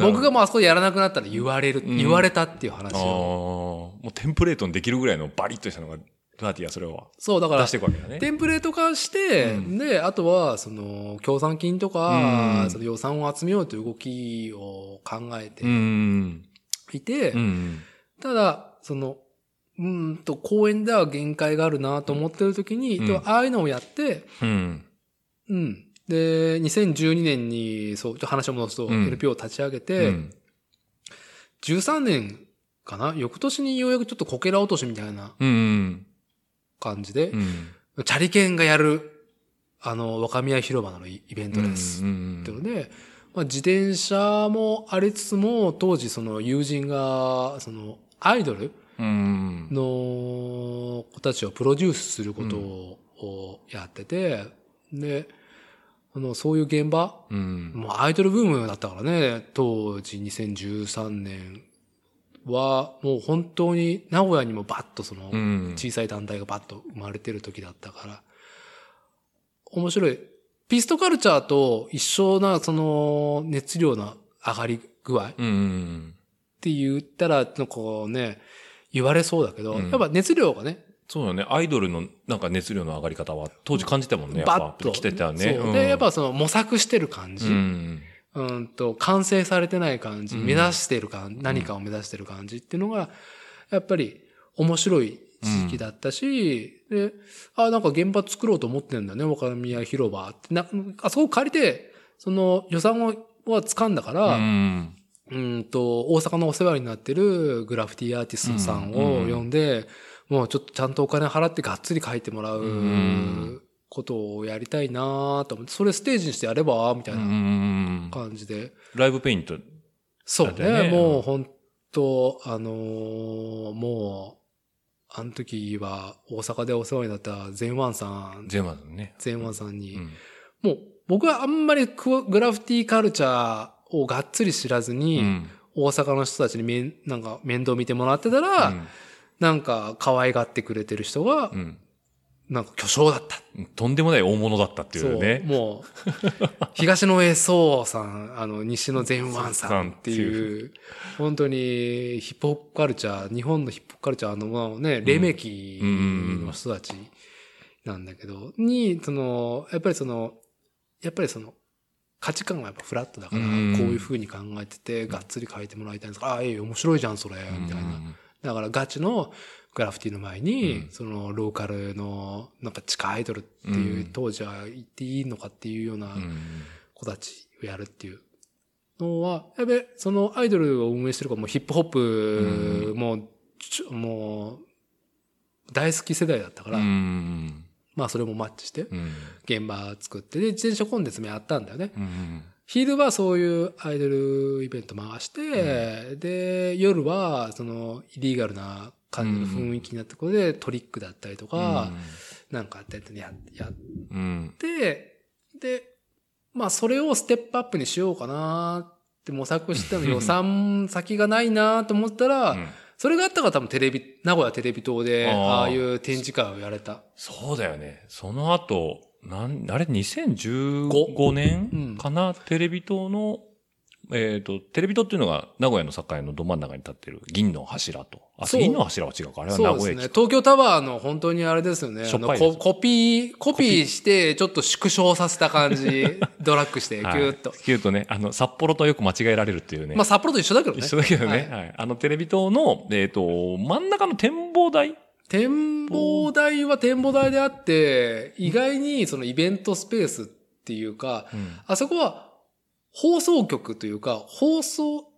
僕がもうあそこでやらなくなったら言われる、
うん
言われたっていう話
ああー。
を。
もうテンプレートにできるぐらいのバリッとしたのが、トナティはそれは
そう、だから
出し、ていくわけだね。
テンプレート化して、
うん
で、あとは、その、協賛金とか、
うん
その予算を集めようという動きを考えて
うん。
いて、
うん。
ただ、その、うーんと、公園では限界があるなと思ってる時に、
うん
でもああいうのをやって、
うん。
うん。で、2012年に、そう、ちょっと話を戻すと、
うん
NPO を立ち上げ
う
て、
ん
13年かな翌年にようやくちょっとこけら落としみたいな
うん。
感じで
う、ん。
チャリケンがやる、あの、若宮広場のイイベントです。
うん
っていうので、まあ、自転車もありつつも、当時その友人が、そのアイドル
うん。
の子たちをプロデュースすることををやってて、で、あの、そういう現場、
うん。
もうアイドルブームだったからね、当時2013年は、もう本当に名古屋にもバッとその、
うん。
小さい団体がバッと生まれてる時だったから、面白い。ピストカルチャーと一緒な、その、熱量の上がり具合っ
うん。
て言ったら、なんかこうね、言われそうだけど、
うん
やっぱ熱量がね、
そうだね。アイドルのなんか熱量の上がり方は当時感じたもんね。やっぱ
バッと。
来てたね。
そう
うん
で、やっ、ぱその模索してる感じ、
う
うん、
ん。
と、完成されてない感じ、
うん
目指してる感、何かを目指してる感じっていうのが、やっぱり面白い時期だったし、で、あ、なんか現場作ろうと思ってんだね、若宮広場って。な、あそこ借りて、その予算を、は掴んだか
う
ら、
ん。
うん、と、大阪のお世話になってるグラフィティアーティストさんを
うん
呼んで、もうちょっとちゃんとお金払ってがっつり書いてもらううんことをやりたいなと思って、それステージにしてやればみたい
うんう
なん感じで。
ライブペイント。
そう
だって
ね、
ね
もう本当あのーもう、あの時は大阪でお世話になったゼンワンさん、
ゼマだね。
ゼンワンさんに、
うん
もう僕はあんまりクグラフィティカルチャーをがっつり知らずに、
うん
大阪の人たちにめんなんか面倒見てもらってたら、
うん
なんか可愛がってくれてる人が、
うん
なんか巨匠だったっ
とんでもない大物だったって
て
い
いうう
ね。
も う、東野栄宗さん、あの、西野善腕さんっていう、本当にヒップホップカルチャー、日本のヒップホップカルチャーのまあね、黎明期の人たちなんだけど、に、その、やっぱりその、やっぱりその、価値観がやっぱフラットだから、
う
こうんいう風に考えてて、がっつり書いてもらいたいんですが、ああ、ええ、面白いじゃん、それ、みたいな。だからガチのグラフィティの前に、
うん
そのローカルのなんか地下アイドルっていう、
うん
当時は言っていいのかっていうような
うんうん
子たちをやるっていうのは、やべ、そのアイドルを運営してる子はもうヒップホップ、
う
もう、ちょもう、大好き世代だったから、
うん
まあそれもマッチして、
うん
現場作って、で、自転車コンテンツもやったんだよね。
うん
昼はそういうアイドルイベント回して、で、夜はそのイリーガルな感じの雰囲気になったことで、トリックだったりとか、なんかってやってややっ
うん
て、で、まあそれをステップアップにしようかなって模索してた の予算先がないなと思ったら、
うん
それがあったから多分テレビ、名古屋テレビ塔で、
あー
ああいう展示会をやれた。
そうだよね。その後、なん、あれ、2015年かな、テレビ塔の、えっ、と、テレビ塔っていうのが名古屋の境のど真ん中に立ってる銀の柱と。あ、
そう
銀の柱は違うか。あれは名
そう
古
で
屋
す
駅
ね。。東京タワーの本当にあれですよね。
しょ
あ
っ
の
ぱいです
ココピー、コピーして、ちょっと縮小させた 感じ、ドラッグして、ぎゅ
はい
ーっと。
キュッとね、あの、札幌とよく間違えられるっていうね。
まあ、札幌と一緒だけどね。
一緒だけどね。
は
はいい、あの、テレビ塔の、えっ、と、真ん中の展望台
展望台は展望台であって、意外にそのイベントスペースっていうか、あそこは放送局というか、放送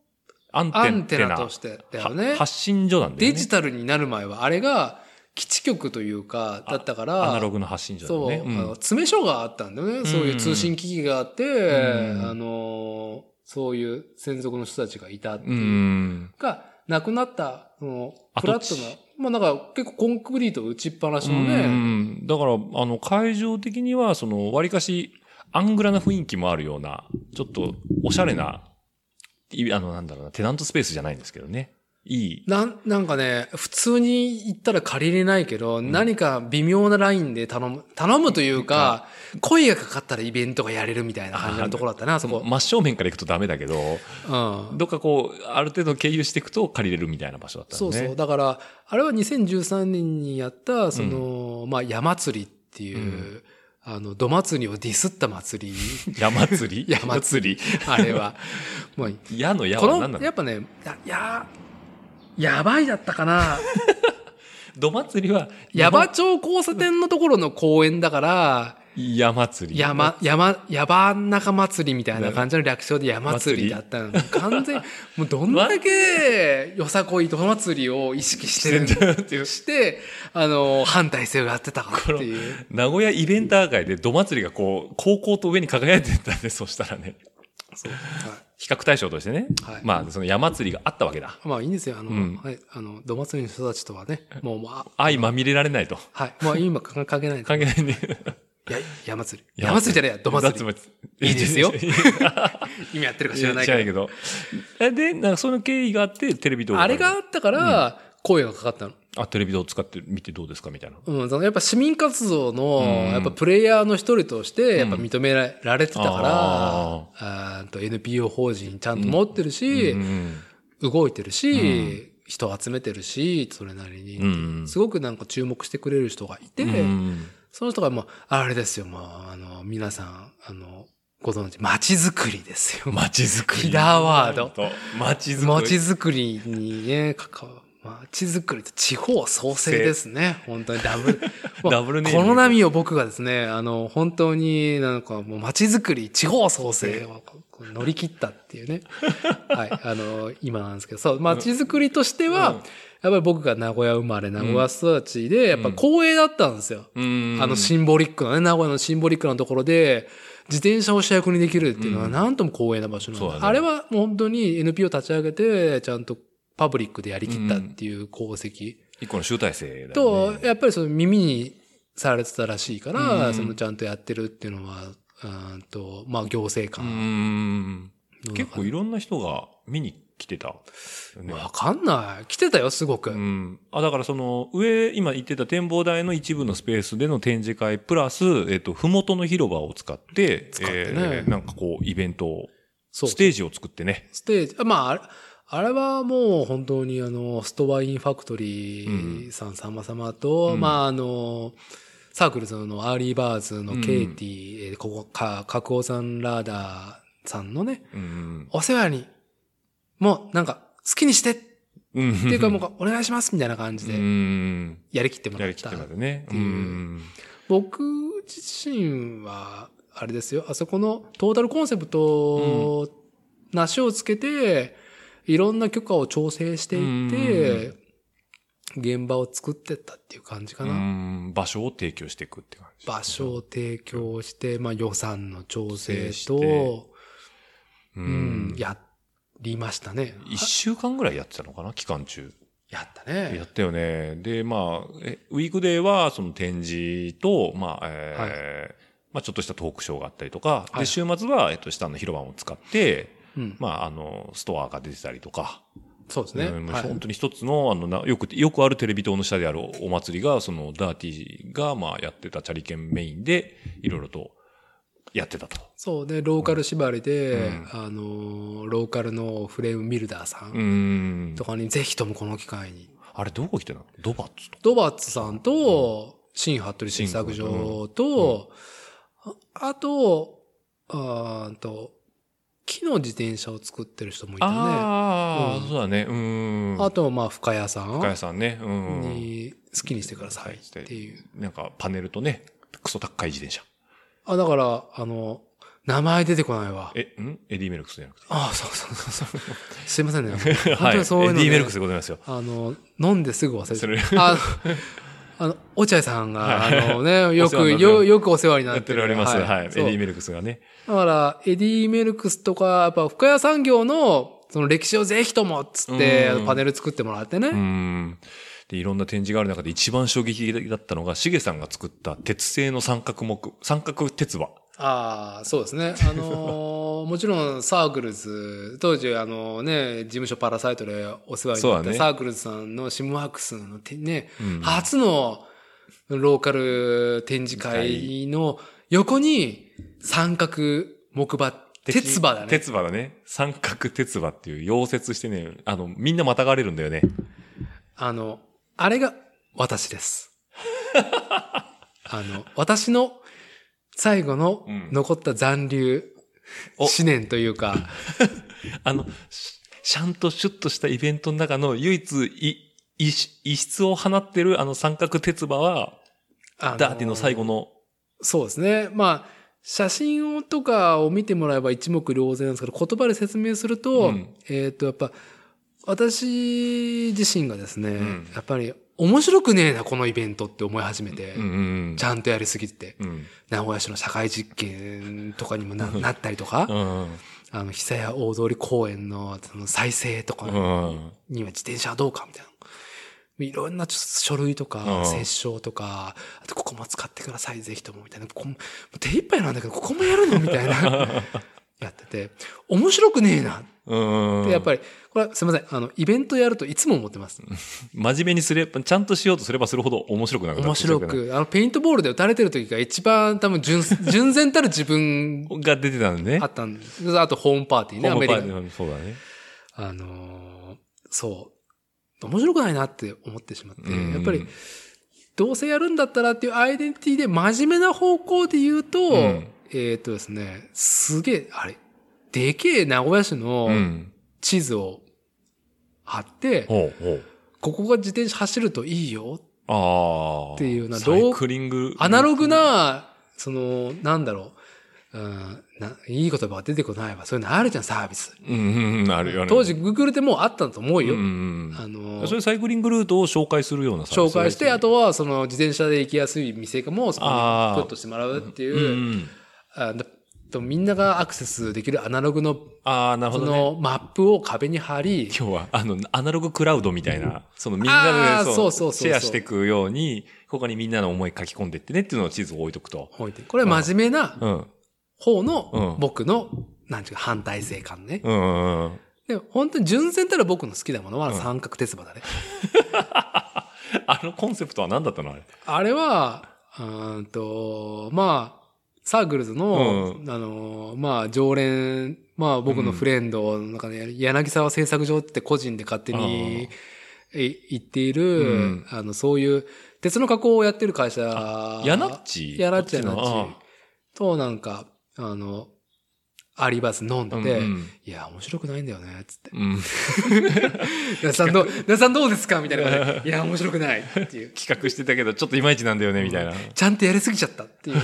アンテナ。
アンテナとしてだよね
は。発信所なんだよね。
デジタルになる前は、あれが基地局というか、だったから、
アナログの発信所だ
そ
よ
う、
ね。
あの詰め所があったんだよね。そういう通信機器があって、
うん
あのーそういう専属の人たちがいたって
う
い
ん。
う、
うん。
が、なくなった、その、フラ
跡地
ットな、まあなんか結構コンクリート打ちっぱなしの
う
ね、
んだから、あの、会場的には、その、割かし、アングラな雰囲気もあるような、ちょっと、おしゃれな、いあの、なんだろうな、テナントスペースじゃないんですけどね。いい。
なん、なんかね、普通に行ったら借りれないけど、何か微妙なラインで頼む、頼むというか、声がかかったらイベントがやれるみたいな感じのところだったな、あそこ。
真正面から行くとダメだけど、
うん。
どっかこう、ある程度経由していくと借りれるみたいな場所だったね。
そうそう。。だから、あれは2013年にやった、その、まあ、山祭りっていう、あの、土祭りをディスった祭り、
山釣り
山
釣 り。
あれは。もう、
矢の矢
こ
は何な
の、
の
やっぱね、や、や、やばいだった かな。
土祭りは、
矢場町交差点のところの公園だから、
山釣り。
山、山、山中祭りみたいな感じの略称で山釣りだったの。完全に、もうどんだけ、よさこい土祭りを意識してるんだ
っていう
して、あの、反体制をやってたかっていう。
名古屋イベンター街で土祭りがこう、高校と上に輝いてたんで、 そしたらね。
そうはい
比較対象としてね、
はい
まあその山釣りがあったわけだ。
まあいいんですよ。あの、
うん
はい、あの、土祭りの人たちとはね、もう、まあ、
愛まみれられないと。
はい、まあ今関係ないです。
関係ないね。
や、山祭り。 山祭りじゃねえや、土祭り。
り
いいですよ
知
今やってるか知
ら
らな
ないい
けど。
けど。えで、なんかその経緯があって、テレビ動画。
あれがあったから、声がかかったの。
あ、テレビ動画使ってみてどうですかみたいな。
うん、そのやっぱ市民活動の、
うん
やっぱプレイヤーの一人として、やっぱ認められてたから、
あ
あーと NPO 法人ちゃんと持ってるし、
うん。
動いてるし、人集めてるし、それなりに、
うん
すごくなんか注目してくれる人がいて、
うん
その人がもう、あれですよ、もう、あの、皆さん、あの、ご存知、街づくりですよ。
街づくり。
キラーワード
と。街づくり。
街づくりにね、関わ街づくりと地方創生ですね。本当にダブル。ま あ
ダブルネーミン
こ
グ
の波を僕がですね、あの、本当になんかもう街づくり、地方創生をこうこう乗り切ったっていうね。 はい。あの、今なんですけど、そう、街づくりとしては、やっぱり僕が名古屋生まれ、名古屋育ちで、やっぱ光栄だったんですよ。
うん
あのシンボリックなね、名古屋のシンボリックなところで、自転車を主役にできるっていうのは、なんとも光栄な場所なんだ
そうだね
あれはもう本当に NPO 立ち上げて、ちゃんとパブリックでやりきったっていう功績
一個の集大成だよ
と、
ね。
やっぱりその耳にされてたらしいから、
うん
そのちゃんとやってるっていうのは、うーんと、まあ行政
う
官
ん。
の
結構いろんな人が見に来てたよね。
わかんない。来てたよ、すごく。
うん。あ、だからその、上、今言ってた展望台の一部のスペースでの展示会、プラス、えっと、ふもとの広場を使って、
使ってね
えーなんかこう、イベントを、
そう
ステージを作ってね。
ステージ、あまああれ、あれはもう本当にあの、ストアインファクトリーさん様々と、
うん
まああの、サークルズのアーリーバーズのケイティ、えーここか、角尾さんラーダーさんのね、
うん。
お世話に、もうなんか好きにしてって
うん。って
いうかもうお願いしますみたいな感じ
う
で
ん。
やりきっても
や
らっ
りきったて。までね。
ていう僕自身は、あれですよ、あそこのトータルコンセプトなしをつけて、いろんな許可を調整していって、現場を作ってったっていう感じか
う
な。
ん。場所を提供していくって感じ。
場所を提供して、まあ予算の
調
調整
整して
と、
う
うん
ん。、
やりましたね。
一週間ぐらいやってたのかな期間中。
やった
や
ね
っ。たよね。で、まあ、えウィークデーはその展示と、まあ、えーまあ、ちょっとしたトークショーがあったりとか、
はい
で、週末は、えっと、下の広場を使って、
うん。
まあ、あの、ストアが出てたりとか、
そうですね。
うん
はい
本当に一つの、あのな、よく、よくあるテレビ塔の下であるおお祭りが、その、ダーティーが、まあ、やってたチャリケンメインで、いろいろと、やってたと。
そうね、ローカル縛りで、
うん
あのー、ローカルのフレームミルダーさん
うーん
と。かにぜひともこの機会に。
あれ、どこ来てたのドバッツと。
ドバッツさんと、新服部製作所と、ああと、あーんと、木の自転車を作ってる人もいたね。あ
ああ、
うん
そうだね。うーん。
と、まあ、深谷さ
深谷
ん
さんね。うん。
に好きにしてくださいっていう。
なんかパネルとね、クソ高い自転車。
あ、だから、あの、名前出てこないわ。
え、んエディ・メルクスじゃなくて。
ああ、そうそうそうそう。すいませ んね。 本
はい。エ
当に
デ
そういうの、ね。
ィ・メルクスでございますよ。
あの、飲んですぐ忘れて
それ
る。あの、あの、落合さんが、あのね、よ
お世話
く、
になってる
よ、よくお世話にな
や
っ
ってて
る。
おります。はい。エデ
そう
ィ・メルクスがね。
だから、エディ・メルクスとか、やっぱ、深谷産業の、その歴史をぜひともっつって、
うん
パネル作ってもらってね。
うーん。で、いろんな展示がある中で一番衝撃的だったのが、シゲさんが作った鉄製の三角木、三角鉄輪。
ああ、そうですね。あのー もちろんサークルズ、当時あのね、事務所パラサイトでお世話に
そう
な
だ
った
ね
サークルズさんのシムワークスのてね、
うん
初のローカル展示会の横に三角木馬、鉄馬だね。
鉄馬だね。三角鉄馬っていう溶接してね、あの、みんなまたがれるんだよね。
あの、あれが私です。あの、私の最後の
うん
残った残留、
お
思念というか、
あの、シシャンとシュッとしたイベントの中の唯一、い、い異質を放ってるあの三角鉄馬は、
あの
ダーティの最後の、
そうですね。まあ、写真をとかを見てもらえば一目瞭然なんですけど、言葉で説明すると、
うん
えっ、と、やっぱ、私自身がですね、
ん
やっぱり、面白くねえな、このイベントって思い始めて、
うん
ちゃんとやりすぎて、
うん。
名古屋市の社会実験とかにもななったりとか、
うん。
あの、久屋大通公園のその再生とか
うん。
には自転車はどうかみたいな。いろんなちょ書類と
う
か、
ん
折衝とか、あとここも使ってください、ぜひとも、みたいな。ここももう手一杯なんだけど、ここもやるのみた いな。やってて、面白くねえな。
うん。
で、やっぱり、これはすみません。あの、イベントやるといつも思ってます。
真面目にすれば、ちゃんとしようとすればするほど面白くなくなって
面白
強
く。あの、ペイントボールで打たれてる時が一番多分純、 純然たる自分
なる。が出てたんでね
あ。ったんです。あと、ホームパーティーね、ア
ホー
メ
ム
リ
パー
カ
ティーのそうだね。
あのーそう。面白くないなって思ってしまって、
うん
やっぱり、どうせやるんだったらっていうアイデンティティで真面目な方向で言うと、
ん
えっ、とですね、すげえ、あれ、でけえ名古屋市の
うん。
地図を貼って、
ほうほう。
ここが自転車走るといいよ。
ああ。
っていうな
サイクリング。
アナログな、その、なんだろう。うん、な、いい言葉が出てこないわ。そういうのあるじゃん、サービス。
うんうんうん、あるよね。
当時、グーグルでもうあったと思う
うん
よ。
うん
あ
う
の
ん。そういうサイクリングルートを紹介するようなサービ
紹
ス
介して、あとは、その、自転車で行きやすい店も、そこにプ
あー
ッとしてもらうっていうう、
ん。
あだとみんながアクセスできるアナログの、
ああ、なる
そ
ほどね。
の、マップを壁に貼り、
今日は、あの、アナログクラウドみたいな、そのみんな
あー
でね、
そうそうそう
シ
そう
ェアしていくように、ここにみんなの思い書き込んでってねっていうのを地図を置いとくと。
置いてこれは真面目な
うん。
方
う
の
ん
僕の、なんていうか反対性感ね。
うんうんうん。
でも本当に純然たら僕の好きなものは三角鉄馬だね。
あのコンセプトは何だったのあれ。
あれは、うーんと、まあ、サークルズの、
う
あの、まあ、常連、まあ、僕のフレンドの中で、柳沢製作所って個人で勝手にえ行っている、
うん
あの、そういう、鉄の加工をやってる会社。
ヤナッチ
ヤナッチヤナ
こっちの
ッチと、なんか、あの、アリバス飲んでて、
うん
いや、面白くないんだよね、つって。
うんうん
皆さん どう、皆さんどうですかみたいな感じで。いや、面白くないっていう。
企画してたけど、ちょっといまいちなんだよね、みたいな。
ちゃんとやりすぎちゃったっ ていう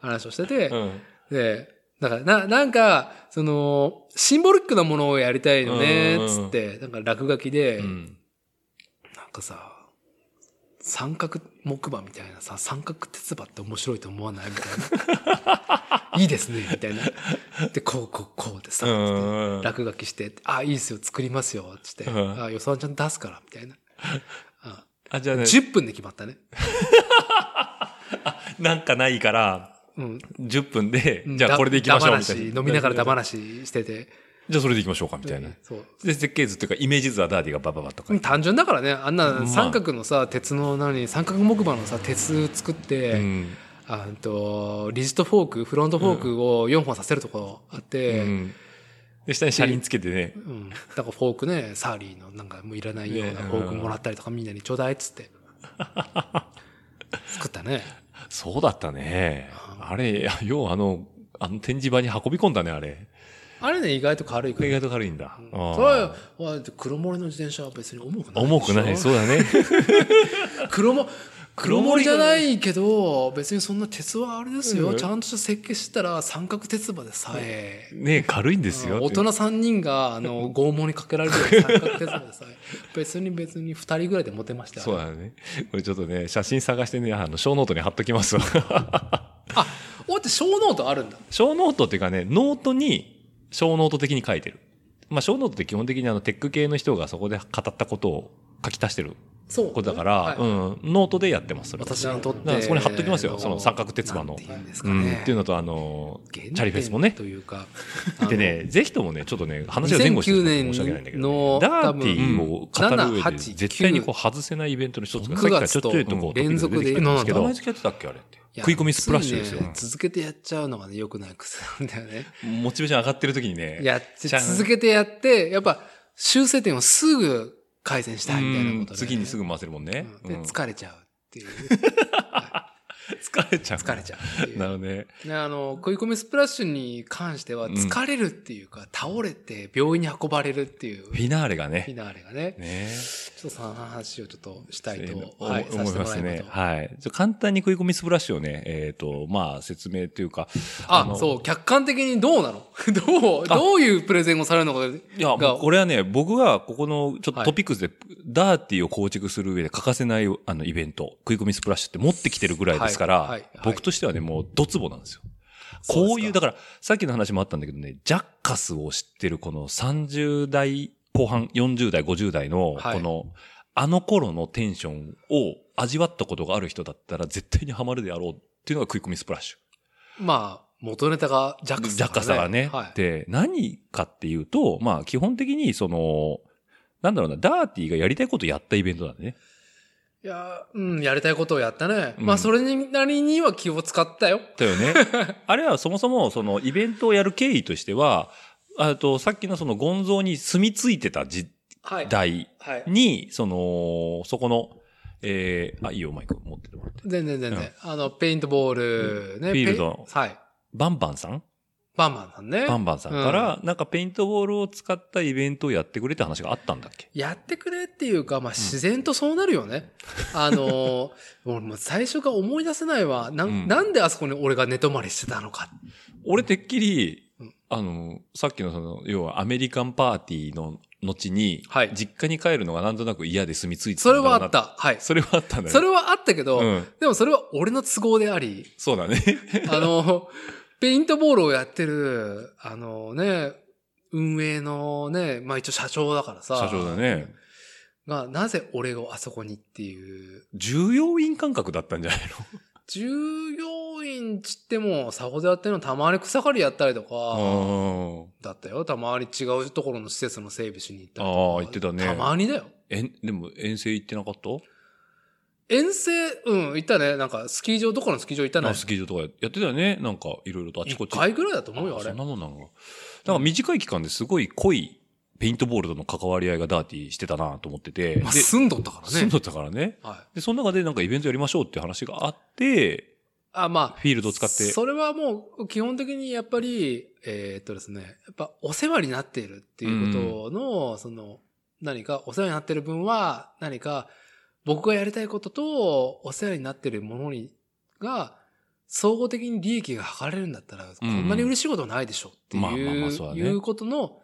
話をしてて、
うん。
で、だから、な、なんか、その、シンボリックなものをやりたいよね
うんう、ん
つ
うん
って、なんか落書きで、
うん。
なんかさ、三角木馬みたいなさ、三角鉄馬って面白いと思わないみたい な。いいですね、みたいな。で、こう、こう、こうでさ、
う
つって
ん。
落書きして、あ、いいっすよ、作りますよ、つって、
うん
あ予算ちゃんと出すから、みたいな。あ
あ、じゃあね、
10分で決まったね。
なんかないから、
うん。
10分で
うん、
じゃあこれでいきましょう、
だ
みたいな。
飲みながらだ話してて。
じゃあそれでいきましょうか、みたいな。
そう。
で、設計図っていうか、イメージ図はダーディがバババとか。
単純だからね、あんな
あ
三角のさ、鉄の何、三角木馬のさ、鉄作って、
うん。
あんと、リジットフォーク、フロントフォークを4本させるとこあって、う
うんんで、下に車輪つけてね。
だからフォークね、サーリーのなんかもういらないような
ね
フォークもらったりとかみんなにちょうだいっつ って。作ったね。
そうだったね。あれ、いや要はあの、あの展示場に運び込んだね、あれ。
あれね、意外と軽いから。
意外と軽いんだ。あー
それは、わ黒森の自転車は別に重くないでしょ。
重くない。そうだね。
黒も、黒森じゃないけど、別にそんな鉄はあれですよ。
うん
ちゃんとした設計してたら三角鉄馬でさえ、
ね軽いんですよ。
大人3人が、あの、拷問にかけられるような三角鉄馬でさえ、 別に別に2人ぐらいで持てましたよ
そうだね。これちょっとね、写真探してね、あの、小ノートに貼っときますわ。
あ、おって小ノートあるんだ。
小ノートっていうかね、ノートに、小ノート的に書いてる。まあ、小ノートって基本的にあの、テック系の人がそこで語ったことを書き足してる
そう。
ことだから、
はい
うん、ノートでやってます、それは
私にとっ
だか
て。
らそこに貼っときますよその三角鉄馬の
なんて言うんです
う
か
ん、
ね。
っていうのと、あの、チ
原点
ャリフェスもね。
というか。
でね、ぜひともね、ちょっとね、話が前後してるから申し訳ないんだけど、ね、
2009年の
ダーティーを語る上で、
7 8
絶対にこう外せないイベントの一つが、さ
9
っきからちょっととこう、
連続で
出てきたんですけ
う
ど、
ん
毎月やってたっけあれって。
あの
食い込みスプラッシュですよ
ついね。続けてやっちゃうのがね、良くない癖なんだよね。
モチベーション上がってる時にね、
やって、
ちゃん
続けてやって、やっぱ修正点をすぐ改善したいみたいなこと
う
で。
ん次にすぐ回せるもんね。
うんで、
うん
疲れちゃうって いう。
疲れちゃう。
疲れちゃうってい
なる
う。
ほどね。
であの、食い込みスプラッシュに関しては、
ん
疲れるっていうか、倒れて病院に運ばれるっていう、
フ
フ
ィナーレがね
ィ。ナーレがね、
ね
ちょっとその話をちょっとしたい
え
と、
お
はい、さ
思
せ
いま
てもら
す
えば
ね。
と。
はい。ちょ簡単に食い込みスプラッシュをね、えっ、と、まあ、説明というか。
あ、
の
そう、客観的にどうなの どう、どういうプレゼンをされるのか。
いや、
が
もうこれはね、僕がここのちょっ
は
と
い
トピックスで、ダーティーを構築する上で欠かせないあのイベント、食い込みスプラッシュって持ってきてるぐらいですから、
はいはいはい
僕としてはね、もうドツボなんですよ。
そうですか
こういう、だから、さっきの話もあったんだけどね、ジャッカスを知ってるこの30代後半、40代、50代の、
はい
この、あの頃のテンションを味わったことがある人だったら絶対にハマるであろうっていうのが食い込みスプラッシュ。
まあ、元ネタがジャックス
ジャッカスだからね。
はい。
で、何かっていうと、まあ基本的にその、なんだろうな、ダーティーがやりたいことやったイベントなんでね。
いやー、うん、やりたいことをやったね。
うん
まあ、それになりには気を使ったよ。
だよね。 あれはそもそもそのイベントをやる経緯としては、あとさっきのそのゴンゾーに住み着いてた時
はい。
代
はい。
に、その、そこの、えー、あ、いいよ、マイク持っててもらって。
全然全然。
うん
あの、ペイントボールね。
フィールド
ペイはい。
バンバンさん
バンバンさんね。
バンバンさんから、なんかペイントボールを使ったイベントをやってくれって話があったんだっけ
やってくれっていうか、まあ、自然とそうなる よね。あのー、俺もう最初から思い出せないわ。なん、
うん
なんであそこに俺が寝泊まりしてたのか。
俺てっきり
うん、
あの、さっきのその、要はアメリカンパーティーの後に、
はい
実家に帰るのがなんとなく嫌で住み着いてた
そ
ん
れ
だろう
は
な
あっ。た。はい。
それはあったんだよ
それはあったけど、
うん。
でもそれは俺の都合であり、
そうだね。
あの、ペイントボールをやってる、あのね、運営のね、まあ一応社長だからさ。
社長だね。
が、なぜ俺をあそこにっていう。
重要員感覚だったんじゃない
従業員ちっても、サゴでやってるのたまに草刈りやったりとか、
の
だったよ。たまに違うところの施設の整備しに行った
あ
り
あ
とか。
ー、言ってたね。
たまにだよ。
えん、でも遠征行ってなかった
遠征、うん、行ったね。なんか、スキー場、どこのスキー場行ったね
あ。スキー場とかやってたよね。なんか、いろいろとあっちこっ
一
ち。
回ぐらいだと思うよ、
あ
あれ
そん。なもんなのか。なんか短い期間ですごい濃いペイントボールとの関わり合いがダーティーしてたなと思ってて。
まあ、
で
住んどったから
住ん
ね。
どったからね。
はい。
で、その中でなんかイベントやりましょうっていう話があって、
あ、まあ、
フィールドを使って。
それはもう、基本的にやっぱり、えーっとですね、やっぱお世話になっているっていうことの、その、何かお世話になってる分は、何か僕がやりたいことと、お世話になってるものに、が、総合的に利益が図れるんだったら、こ
んうん
んなに嬉しいことないでしょっていう、
まあまあまあそうだね
いうことの、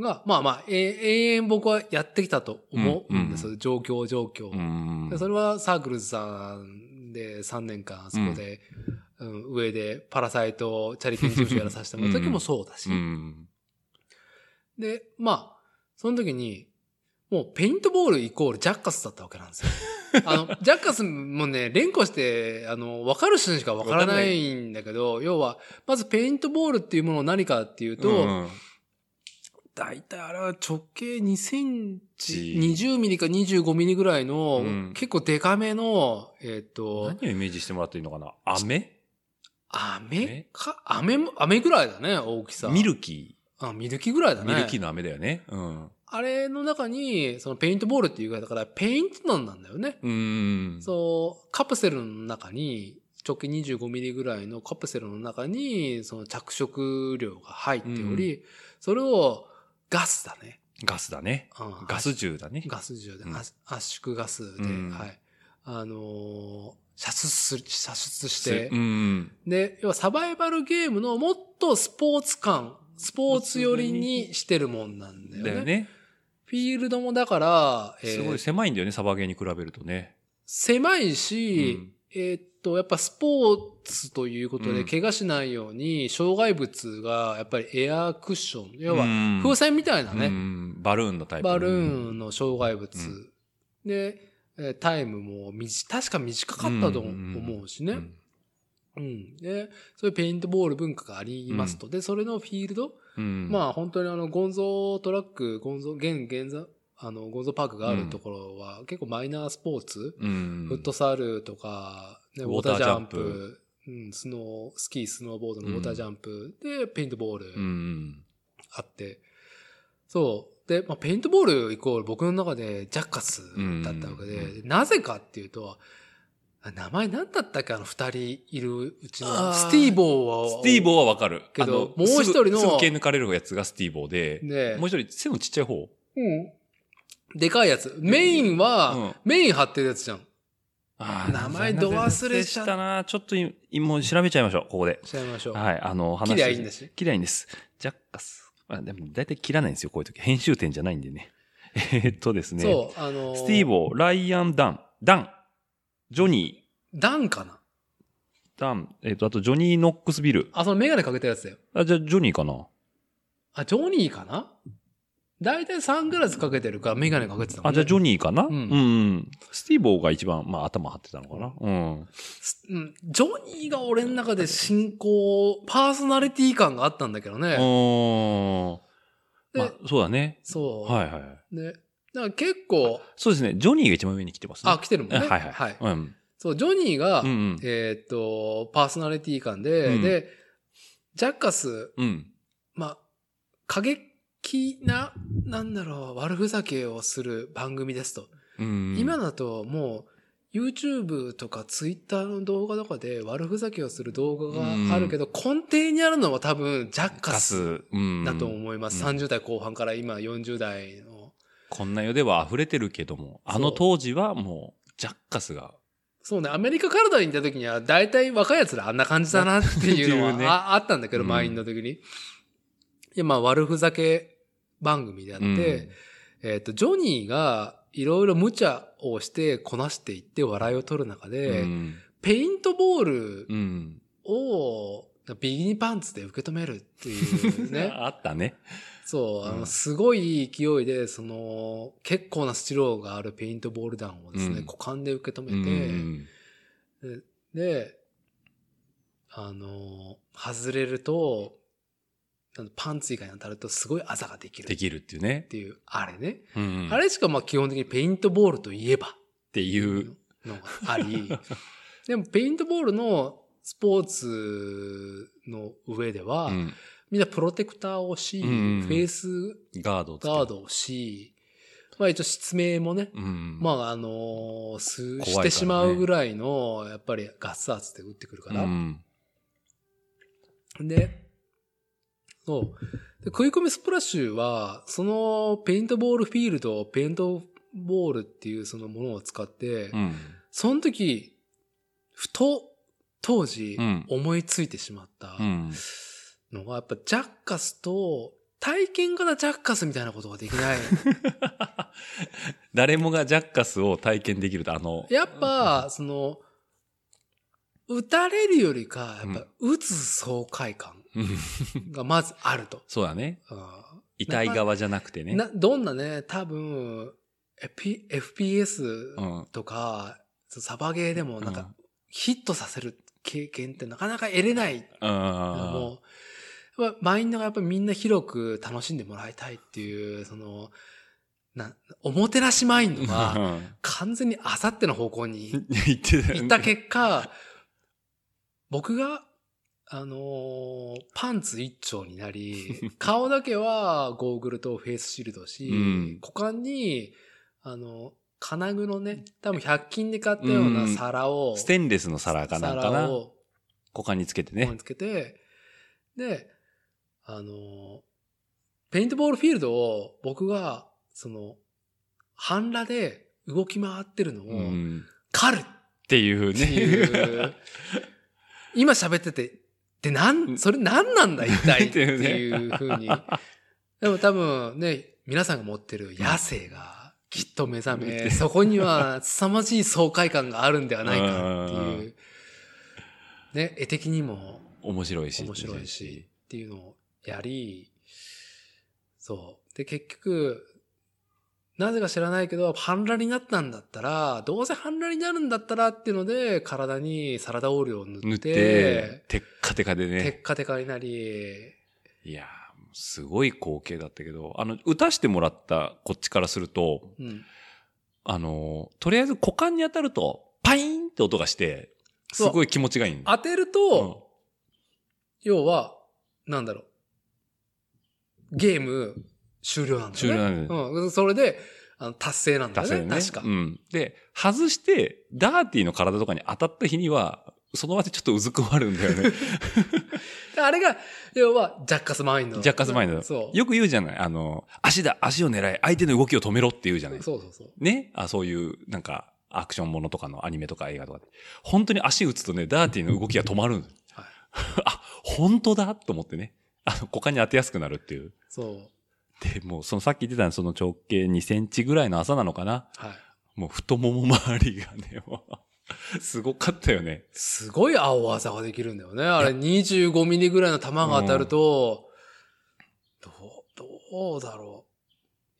が、まあまあ、えー永遠僕はやってきたと思うんですよ。
うん
状況状況。
うん
で。それはサークルズさんで3年間あそこで、うん上でパラサイトチャリティー事務所やらさせてもらった時もそうだし、
うん。
で、まあ、その時に、もうペイントボールイコールジャッカスだったわけなんです よ。あの、ジャッカスもね、連呼して、あの、わかる人にしかわからないんだけど、要は、まずペイントボールっていうものを何かっていうと、
うん
大体あれは直径2センチ、
うん
20ミリか25ミリぐらいの、
うん
結構デカめの、えっ、と、
何をイメージしてもらっていいのかな飴
飴
ね
か、飴も、飴ぐらいだね、大きさ。
ミルキ
あ、ミルキぐらいだ
ー。
ね。
ミルキーの飴だよね。うん。
あれの中に、そのペイントボールっていうぐらいだから、ペイントなんなんだよね。
うん。
そう、カプセルの中に、直径25ミリぐらいのカプセルの中に、その着色料が入っており、それをガスだね。
ガスだね。
うん
ガス銃だね。
ガス銃で、
うん
圧圧縮ガスで、
うん
はい。あのー射出す、射出し
ス
て、
うん。
で、要はサバイバルゲームのもっとスポーツ感、スポーツ寄りにしてるもんなんだよね。
だよね。
フィールドもだから、えー
すごい狭いんだよね、サバゲーに比べるとね。
狭いし、
うん
えーっと、やっぱスポーツということ
う
で、
ん
怪我しないように、障害物が、やっぱりエアークッション、要は
うん
風船みたいなね、
うんバルーンのタイプ。
バルーンの障害物。
うん
で、えータイムも短、確か短かったと思うしね。
うん。
うん。で、そういうペイントボール文化がありますと。で、それのフィールド、
うん
まあ本当にあの、ゴンゾートラック、ゴンゾー、現、現在、あの、ゴンゾーパークがあるところは、結構マイナースポーツ、
うん
フットサルとか、ね、ウ
ウ
ォ
ォ
ー
ー
タ
タ
ー
ー
ジ
ジ
ャ
ャ
ン
ン
プ
プ
うん、スノー、スキー、スノーボードのウォータージャンプで、ペイントボール
うん。
あって、そう。で、まあ、ペイントボールイコール僕の中でジャッカスだったわけで、
う
なぜかっていうと、あ名前何だったっけあの二人いるうちの、
あー
スティーボーは。
スティー
ー。
ボーはわかる。
けど
あの
もう一人の
すぐすぐ毛抜かれるやつがスティーボーで、
ね
もう一人背のちっちゃい方。
うん。でかいやつ。メインは、
うん
メイン張ってるやつじゃん。
あ
ー名前ど忘れちゃ
っ
っ
たな。ちょっとい今もう調べちゃいましょう、ここで。
しちゃいましょう。
はい、あの、話。
切りゃいいんだし。
切りゃいいんです。ジャッカス。あでも、だいたい切らないんですよ、こういう時。編集点じゃないんでね。 えーっとですね。
そう、あの
スティー
ー。
ボー、ライアン・ダン、ダン、ジョニ
ダンかな
ー、ダン、えっ、と、あとジョニー・ノックスビル。
あ、そのメガネかけたやつだよ。
あ、じゃあ、ジョニーかな
あ、ジョニーかな大体サングラスかけてるからメガネかけてたも
あ、
ん
じ
ね、
ゃあ、ジョニーかな、
う
うんん、うんスティーボーが一番、まあ、頭張ってたのかなうん。
すうんジョニーが俺の中で進行、パーソナリティ感があったんだけどね。
お
で
まあ、そうだね。
そう。
はいはい。
ね。だから結構、
そうですね。ジョニーが一番上に来てますね。
あ、来てるもんね。
えはいはい。うん。
そう、ジョニーが、
うんうん。
えーっと、パーソナリティ感で、
うん
で、ジャッカス、
うん。
まあ、過激な、なんだろう、悪ふざけをする番組ですと。
うん、
今だともう、 YouTube とか Twitter の動画とかで悪ふざけをする動画があるけど、根底にあるのは多分ジャッカ
カ
ス
ス、うん
だと思います。30代後半から今40代の。
こんな世では溢れてるけども、あの当時はもう、ジャッカスが、
そうね、アメリカカナダに行った時には大体若い奴らあんな感じだなっていうの
っていうね
はああったんだけど、
うん
前にの時に。いや、まあ悪ふざけ番組であって、
うん
えっと、ジョニーがいろいろ無茶をしてこなしていって笑いを取る中で、
うん
ペイントボール
うん。
をビギニパンツで受け止めるっていうね
あったね。
そう、あ
う
の、
ん
すごい勢いで、その、結構なスチローがあるペイントボール弾をですね、
うん
股間で受け止
うん
めて、で、あの、外れると、あのパンツ以外に当たるとすごいあざができる
で
っ
きるっていうね。
ていう、あれね。
うん
あれしかまあ基本的にペイントボールといえばっ
っていう。
のが あり、でもペイントボールのスポーツの上では、
うん
みんなプロテクターをし、
うんうん
フェイス
ガードをつける
ガードをし、まあ一応失明もね、
うん。
まああのーす
怖いから
し
ね
てしまうぐらいの、やっぱりガッサーツで打ってくるから。
うん
で、そう。で、食い込みスプラッシュは、そのペイントボールフィールド、ペイントボールっていうそのものを使って、
うん。
その時、ふと、当時
うん、
思いついてしまった
うん。
のが、やっぱジャッカスと、体験型ジャッカスみたいなことができ ない。
誰もがジャッカスを体験できると、あの、
やっぱ、その、打たれるよりか、やっぱ、打つ爽快感
うん
がまずあると。
そうだね。
あ
痛い側じゃなくて
ー
ね。
などんなね、多分、F- FPS
うん
とか、そうサバゲーでもなん
うん
か、ヒットさせる経験ってなかなか得れない
あ
もう、やっぱマインドがやっぱみんな広く楽しんでもらいたいっていう、その、な、おもてなしマインドが、
あ。
完全にあさっての方向に
言ってたよね
行った結果、僕が、あのーパンツ一丁に なり、顔だけはゴーグルとフェイスシールドし、
うん
股間に、あの、金具のね、多分100均で買ったよう
う
なん皿を、
ステンレスの皿かなんかな
皿。を
股間につけて
ここ
ね
に。つけて、で、あのー、ペイントボールフィールドを僕が、その、半裸で動き回ってるの
う
を、
ん。
狩る
っていう
ってい
ね
う。、今喋ってて、で、なん、それなんなんだ一体っ
ってていうね
いう風に。でも多分ね、皆さんが持ってる野生がきっと目覚め、そこには凄まじい爽快感があるんではないかって
うんうんう
いう。ね、絵的にも
面白いし。
面白いし。っていうのをやり、そう。で、結局、なぜか知らないけど、半裸になったんだったら、どうせ半裸になるんだったらっていうので、体にサラダオイルを塗って、
塗って、テッカテカで
テ
ね。
ッカテカになり、
いやーすごい光景だったけど、あの、打たしてもらったこっちからすると、
うん。
あの、とりあえず股間に当たると、パイーンって音がして、す
そう
ごい気持ちがいいんだ
当てると、要は、なんだろう。ゲーム終了なんだよね。
終了なんだ
うん。それで、あの達成なんだ
出せ
よね。
るね。
確か。
うん。で、外して、ダーティーの体とかに当たった日には、その場でちょっとうずくまるんだよね。
であれが、要は、ジャッカスマインド。
ジャッカスマインド。
そう。
よく言うじゃないあの、足だ、足を狙い、相手の動きを止めろって言うじゃない
そうそうそう。
ねあ、そういう、なんか、アクションものとかのアニメとか映画とかで。本当に足打つとね、ダーティーの動きが止まるの。
はい
あ、本当だと思ってね。あの、股間に当てやすくなるっていう。
そう。
で、もう、そのさっき言ってたその直径2センチぐらいの朝なのかな
はい。
もう太もも周りがね、もう すごかったよね。
すごい青技ができるんだよね。あれ25ミリぐらいの弾が当たると、どう、どうだろ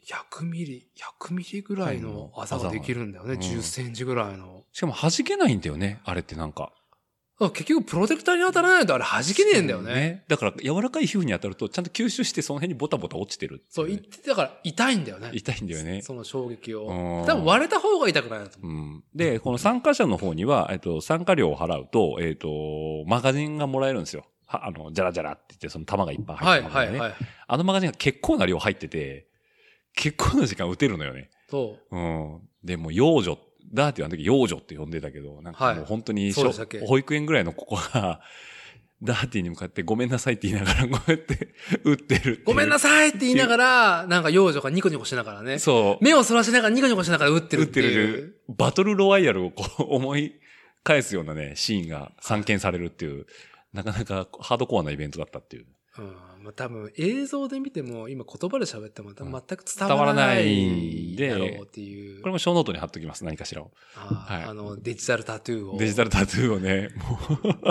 う。100ミリ、100ミリぐらいの技ができるんだよね。
うん
10センチぐらいの。
しかも弾けないんだよね、あれってなんか。
あ結局プロテクターに当たらないとあれ弾けねえんだよね。そ
だ
う
から、柔らかい皮膚に当たると、ちゃんと吸収して、その辺にボタボタ落ちてるっていね。
言って、だから 痛いんだよね。
痛いんだよね。
その衝撃を。
うん
多分割れた方が痛くないなと思う。
うんで、この参加者の方には、えっと、参加料を払うと、えっと、マガジンがもらえるんですよ。はあの、じゃらじゃらって言って、その弾がいっぱい
は
入って
い
る、ね。
はいはい。
あのマガジンが結構な量入ってて、結構な時間打てるのよね。
そう。
うん。で、もう幼女、ダーティはあの時幼女って呼んでたけど、なんかも
は
う
い
本当に
そうでしたっけ
保育園ぐらいの子が、ダーティに向かってごめんなさいって言いながらこうやって打ってるっていう
ごめんなさいって言いながら、なんか幼女がニコニコしながらね。
そう。
目をそらしながらニコニコしながら打ってる
打
っ
ってて
いう。
る、バトルロワイヤルをこう 思い返すようなね、シーンが散見されるっていう、なかなかハードコアなイベントだったっていう。
うん。まあ多分映像で見ても、今言葉で喋っても多分
うん
全く伝わらな
伝わらな
いだ
いんで
ろうっていう。
これも小ノートに貼っときます、何かしらを。
あー
はい
あの、デジタルタトゥーを。
デジタルタトゥーをね、もう。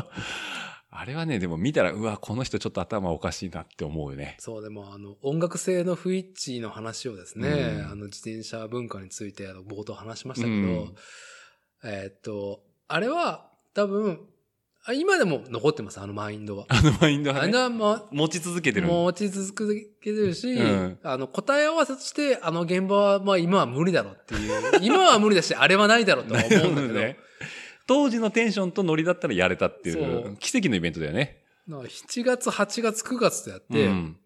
あれはね、でも見たら、うわ、この人ちょっと頭おかしいなって思うよね。
そう、でも、あの、音楽性の不一致の話をですね、
うん
あの、自転車文化について、あの、冒頭話しましたけど、
うん
えーっと、あれは、多分、あ今でも残ってます、あのマインドは。
あのマインド
あ
が
れ
ね、
は、ま
持ち続けて
あ、
る。
持ち続けてるし、
うん
あの、答え合わせとして、あの現場は、まあ、今は無理だろうって いう、今は無理だし、あれはないだろうとは思うんだけど、
ね。当時のテンションとノリだったらやれたってい、
そうう
奇跡のイベントだよね。
なんか7月、8月、9月とやって、
うん、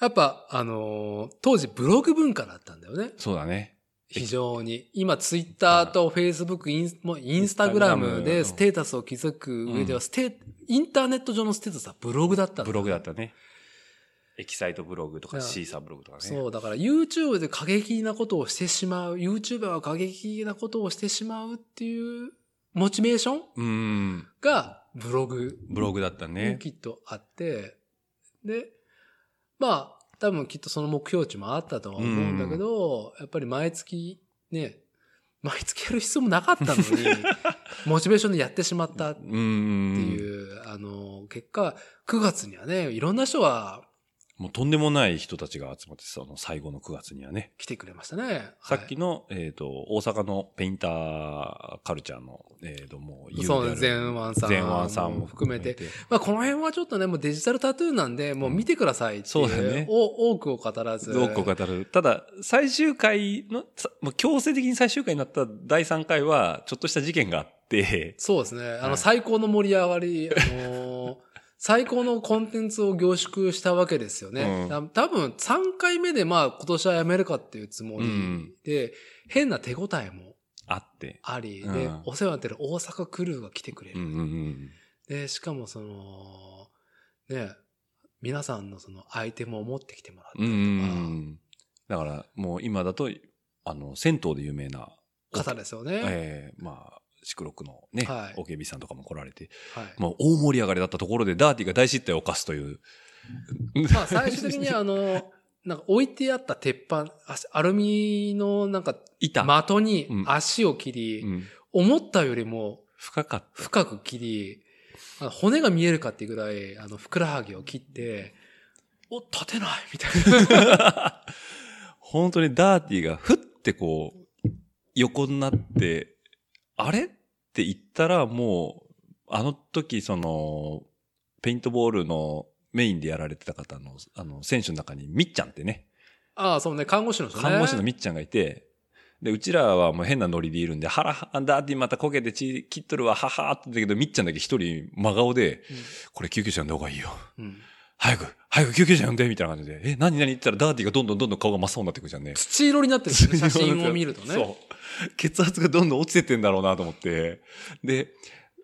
やっぱ、あのー当時ブログ文化だったんだよね。
そうだね。
非常に。今、ツイッターとフェイスブック、インスもうインスタグラムでステータスを築く上では、ステ、インターネット上のステータスはブログだったん
ブログだっ
ね。
たね。エキサイトブログとか、シーサーブログとかね。
そう、だから YouTube で過激なことをしてしまう、YouTuber は過激なことをしてしまうっていうモチベーション
うん。
がブログ
ブログだった
に
ね。
きっとあって、で、まあ、多分きっとその目標値もあったとは思うんだけど、やっぱり毎月ね、毎月やる必要もなかった のに、モチベーションでやってしまったって
うん。
いう、あの、結果、9月にはね、いろんな人が
もうとんでもない人たちが集まって、その最後の9月にはね。
来てくれましたね。
さっきの、えっ、と、大阪のペインターカルチャーの、えっ、と、もう、
そうね
有名な
全腕さん
全腕さんも含めて
も。まあ、この辺はちょっとね、もうデジタルタトゥーなんで、もう見てくださいってい
そうだね
お多くを語らず。
多くを語る。ただ、最終回の、さもう強制的に最終回になった第3回は、ちょっとした事件があって、
そうですね。あ
はい
の、最高の盛り上がり、あ のー最高のコンテンツを凝縮したわけですよね。
う
た多分3回目でまあ今年はやめるかっていうつもりで、変な手応えも
あって。
あり、
うん
で、お世話になってる大阪クルーが来てくれ
う
る。
んうんうん。
で、しかもその、ね、皆さんのそのアイテムを持ってきてもらった
う
りとか、
ん。だから、もう今だと、あの、銭湯で有名な、
方ですよね。
ええまあ、シクロックのね、
はい
オケビさんとかも来られて、
はい。
まあ、大盛り上がりだったところで、ダーティが大失態を犯すという。
まあ最終的にあの、なんか置いてあった鉄板、あアルミのなんか
板。
的に
うん
足を切り、
うん
思ったよりも
深かった。
深く切り、あの骨が見えるかっていうぐらい、あの、ふくらはぎを切って、お、立てないみたいな。
本当にダーティがふってこう、横になって、あれって言ったらもう、あの時その、ペイントボールのメインでやられてた方の、あの、選手の中にみっちゃんってね、
ああ、そうね、看護師の人ね。
看護師のみっちゃんがいて、で、うちらはもう変なノリでいるんで、はらは、ダーティまた焦げて血切っとるわ、ははーって言ったけど、みっちゃんだけ一人真顔で、これ救急車呼んだ方がいいよ。
うん。うん
早く、早く救急車呼んで、みたいな感じで、え、何何って言ったらダーティがどんどんどんどん顔が真っ青になってくるじゃんね。
土色になって るんですよね、写真を見るとね。
そう。血圧がどんどん落ちてってんだろうなと思って。で、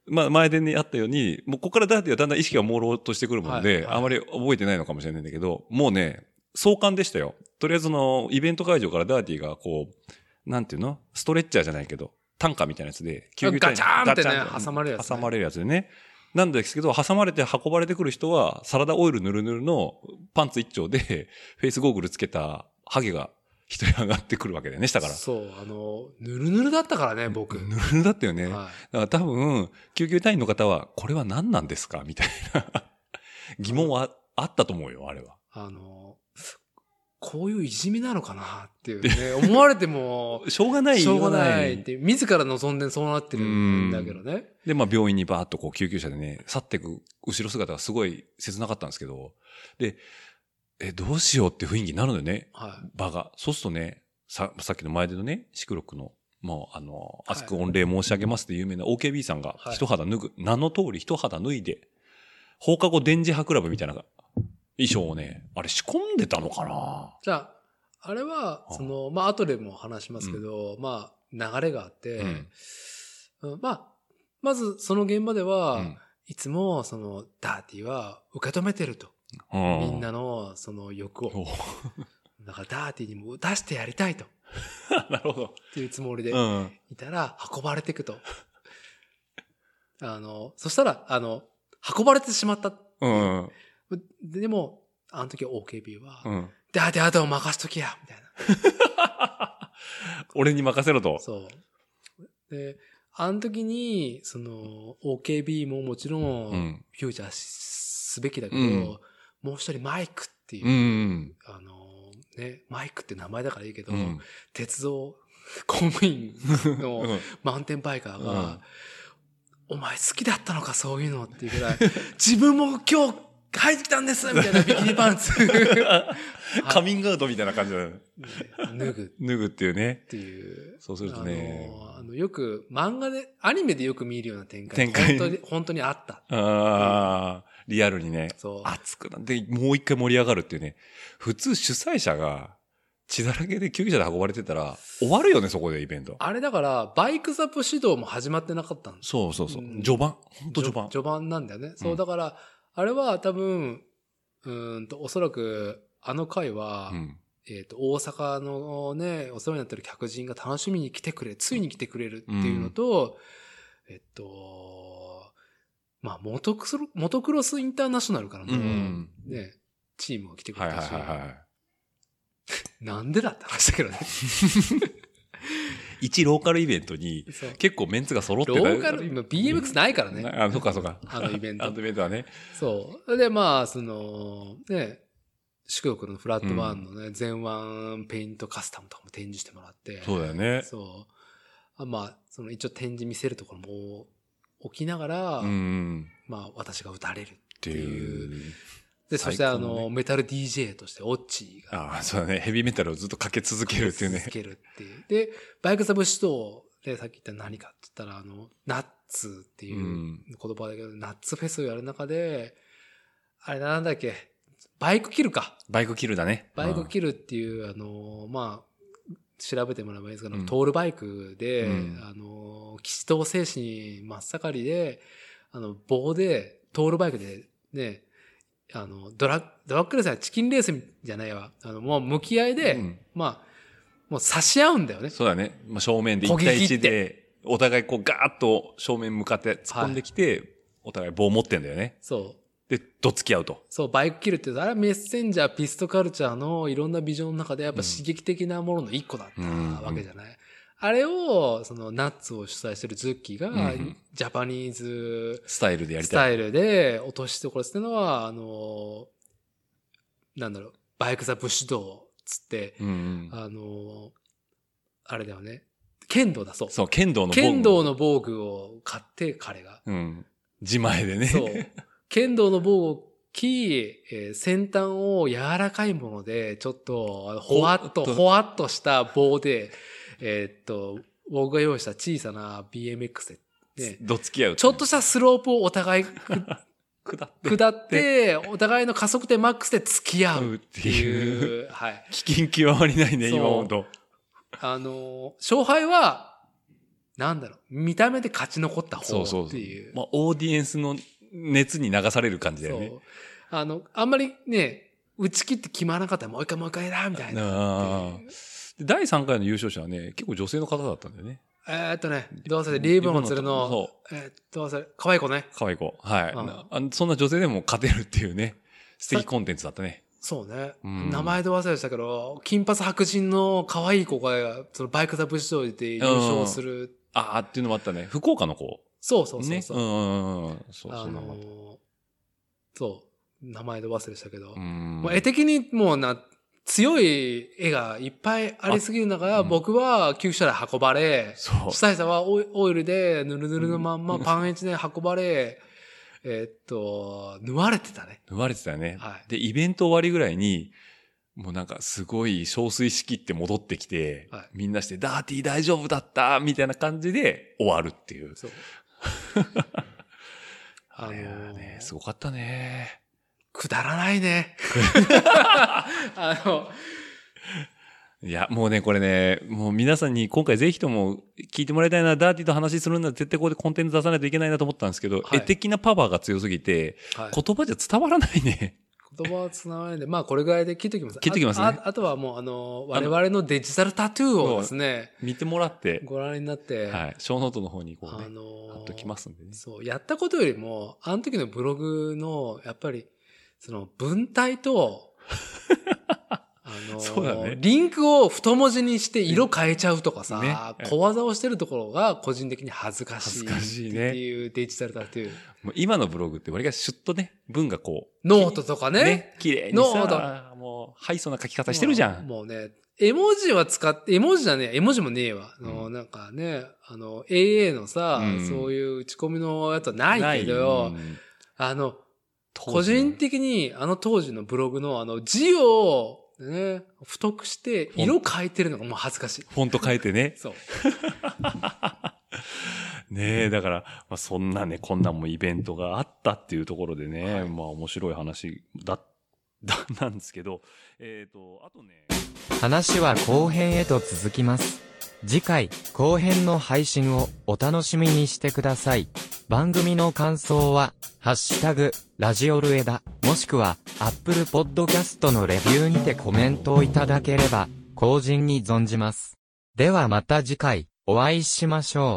まあ前でね、あったように、もうここからダーティはだんだん意識が朦朧としてくるもんで、
はいはい
あまり覚えてないのかもしれないんだけど、もうね、壮観でしたよ。とりあえずの、イベント会場からダーティがこう、なんていうのストレッチャーじゃないけど、担架みたいなやつで、隊員
ガチャーンってね
ガチャン
挟まれるやつね
挟まれるやつでね。なんですけど、挟まれて運ばれてくる人は、サラダオイルぬるぬるのパンツ一丁で、 フェイスゴーグルつけたハゲが一人上がってくるわけだよね、下から。
そう、あの、ぬるぬるだったからね、僕。
ぬるぬるだったよね。だか
は
ら多分、救急隊員の方は、これは何なんですかみたいな 疑問はあったと思うよ、あれは。
い。あの、こういういじめなのかなっていうね、思われても、
しょうがない
しょうが
言わ
ないって、自ら望んでそうなってるんだけどね。
で、まあ病院にバーッとこう救急車でね、去ってく後ろ姿がすごい切なかったんですけど、で、え、どうしようって雰囲気になるのよね、
はい。
場が。そうするとね、さ、さっきの前でのね、シクロックの、もうあの、
はい
熱く御礼申し上げますって有名な OKB さんが
はい
一肌脱ぐ、名の通り一肌脱いで、放課後電磁波クラブみたいな衣装をね、あれ仕込んでたのかな
じゃあ、あれは
あ、
その、まあ、後でも話しますけど、まあ、流れがあって、
うん
うんまあ、まずその現場では、
うん
いつもそのダーティは受け止めてると。みんなのその欲を。
おう
だからダーティにも出してやりたいと。っ
なるほど。
ていうつもりで
うん。
いたら、運ばれていくと。あの、そしたら、あの、運ばれてしまった。
うん。
ででも、あの時 OKB は、
うん。
ダーティあとは任しときやみたいな。
俺に任せろと。
そう。で、あの時に、その、OKB ももちろ、
うんん。
フューチャーしすべきだけど、
うん
もう一人マイクっていう、
うん。
あの、ね、マイクって名前だからいいけど、
うん。
鉄道公務員
う
の
ん
マウンテンバイカー
う
が
ん、
お前好きだったのか、そういうのっていうぐらい、自分も今日、入ってきたんですみたいなビキニパ ンツ
カミングアウトみたいな感じだね。
脱ぐっ
脱ぐっていうね。
ていう。
そうするとね。
あのーあのよく漫画で、アニメでよく見るような展開。
展開
本当に、本当にあった。
ああ、リアルにね。
そう。
熱くなって、もう一回盛り上がるっていうね。普通主催者が血だらけで救急車で運ばれてたら終わるよね、そこでイベント。
あれだから、バイクザップ指導も始まってなかったんです。
そうそうそう。
うん
序盤。ほんと序盤。
序盤なんだよね。そうう、
ん
だから、あれは多分、うーんと、おそらく、あの回は、
うん。
えっ、と、大阪のね、お世話になってる客人が楽しみに来てくれ、ついに来てくれるっていうのと、えっと、まあ、モトクロモトクロスインターナショナルからも、
うん
ね、チームが来てく
は
れ
いはい
たし、
はいは
なんでだって話だけど ね。
い。一ローカルイベントに
そう
結構メンツが揃って
ロ
た
ーカル、今 BMX ないからね。
あ、そうかそうか。
あのイベン
ア
ト
ン。ドイベントはね。
そう。で、まあ、その、ね、四国のフラットワンのね、全ワンペイントカスタムとかも展示してもらって。
そうだよね。
そう。あまあ、その一応展示見せるところも置きながら、
うん。
まあ、私が打たれる。
っていう。
で、そしてあ
最高の
の、メタル DJ として、オッチーが。
ああ、そうだね。ヘビーメタルをずっとかけ続けるっていうね
続。けるっていう。で、バイクサブ指導で、さっき言った何かって言ったら、あの、ナッツっていううん言葉だけど、ナッツフェスをやる中で、あれなんだっけ、バイクキルか。
バイクキルだね。
バイクキルっていう、あの、まあ、調べてもらえばいいんですけど、
うん
トールバイクで、
うん
あの、騎士道精神真っ盛りで、あの、棒で、トールバイクで、ね、あの、ドラ、ドラッグレースはチキンレースじゃないわ。あの、もう向き合いで、
うん
まあ、もう差し合うんだよね。
そうだね。まあ、正面で
こ
1
ぎ切っ
対
て
1で、お互いこうガーッと正面向かって突っ込んできて、お互い棒持ってんだよね。
そう。
で、どつき合うと。
そう、バイクキルって、あれはメッセンジャー、ピストカルチャーのいろんなビジョンの中でやっぱ刺激的なものの一個だったわけじゃない。あれを、そのナッツを主催してるズッキーが
うん、
ジャパニーズ
スタイルでやり
ス
た
タ
い。
イルで落としどころっていうのは、あの、なんだろう、バイクザ武士道っつって、
うんうん。
あの、あれだよね、剣道だそう。
そう、剣道の防具
剣道の防具を買って、彼が。
うん。自前でね。
そう。剣道の棒を木、えー先端を柔らかいもので、ちょっと、あのほわっと、
ほっと
ほわっとした棒で、えーっと、僕が用意した小さな BMX で、ね、
どつき合う。
ちょっとしたスロープをお互い
下って
下って、お互いの加速点マックスで付き合
合う
う
っ
ってて
いう。
いう、はい。
危険極まりないね、
そう
今ほんと。
あのー勝敗は、なんだろう、見た目で勝ち残った
そ
方
うそう
っ
そ
て
う
いう。。
まあ、オーディエンスの熱に流される感じだよね
そ。う。あの、あんまりね、打ち切って決まらなかったらもう一回もう一回だ、みたいな。
ああ。で第3回の優勝者はね、結構女性の方だったんだよね。
えーっとね、どうせリーブンを釣るの、
そう。
えーっと、どうせ、可愛い子ね。
可愛い子。はい。
うん
なあのそんな女性でも勝てるっていうね、素敵コンテンツだったね。
そうね。
うん
名前で忘れしたけど、金髪白人の可愛い子が、そのバイクザ武士道で優勝する。
ああっていうのもあったね。福岡の子。
そうそうそう
ね。
そうう。
んうんうんうん。そう
あ
そう
のーそう、名前で忘れしたけど、
うん。
もう絵的にもうな、強い絵がいっぱいありすぎる中、
あうん
僕は救急車で運ばれ、
そう。
主催者はオイオイルでぬるぬるのまんまパンエチで運ばれ、えーっと、縫われてたね。
生まれてたよね。
はい
で、イベント終わりぐらいに、もうなんかすごい憔悴しきって戻ってきて、
はい
みんなして、ダーティー大丈夫だったみたいな感じで終わるっていう。
そう。あ
あ
の
れは
ー
ね、すごかったね。
くだらないね。あの、
いや、もうね、これね、もう皆さんに今回ぜひとも聞いてもらいたいな、ダーティーと話するんだら絶対ここでコンテンツ出さないといけないなと思ったんですけど、
はい
絵的なパワーが強すぎて、
はい
言葉じゃ伝わらないね。
言葉はつながらないんで、まあこれぐらいで切っときます。
切っときますね
あああとはもう、あの、我々のデジタルタトゥーをですね、
見てもらって、
ご覧になって、
はい、小ノートの方にこうね、
あのー
貼っときますんでね。
そう、やったことよりも、あの時のブログの、やっぱり、その文体と、あの
そうだね
リンクを太文字にして色変えちゃうとかさ、
ね
小技をしてるところが個人的に恥ずかしい
恥ずかしい
って
ね。
いうデジタルタトゥー。
もう今のブログって割がシュッとね、文がこ
ノートとか
う、
ね。
綺麗に
ノー
さ、もう、ハイソな書き方してるじゃん。
もうね、絵文字は使って、絵文字じゃねえ、絵文字もねえわ。あの、なんかね、あの、AA のさ、
うん
そういう打ち込みのやつはないけど
う
よ、
ん
あの、
当時
個人的にあの当時のブログのあの字をね、太くして色変えてるのがもう恥ずかしい。
フォント変えてね。
そう。
ねえ、だから、まあ、そんなね、こんなんもイベントがあったっていうところでね、まあ面白い話だ、だ、なんですけど、えっ、と、あとね、
話は後編へと続きます。次回、後編の配信をお楽しみにしてください。番組の感想は、ハッシュタグ、ラジオルエダ、もしくは、アップルポッドキャストのレビューにてコメントをいただければ、後人に存じます。ではまた次回、お会いしましょう。